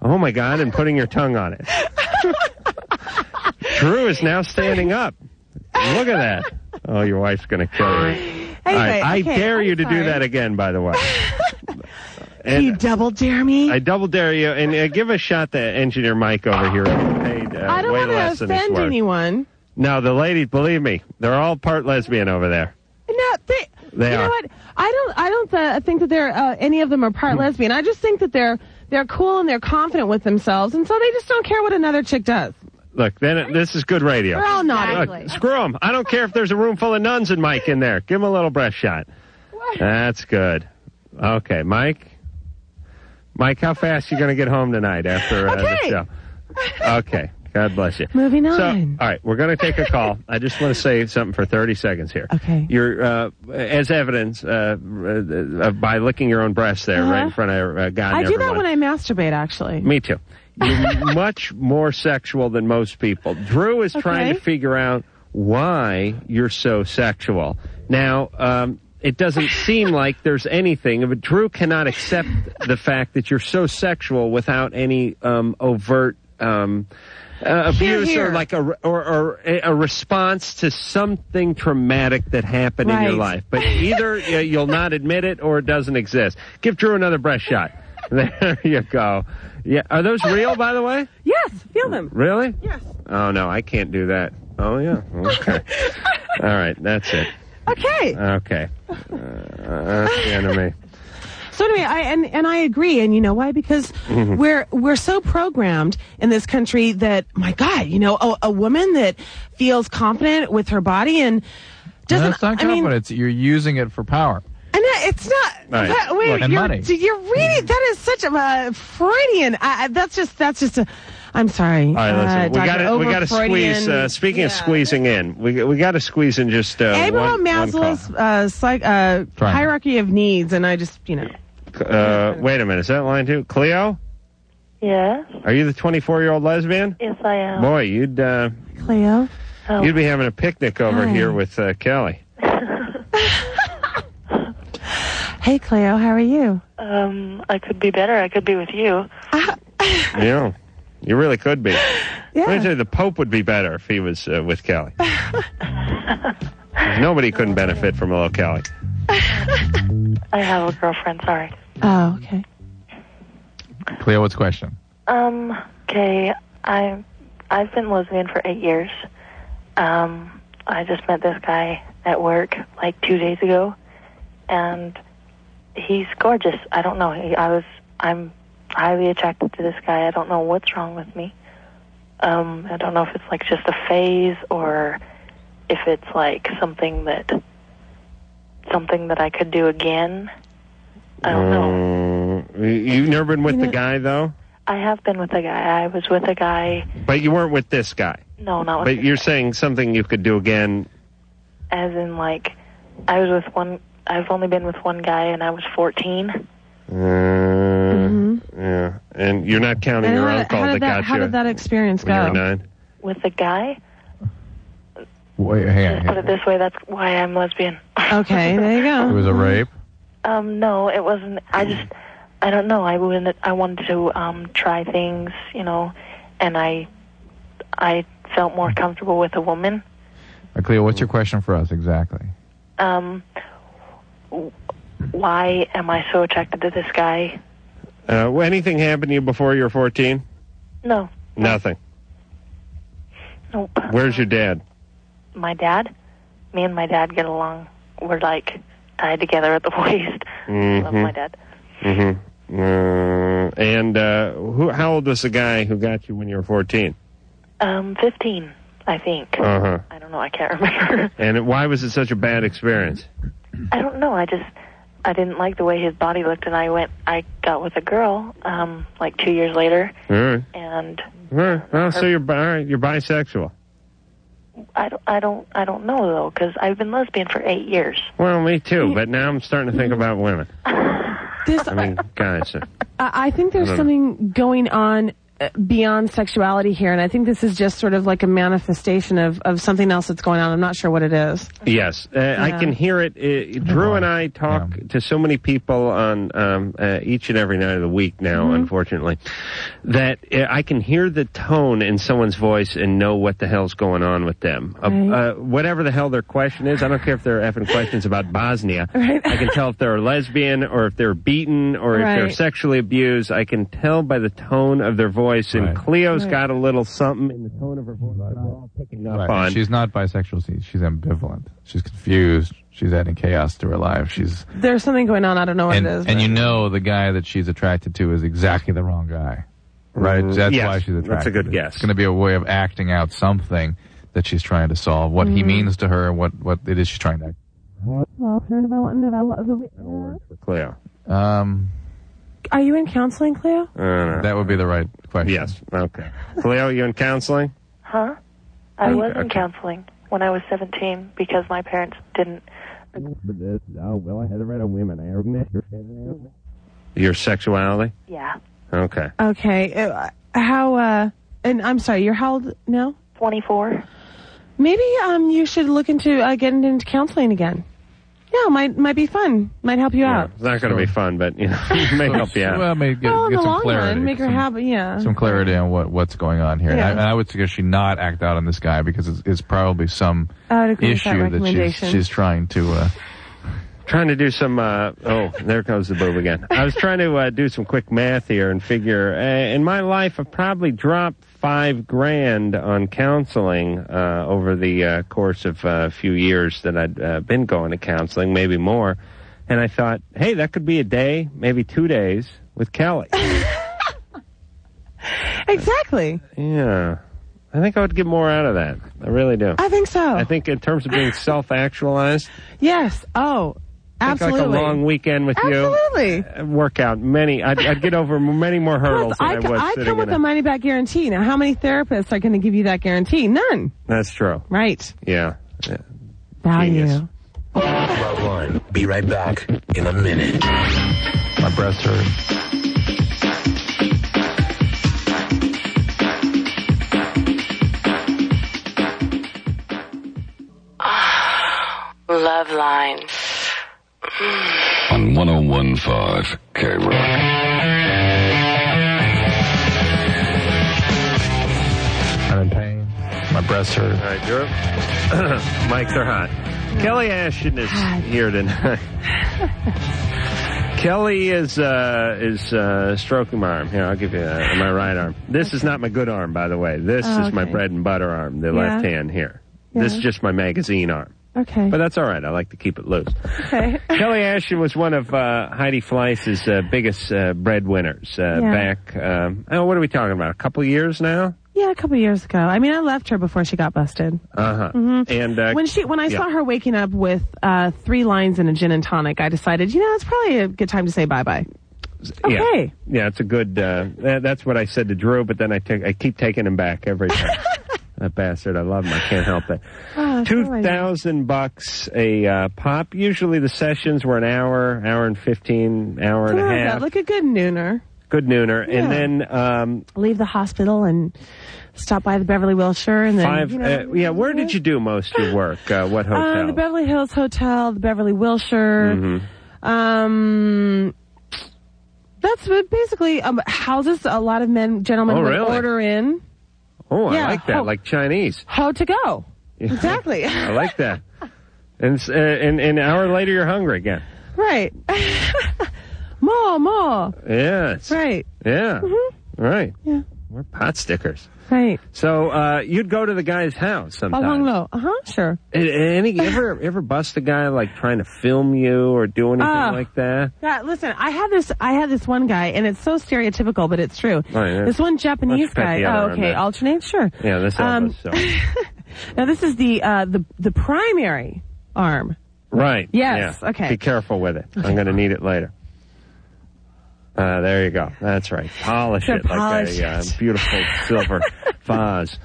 Speaker 1: Oh my God! And putting your tongue on it. Drew is now standing up. Look at that. Oh, your wife's gonna kill you. All right.
Speaker 3: Anyway,
Speaker 1: I
Speaker 3: okay,
Speaker 1: dare
Speaker 3: I'm
Speaker 1: you to do
Speaker 3: sorry.
Speaker 1: that again, by the way. And
Speaker 3: you double dare me.
Speaker 1: I double dare you, and uh, give a shot to engineer Mike over here. who Paid, uh,
Speaker 3: I don't
Speaker 1: way
Speaker 3: want
Speaker 1: less
Speaker 3: to
Speaker 1: than his
Speaker 3: offend
Speaker 1: worth.
Speaker 3: anyone.
Speaker 1: No, the ladies, believe me, they're all part lesbian over there.
Speaker 3: No, they.
Speaker 1: They
Speaker 3: you
Speaker 1: are.
Speaker 3: know what? I don't. I don't uh, think that they're uh, any of them are
Speaker 2: Hmm.
Speaker 3: part lesbian. I just think that they're they're cool and they're confident with themselves, and so they just don't care what another chick does.
Speaker 1: Look, then this is good radio.
Speaker 3: They're all naughty.
Speaker 1: Look, screw them. I don't care if there's a room full of nuns and Mike in there. Give him a little breast shot. That's good. Okay, Mike. Mike, how fast you going to get home tonight after uh,
Speaker 3: Okay.
Speaker 1: the show? Okay. God bless you.
Speaker 3: Moving
Speaker 1: So,
Speaker 3: on.
Speaker 1: all right, we're going to take a call. I just want to say something for 30 seconds here. Okay. You're, uh, as evidence, uh, uh, by licking your own breast there right in front of uh, God.
Speaker 3: Uh-huh. I
Speaker 1: and
Speaker 3: do that
Speaker 1: everyone.
Speaker 3: when I masturbate, actually.
Speaker 1: Me too. You're much more sexual than most people. Drew is trying to
Speaker 3: Okay.
Speaker 1: figure out why you're so sexual. Now, um, it doesn't seem like there's anything, but Drew cannot accept the fact that you're so sexual without any um, overt. Um, uh,
Speaker 11: Hear,
Speaker 1: abuse
Speaker 11: hear.
Speaker 1: or like a re- or, or a a response to something traumatic that happened in your
Speaker 11: Right.
Speaker 1: life, but either uh, you'll not admit it or it doesn't exist. Give Drew another breast shot. There you go. Yeah, are those real, by the way?
Speaker 3: Yes, feel them.
Speaker 1: Really? Yes. Oh no, I can't do that. Oh yeah. Okay. All right, that's it.
Speaker 3: Okay.
Speaker 1: Okay. Uh, that's the end of me.
Speaker 3: So anyway, I and, and I agree, and you know why? Because
Speaker 1: Mhm.
Speaker 3: we're we're so programmed in this country that my God, you know, a, a woman that feels confident with her body and doesn't.
Speaker 2: That's not
Speaker 3: I mean,
Speaker 2: confident. It's- you're using it for power.
Speaker 3: And that- it's not.
Speaker 2: Right.
Speaker 3: that- wait,
Speaker 2: Look, and
Speaker 3: you're,
Speaker 2: money.
Speaker 3: d- you're really.
Speaker 1: Mm-hmm.
Speaker 3: That is such a uh, Freudian. I, I, that's just. That's just a. I'm sorry.
Speaker 1: All right, listen.
Speaker 3: uh,
Speaker 1: we got to we got to squeeze. Uh,
Speaker 3: Freudian-
Speaker 1: speaking of squeezing in, we we got to squeeze in just uh,
Speaker 3: Abraham
Speaker 1: one, one call.
Speaker 3: Maslow's uh, psych, uh,
Speaker 1: Triangle.
Speaker 3: hierarchy of needs, and I just, you know.
Speaker 1: Uh, wait a minute. Is that line two? Cleo,
Speaker 12: Yes,
Speaker 1: are you the 24 year old lesbian?
Speaker 12: yes, I am.
Speaker 1: Boy, you'd uh,
Speaker 3: Cleo.
Speaker 12: Oh.
Speaker 1: you'd be having a picnic over
Speaker 3: Hi.
Speaker 1: here with uh, Kelly.
Speaker 3: Hey, Cleo, how are you? Ah.
Speaker 12: Um, I could be better. I could be with you.
Speaker 1: Yeah, you really could be.
Speaker 3: Yeah.
Speaker 1: Let me tell you, the Pope would be better if he was uh, with Kelly. Nobody couldn't benefit from a little Kelly.
Speaker 12: I have a girlfriend. Sorry.
Speaker 3: Oh, okay.
Speaker 2: Cleo, what's the question?
Speaker 12: Um. Okay. I I've been lesbian for eight years. Um. I just met this guy at work like two days ago, and he's gorgeous. I don't know. He, I was. I'm highly attracted to this guy. I don't know what's wrong with me. Um. I don't know if it's like just a phase or if it's like something that something that I could do again.
Speaker 1: I don't know. Mm, you've never been with the guy though,
Speaker 12: I have been with a guy. I was with a guy.
Speaker 1: but you weren't with this guy.
Speaker 12: No, not with
Speaker 1: But you're saying something you could do again.
Speaker 12: as in like I was with one I've only been with one guy and I was 14.
Speaker 1: Uh, Yeah, and you're not counting
Speaker 3: And
Speaker 1: your
Speaker 3: how, did,
Speaker 1: uncle
Speaker 3: how,
Speaker 1: that
Speaker 3: did that,
Speaker 1: got
Speaker 3: how
Speaker 1: you
Speaker 3: did that experience
Speaker 1: when you were
Speaker 3: go?
Speaker 1: nine.
Speaker 12: With a guy?
Speaker 2: Wait, hang on.
Speaker 12: Put it this way, that's why I'm lesbian.
Speaker 3: Oh, Okay, there you go.
Speaker 2: It was a rape.
Speaker 12: Um no, it wasn't I just I don't know. I wouldn't I wanted to um try things, you know, and I I felt more comfortable with a woman.
Speaker 2: Uh, Cleo, what's your question for us exactly?
Speaker 12: Um w- why am I so attracted to this guy?
Speaker 1: Uh, well, anything happened to you before you were 14?
Speaker 12: No.
Speaker 1: Nothing.
Speaker 12: Nope.
Speaker 1: Where's your dad?
Speaker 12: my dad, me and my dad get along. We're like tied together at the waist.
Speaker 1: Mm-hmm.
Speaker 12: Love my dad.
Speaker 1: Mm-hmm. Uh, and uh, who? How old was the guy who got you when you were 14?
Speaker 12: Um, fifteen, I think.
Speaker 1: Uh huh.
Speaker 12: I don't know. I can't remember.
Speaker 1: And why was it such a bad experience?
Speaker 12: I don't know. I just I didn't like the way his body looked, and I went. I got with a girl. Um, like two years later,
Speaker 1: All right.
Speaker 12: and
Speaker 1: All right. Well, so you're bi- all right. You're bisexual.
Speaker 12: I don't. I don't. I don't know though, because I've been lesbian for eight years.
Speaker 1: Well, me too. But now I'm starting to think about women.
Speaker 3: This,
Speaker 1: I mean, guys. uh,
Speaker 3: I I think there's
Speaker 1: I don't know.
Speaker 3: something going on uh, beyond sexuality here, and I think this is just sort of like a manifestation of, of something else that's going on. I'm not sure what it is.
Speaker 1: Yes, uh, I
Speaker 3: Yeah.
Speaker 1: can hear it. Uh, Drew and I talk to so many people on um, uh, each and every night of the week now,
Speaker 11: Mm-hmm.
Speaker 1: unfortunately, that uh, I can hear the tone in someone's voice and know what the hell's going on with them. Uh, uh, whatever the hell their question is, I don't care if they're effing questions about Bosnia. I can tell if they're a lesbian or if they're beaten or if they're
Speaker 11: Right.
Speaker 1: sexually abused. I can tell by the tone of their voice, and Cleo's
Speaker 11: Right.
Speaker 1: got a little something in the tone of her voice that we're all picking up
Speaker 2: Right.
Speaker 1: on.
Speaker 2: She's not bisexual. she- She's ambivalent. She's confused. She's adding chaos to her life. She's
Speaker 3: There's something going on. I don't know what
Speaker 2: and,
Speaker 3: it is.
Speaker 2: and you know the guy that she's attracted to is exactly the wrong guy, right?
Speaker 1: Mhm.
Speaker 2: That's
Speaker 1: Yes,
Speaker 2: why she's attracted.
Speaker 1: that's a good
Speaker 2: to.
Speaker 1: guess.
Speaker 2: It's going to be a way of acting out something that she's trying to solve. What he
Speaker 3: Mhm.
Speaker 2: means to her, what what it is she's trying to.
Speaker 3: Well, development, development.
Speaker 1: Cleo.
Speaker 2: Um,
Speaker 3: Are you in counseling, Cleo?
Speaker 2: that would be the right question.
Speaker 1: Uh, Yes. Okay. Cleo, you in counseling?
Speaker 12: Huh? I
Speaker 1: Okay,
Speaker 12: was in
Speaker 1: Mm, okay.
Speaker 12: counseling when I was 17 because my parents didn't.
Speaker 1: Oh well, I had it right on women. I remember. Your sexuality?
Speaker 12: Yeah.
Speaker 1: Okay.
Speaker 3: Okay. Uh, How, uh, and I'm sorry, you're how old now?
Speaker 12: 24.
Speaker 3: Maybe, um, you should look into, uh, getting into counseling again. Yeah, might, might be fun. Might help you out.
Speaker 1: It's not going to be fun, but you know, it may help you out.
Speaker 2: Well, maybe get,
Speaker 3: Well, in
Speaker 2: get
Speaker 3: the
Speaker 2: some
Speaker 3: long
Speaker 2: clarity.
Speaker 3: run, make her happy, yeah.
Speaker 2: some clarity on what, what's going on here. And I,
Speaker 3: Yeah.
Speaker 2: and I would suggest she not act out on this guy because it's, it's probably some
Speaker 3: I would agree with
Speaker 2: issue
Speaker 3: that
Speaker 2: she's,
Speaker 1: recommendation.
Speaker 2: she's trying to. Uh,
Speaker 1: Trying to do some. Uh, oh, there comes the boob again. I was trying to uh, do some quick math here and figure. Uh, in my life, I've probably dropped five grand on counseling uh, over the uh, course of uh, a few years that I'd uh, been going to counseling, maybe more. And I thought, hey, that could be a day, maybe two days with Kelly.
Speaker 3: Exactly.
Speaker 1: Yeah. I think I would get more out of that. I really do.
Speaker 3: I think so.
Speaker 1: I think in terms of being self-actualized,
Speaker 3: Yes. Oh,
Speaker 1: I think like
Speaker 3: absolutely.
Speaker 1: a long weekend with you,
Speaker 3: Absolutely.
Speaker 1: uh, work out many. I'd, I'd get over many more hurdles
Speaker 3: Plus, I,
Speaker 1: than I,
Speaker 3: co-
Speaker 1: would
Speaker 3: I
Speaker 1: sitting
Speaker 3: come with
Speaker 1: in
Speaker 3: a
Speaker 1: a-
Speaker 3: money back guarantee. Now, how many therapists are going to give you that guarantee? None.
Speaker 1: That's true.
Speaker 3: Right.
Speaker 1: Yeah. yeah.
Speaker 3: Value.
Speaker 6: Love line. Be right back in a minute.
Speaker 2: My breasts hurt.
Speaker 7: Love lines.
Speaker 8: on 1015 K
Speaker 2: I'm in pain. My breasts hurt. All
Speaker 1: right, Drew. Mics are hot. Kelly Ashton is here tonight. Kelly is uh, is uh, stroking my arm. Here, I'll give you uh, my right arm. This is not my good arm, by the way. This
Speaker 3: Oh,
Speaker 1: is my
Speaker 3: okay.
Speaker 1: bread and butter arm, the
Speaker 3: Yeah.
Speaker 1: left hand here. This is
Speaker 3: Yeah.
Speaker 1: just my magazine arm.
Speaker 3: Okay.
Speaker 1: But that's all right. I like to keep it loose.
Speaker 3: Okay.
Speaker 1: Kelly Ashton was one of uh, Heidi Fleiss's uh, biggest uh, breadwinners uh,
Speaker 3: Yeah.
Speaker 1: back. Um, oh, what are we talking about? A couple years now.
Speaker 3: Yeah, a couple years ago. I mean, I left her before she got busted.
Speaker 1: Uh huh.
Speaker 3: Mhm.
Speaker 1: And uh,
Speaker 3: when she when I
Speaker 1: yeah.
Speaker 3: saw her waking up with uh, three lines and a gin and tonic, I decided, you know, it's probably a good time to say bye bye. Okay.
Speaker 1: Yeah, yeah it's a good. Uh, that, that's what I said to Drew, but then I take I keep taking him back every time. that bastard, I love him. I can't help it.
Speaker 3: Oh,
Speaker 1: Two thousand bucks a uh, pop. Usually the sessions were an hour, hour and fifteen, hour and a half.
Speaker 3: Like a good nooner.
Speaker 1: Good nooner,
Speaker 3: Yeah.
Speaker 1: and then um,
Speaker 3: Leave the hospital and stop by the Beverly Wilshire and then
Speaker 1: five.
Speaker 3: you know,
Speaker 1: uh, yeah, where did you do most of your work? Uh, what hotel? Mm-hmm.
Speaker 3: Uh, the Beverly Hills Hotel, the Beverly Wilshire. Um, that's what- basically um, houses a lot of men, gentlemen
Speaker 1: Oh,
Speaker 3: would
Speaker 1: really?
Speaker 3: order in.
Speaker 1: Oh, I
Speaker 3: Yeah,
Speaker 1: like that,
Speaker 3: ho-
Speaker 1: like Chinese.
Speaker 3: How to go?
Speaker 1: Yeah.
Speaker 3: Exactly.
Speaker 1: I like that. And, s- uh, and and an hour later, you're hungry again.
Speaker 3: right. more, more.
Speaker 1: Yes.
Speaker 3: Right. Mm-hmm.
Speaker 1: Yeah. Right.
Speaker 3: Yeah.
Speaker 1: We're pot stickers.
Speaker 3: Right.
Speaker 1: So uh, you'd go to the guy's house
Speaker 3: Along
Speaker 1: sometimes.
Speaker 3: low. Uh huh. Sure.
Speaker 1: And, and he ever ever bust a guy like trying to film you or do anything
Speaker 3: Ah.
Speaker 1: like that?
Speaker 3: Yeah, listen, I had this I had this one guy and it's so stereotypical but it's true.
Speaker 1: Oh, yeah.
Speaker 3: This one Japanese
Speaker 1: Let's cut
Speaker 3: guy.
Speaker 1: the other
Speaker 3: Oh,
Speaker 1: on
Speaker 3: okay,
Speaker 1: that.
Speaker 3: alternate, sure.
Speaker 1: Yeah, this
Speaker 3: Um,
Speaker 1: elbow's so
Speaker 3: Now this is the uh the the primary arm.
Speaker 1: right.
Speaker 3: Yes,
Speaker 1: yeah.
Speaker 3: okay.
Speaker 1: Be careful with it. I'm going to need it later. Uh, there you go. That's right. Polish
Speaker 3: To
Speaker 1: it
Speaker 3: polish
Speaker 1: like a uh,
Speaker 3: it.
Speaker 1: beautiful silver vase.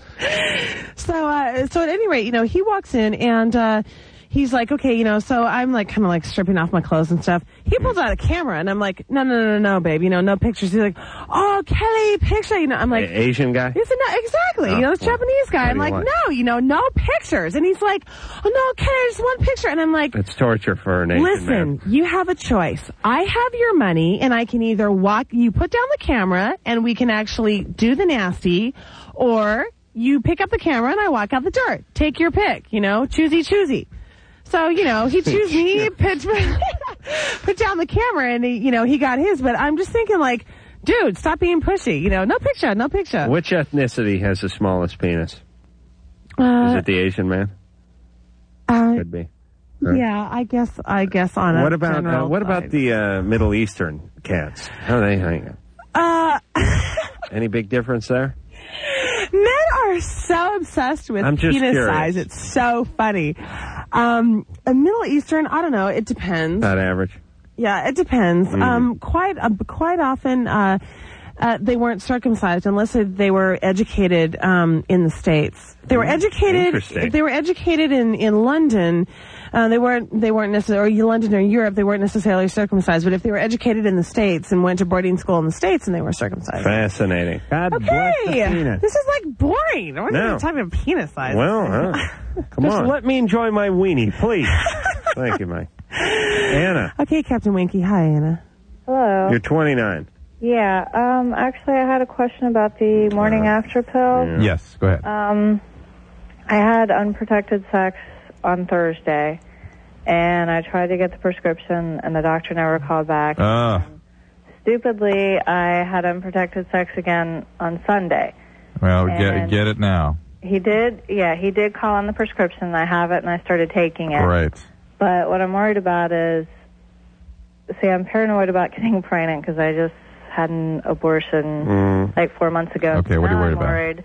Speaker 3: So, uh, so at any rate, you know, he walks in and, uh, he's like, okay, you know, so I'm like kind of like stripping off my clothes and stuff. He pulls out a camera and I'm like, no, no, no, no, no, babe, you know, no pictures. He's like, oh, Kelly, picture. You know, I'm like,
Speaker 1: A- Asian guy?
Speaker 3: He's a, no, exactly.
Speaker 1: Oh,
Speaker 3: you know, this
Speaker 1: Eh, well,
Speaker 3: Japanese guy.
Speaker 1: what
Speaker 3: I'm
Speaker 1: do
Speaker 3: like,
Speaker 1: you want?
Speaker 3: no, you know, no pictures. And he's like, oh, no, Kelly, just one picture. And I'm like,
Speaker 1: It's torture for an Asian man.
Speaker 3: Listen, you have a choice. I have your money, and I can either walk. You put down the camera, and we can actually do the nasty, or you pick up the camera and I walk out the door. Take your pick. You know, choosy, choosy. So you know, he choose me, pitch, put down the camera, and he, you know he got his. But I'm just thinking, like, dude, stop being pushy. You know, no picture, no picture.
Speaker 1: Which ethnicity has the smallest penis? Is
Speaker 3: Uh,
Speaker 1: it the Asian man?
Speaker 3: uh,
Speaker 1: Could be.
Speaker 3: yeah, I guess. I guess on a
Speaker 1: What about uh,
Speaker 3: general
Speaker 1: what
Speaker 3: side.
Speaker 1: about the uh, Middle Eastern cats? How do they hang out?
Speaker 3: Uh,
Speaker 1: Any big difference there?
Speaker 3: Men are so obsessed with
Speaker 1: I'm just
Speaker 3: penis
Speaker 1: curious.
Speaker 3: size. It's so funny. Um, a Middle Eastern, I don't know. It depends.
Speaker 1: Not average.
Speaker 3: Yeah, it depends.
Speaker 1: Mhm.
Speaker 3: Um, quite uh, quite often, uh, uh, they weren't circumcised unless they were educated um, in the states. They were
Speaker 11: Mm,
Speaker 3: educated.
Speaker 11: interesting.
Speaker 3: If they were educated in in London, uh, they weren't they weren't necessarily or London or Europe. They weren't necessarily circumcised. But if they were educated in the states and went to boarding school in the states, and they were circumcised.
Speaker 1: Fascinating. God bless the
Speaker 3: Hey,
Speaker 1: penis.
Speaker 3: this is like boring. We're
Speaker 1: No.
Speaker 3: not talking about penis size.
Speaker 1: Well, huh? come
Speaker 3: Just
Speaker 1: on.
Speaker 3: let
Speaker 1: me enjoy my weenie, please. Thank you, Mike. Anna,
Speaker 3: Okay, Captain Winky. Hi, Anna.
Speaker 13: Hello.
Speaker 1: you're 29.
Speaker 13: Yeah. Um. Actually, I had a question about the morning after pill.
Speaker 2: Yes, go ahead.
Speaker 13: Um, I had unprotected sex on Thursday, and I tried to get the prescription, and the doctor never called back.
Speaker 2: Ah,
Speaker 13: Stupidly, I had unprotected sex again on Sunday.
Speaker 2: well, get
Speaker 13: And-
Speaker 2: get it now.
Speaker 13: He did, yeah, he did call on the prescription, and I have it, and I started taking it.
Speaker 2: Right.
Speaker 13: But what I'm worried about is, see, I'm paranoid about getting pregnant because I just had an abortion like four months ago.
Speaker 1: Mm. Okay, what are you
Speaker 13: Now
Speaker 1: worried
Speaker 13: I'm
Speaker 1: about?
Speaker 13: worried.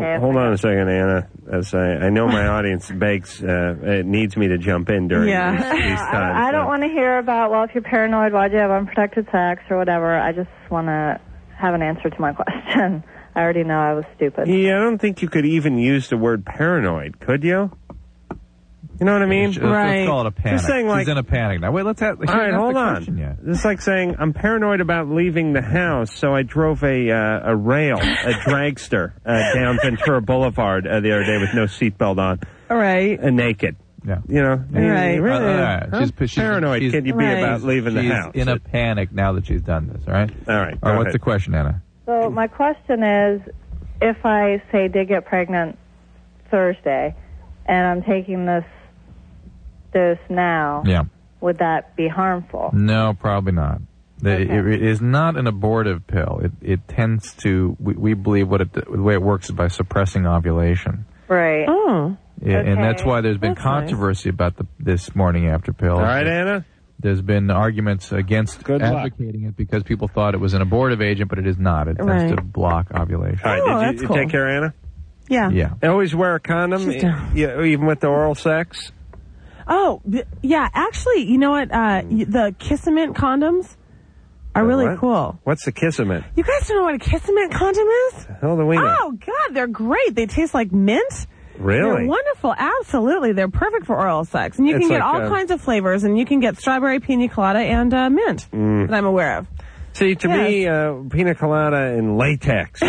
Speaker 1: Hold,
Speaker 13: Okay,
Speaker 1: hold on a second, Anna. As I, I know my audience begs, uh, it needs me to jump in during
Speaker 13: Yeah.
Speaker 1: these, these times.
Speaker 13: I don't want to hear about well, if you're paranoid, why'd you have unprotected sex or whatever. I just want to have an answer to my question. I already know I was stupid.
Speaker 1: Yeah, I don't think you could even use the word paranoid, could you? You know what I mean?
Speaker 2: Let's, let's call it a panic.
Speaker 1: Just saying, like,
Speaker 2: She's in a panic now. Wait, let's have.
Speaker 1: all right, hold on.
Speaker 2: Question yet.
Speaker 1: It's like saying I'm paranoid about leaving the house, so I drove a uh, a rail, a dragster uh, down Ventura Boulevard uh, the other day with no seatbelt on,
Speaker 3: All right.
Speaker 1: and naked.
Speaker 2: Yeah,
Speaker 1: you know,
Speaker 3: Right,
Speaker 2: Uh,
Speaker 3: really.
Speaker 2: all right.
Speaker 1: How
Speaker 2: She's, she's,
Speaker 1: paranoid
Speaker 2: she's-
Speaker 1: can you be Right. about leaving the
Speaker 2: she's
Speaker 1: house?
Speaker 2: in a panic now that she's done this. All right.
Speaker 1: All right.
Speaker 2: All
Speaker 1: go
Speaker 2: right. What's
Speaker 1: ahead.
Speaker 2: the question, Anna?
Speaker 13: So my question is, if I say did get pregnant Thursday, and I'm taking this dose now,
Speaker 2: Yeah.
Speaker 13: would that be harmful?
Speaker 2: No, probably not. The- it- it is not an abortive pill. It it tends to. We, we believe what it the way it works is by suppressing ovulation.
Speaker 13: Right.
Speaker 3: Oh.
Speaker 2: Yeah, and that's
Speaker 13: Okay.
Speaker 2: why there's been
Speaker 13: That's nice.
Speaker 2: controversy about the, this morning after pill.
Speaker 1: All right, Anna.
Speaker 2: There's been arguments against
Speaker 1: Good luck.
Speaker 2: advocating it because people thought it was an abortive agent, but it is not. It tends
Speaker 1: Right.
Speaker 2: to block ovulation.
Speaker 1: All right,
Speaker 3: Oh,
Speaker 1: did you, you take care, Anna?
Speaker 3: Yeah.
Speaker 2: Yeah.
Speaker 1: I always wear a condom, e
Speaker 3: She's down.
Speaker 1: yeah, even with the oral sex.
Speaker 3: Oh, th- yeah. Actually, you know what? Uh, y- the Kissament condoms are
Speaker 1: Hmm. The
Speaker 3: really
Speaker 1: what?
Speaker 3: cool.
Speaker 1: What's the kissament?
Speaker 3: You guys don't know what a Kissament condom is?
Speaker 1: Hell, do we know?
Speaker 3: Oh, God, they're great. They taste like mint.
Speaker 1: Really?
Speaker 3: They're wonderful. Absolutely. They're perfect for oral sex. And you
Speaker 1: It's
Speaker 3: can get
Speaker 1: like,
Speaker 3: all
Speaker 1: uh,
Speaker 3: kinds of flavors, and you can get strawberry, pina colada, and uh, mint
Speaker 1: Mm.
Speaker 3: that I'm aware of.
Speaker 1: See, to me,
Speaker 3: Yes.
Speaker 1: uh, pina colada and latex. Uh,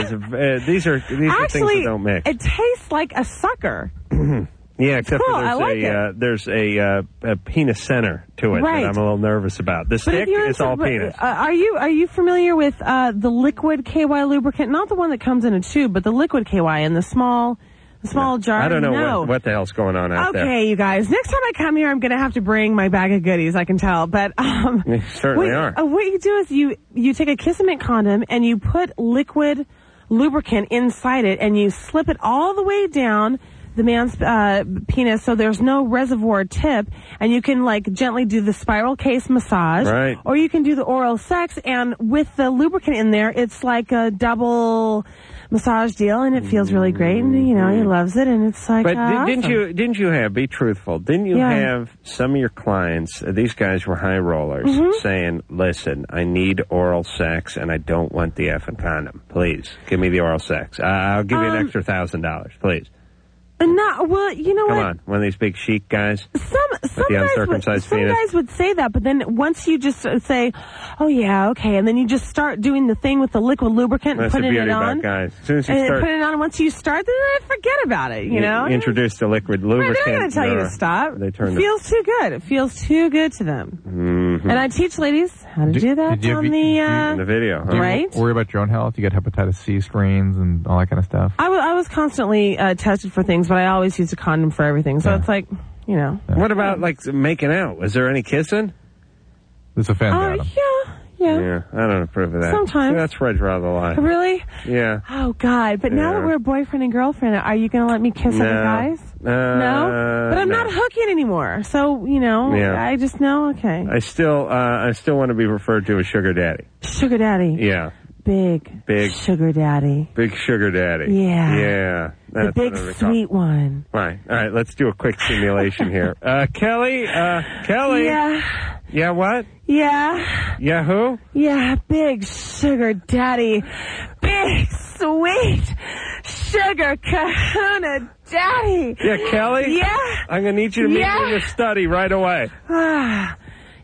Speaker 1: is a, uh, these are these are things
Speaker 3: Actually,
Speaker 1: that don't mix.
Speaker 3: it tastes like a sucker.
Speaker 1: yeah, except
Speaker 3: cool,
Speaker 1: for there's
Speaker 3: I like
Speaker 1: a
Speaker 3: it.
Speaker 1: uh, there's a, uh, a penis center to it
Speaker 3: Right.
Speaker 1: that I'm a little nervous about. The
Speaker 3: But if
Speaker 1: stick
Speaker 3: you're
Speaker 1: is
Speaker 3: into-
Speaker 1: all
Speaker 3: but,
Speaker 1: penis.
Speaker 3: Uh, are you are you familiar with uh, the liquid KY lubricant? Not the one that comes in a tube, but the liquid KY in the small the small jar.
Speaker 1: I don't know
Speaker 3: No.
Speaker 1: what, what the hell's going on out
Speaker 3: okay, you guys. Next time I come here, I'm going to have to bring my bag of goodies. I can tell, but um,
Speaker 1: there. You certainly
Speaker 3: what,
Speaker 1: are.
Speaker 3: uh, what you do is you you take a Kissamint condom and you put liquid lubricant inside it, and you slip it all the way down the man's uh, penis, so there's no reservoir tip, and you can like gently do the spiral case massage,
Speaker 11: Right.
Speaker 3: Or you can do the oral sex, and with the lubricant in there, it's like a double massage deal, and it feels really great, and you know he loves it, and it's like
Speaker 1: Mm-hmm. But
Speaker 3: uh,
Speaker 1: di- didn't
Speaker 3: awesome.
Speaker 1: you didn't you have be truthful? Didn't you
Speaker 3: Yeah.
Speaker 1: have some of your clients? Uh, these guys were high rollers,
Speaker 3: Mhm.
Speaker 1: saying, "Listen, I need oral sex, and I don't want the effing condom. Please give me the oral sex. I- I'll give you an
Speaker 3: Um,
Speaker 1: extra thousand dollars, please."
Speaker 3: No, well, you know
Speaker 1: Come
Speaker 3: what?
Speaker 1: on, one of these big chic guys
Speaker 3: Some
Speaker 1: with the uncircumcised
Speaker 3: some
Speaker 1: penis.
Speaker 3: guys would say that, but then once you just uh, say, "Oh yeah, okay," and then you just start doing the thing with the liquid lubricant
Speaker 1: That's
Speaker 3: and
Speaker 1: the
Speaker 3: putting
Speaker 1: beauty
Speaker 3: it
Speaker 1: about
Speaker 3: on,
Speaker 1: guys. As soon as you
Speaker 3: and
Speaker 1: start-
Speaker 3: put it on. and Once you start, then I forget about it. You know,
Speaker 1: introduce the liquid
Speaker 3: they're
Speaker 1: lubricant.
Speaker 3: not going to tell you to
Speaker 1: they're-
Speaker 3: stop.
Speaker 1: They turn
Speaker 3: it
Speaker 1: to-
Speaker 3: feels too good. It feels too good to them.
Speaker 2: Mm-hmm.
Speaker 1: Mhm.
Speaker 3: And I teach ladies how to do, that
Speaker 2: do you have-
Speaker 3: on the. Uh,
Speaker 1: video,
Speaker 2: Do you
Speaker 3: Right?
Speaker 2: Worry about your own health. You get hepatitis C screens and all that kind of stuff.
Speaker 3: I, w- I was constantly uh, tested for things, but I always used a condom for everything. So it's like, you know.
Speaker 1: What about like making out? Is there any kissing?
Speaker 2: This offends
Speaker 3: Oh, yeah, yeah.
Speaker 1: Yeah, I don't approve of that.
Speaker 3: Sometimes. Oh,
Speaker 1: that's where I draw the line.
Speaker 3: Really?
Speaker 1: Yeah.
Speaker 3: Oh God! But now
Speaker 1: Yeah.
Speaker 3: that we're boyfriend and girlfriend, are you going to let me kiss other
Speaker 1: No.
Speaker 3: guys?
Speaker 1: Uh,
Speaker 3: no. But I'm
Speaker 1: no.
Speaker 3: not hooking anymore. So you know,
Speaker 1: Yeah.
Speaker 3: I just know. Okay,
Speaker 1: I still, uh, I still want to be referred to as sugar daddy.
Speaker 3: sugar daddy,
Speaker 1: Yeah,
Speaker 3: big
Speaker 1: big,
Speaker 3: sugar daddy,
Speaker 1: big sugar daddy.
Speaker 3: Yeah.
Speaker 1: yeah,
Speaker 3: the
Speaker 1: That's
Speaker 3: big
Speaker 1: what I recall.
Speaker 3: sweet one.
Speaker 1: Right. All right. Let's do a quick simulation here. Uh, Kelly. Uh, Kelly.
Speaker 3: Yeah,
Speaker 1: Yeah. What?
Speaker 3: yeah,
Speaker 1: Yeah. Who?
Speaker 3: yeah, big sugar daddy, big sweet sugar kahuna daddy.
Speaker 1: Yeah, Kelly.
Speaker 3: Yeah.
Speaker 1: I'm gonna need you to meet
Speaker 3: Yeah.
Speaker 1: me in your study right away.
Speaker 3: Ah,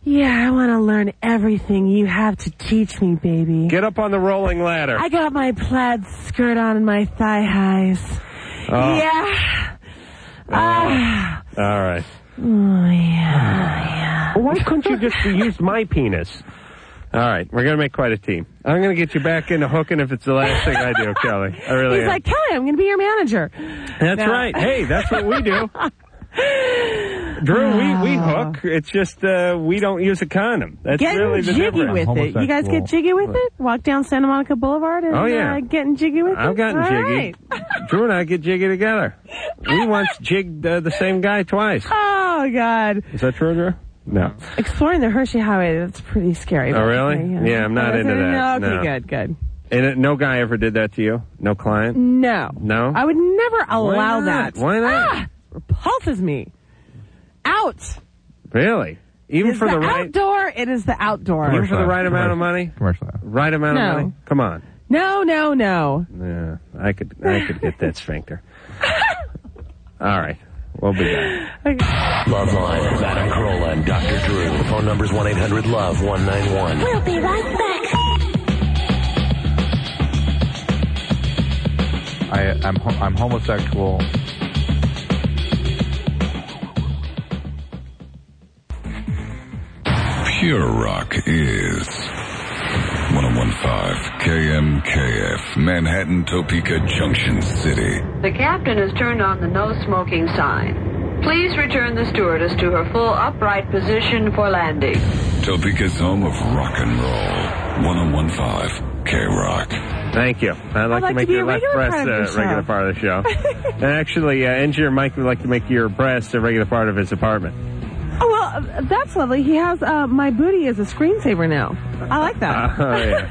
Speaker 3: yeah, I want to learn everything you have to teach me, baby.
Speaker 1: Get up on the rolling ladder.
Speaker 3: I got my plaid skirt on and my thigh highs.
Speaker 1: Oh. Uh,
Speaker 3: Yeah. Ah.
Speaker 1: All right.
Speaker 3: Oh, yeah.
Speaker 1: Well, why couldn't you just use my penis? All right, we're gonna make quite a team. I'm gonna get you back into hooking if it's the last thing I do, Kelly. I really
Speaker 3: He's
Speaker 1: am.
Speaker 3: like, Kelly, I'm going to be your manager.
Speaker 1: that's
Speaker 3: No.
Speaker 1: right. Hey, that's what we do. Drew,
Speaker 3: "Ah."
Speaker 1: we, we hook. It's just uh, we don't use a condom. That's
Speaker 3: getting
Speaker 1: really the
Speaker 3: jiggy
Speaker 1: difference.
Speaker 3: with it. You guys get jiggy with it? Walk down Santa Monica Boulevard and
Speaker 1: Oh, yeah.
Speaker 3: uh, getting jiggy with it?
Speaker 1: I've gotten
Speaker 3: All
Speaker 1: jiggy.
Speaker 3: right.
Speaker 1: Drew and I get jiggy together. We once jigged uh, the same guy twice.
Speaker 3: Oh, God.
Speaker 1: Is that true, Drew? No.
Speaker 3: Exploring the Hershey Highway, that's pretty scary.
Speaker 1: Oh, really?
Speaker 3: Yeah,
Speaker 1: Yeah, I'm not
Speaker 3: Oh,
Speaker 1: into that.
Speaker 3: Okay,
Speaker 1: No.
Speaker 3: good, good.
Speaker 1: And uh, no guy ever did that to you? No client?
Speaker 3: No.
Speaker 1: No?
Speaker 3: I would never allow
Speaker 1: Oh. not?
Speaker 3: that.
Speaker 1: Why not?
Speaker 3: Ah, repulses me. Out.
Speaker 1: Really? Even
Speaker 3: It's
Speaker 1: for the,
Speaker 3: the,
Speaker 1: right
Speaker 3: outdoor, it is the outdoor.
Speaker 1: even for the right amount of money?
Speaker 2: Commercial.
Speaker 1: Right amount
Speaker 3: No.
Speaker 1: of money? Come on.
Speaker 3: No, no, no.
Speaker 1: Yeah. I could I could get that sphincter. All right. We'll be back.
Speaker 6: Loveline with Adam Carolla and Dr. Drew. Phone numbers 1 800 Love 191.
Speaker 7: We'll be right back.
Speaker 2: I, I'm ho- I'm homosexual.
Speaker 8: Pure Rock is 1015 KMKF, Manhattan, Topeka, Junction City.
Speaker 11: The captain has turned on the no smoking sign. Please return the stewardess to her full upright position for landing.
Speaker 8: Topeka's home of rock and roll. 1015 K Rock.
Speaker 1: Thank you. I'd like,
Speaker 8: like
Speaker 1: to make
Speaker 8: to be
Speaker 1: your
Speaker 8: a
Speaker 1: left
Speaker 8: regular
Speaker 1: breast
Speaker 8: part of
Speaker 1: a
Speaker 8: the show.
Speaker 1: regular part of the show. and actually, uh, engineer Mike would like to make your breast a regular part of his apartment.
Speaker 3: Oh, well, uh, that's lovely. He has uh, my booty as a screensaver now. I like that.
Speaker 1: Oh, yeah.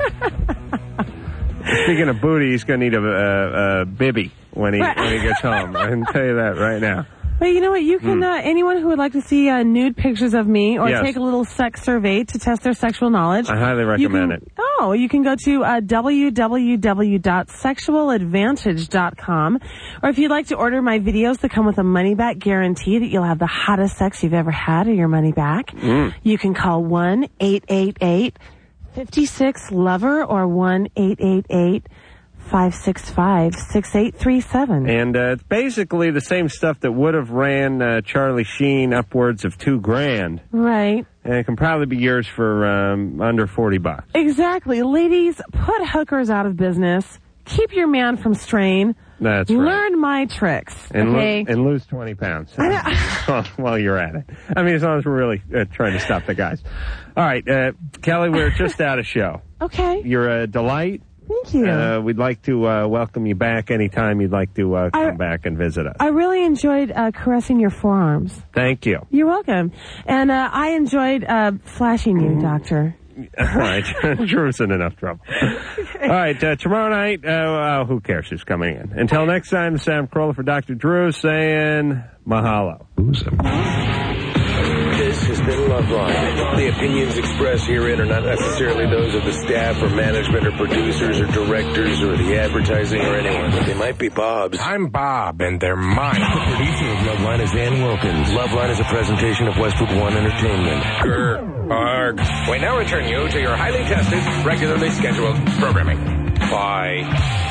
Speaker 1: Speaking of booty, he's going to need a, a, a bibby when he when he gets home. I can tell you that right now.
Speaker 3: But you know what? You can,
Speaker 1: Hmm.
Speaker 3: uh, anyone who would like to see uh, nude pictures of me or
Speaker 1: Yes.
Speaker 3: take a little sex survey to test their sexual knowledge.
Speaker 1: I highly
Speaker 3: you
Speaker 1: recommend
Speaker 3: can-
Speaker 1: it.
Speaker 3: Oh, you can go to uh, www.sexualadvantage.com. Or if you'd like to order my videos that come with a money back guarantee that you'll have the hottest sex you've ever had or your money back,
Speaker 7: Mm.
Speaker 3: you can call 1 888 56 Lover or 1 888 565 6837.
Speaker 1: And uh, it's basically the same stuff that would have ran uh, Charlie Sheen upwards of two grand,
Speaker 3: Right.
Speaker 1: and it can probably be yours for um, under forty bucks.
Speaker 3: Exactly. Ladies, put hookers out of business. Keep your man from strain.
Speaker 1: That's right.
Speaker 3: Learn my tricks.
Speaker 1: and, lo-
Speaker 3: okay.
Speaker 1: and lose 20 pounds while you're at it. I mean, as long as we're really uh, trying to stop the guys. All right, uh, Kelly, we're just out of show.
Speaker 3: okay.
Speaker 1: You're a delight.
Speaker 3: Thank you.
Speaker 1: Uh, we'd like to uh, welcome you back anytime you'd like to uh, come
Speaker 3: I-
Speaker 1: back and visit us.
Speaker 3: I really enjoyed uh, caressing your forearms.
Speaker 1: Thank you.
Speaker 3: You're welcome. And uh, I enjoyed uh, flashing you, Doctor.
Speaker 1: All right, Drew's in enough trouble. All right, uh, tomorrow night, uh, uh, who cares who's coming in? Until next time, Sam Carolla for Dr. Drew saying mahalo.
Speaker 6: This has been Loveline. The opinions expressed herein are not necessarily those of the staff or management or producers or directors or the advertising or anyone. but They might be Bob's. I'm Bob, and they're mine. The producer of Loveline is Ann Wilkins. Loveline is a presentation of Westwood One Entertainment. Grr, arg.
Speaker 14: We now return you to your highly tested, regularly scheduled programming. Bye.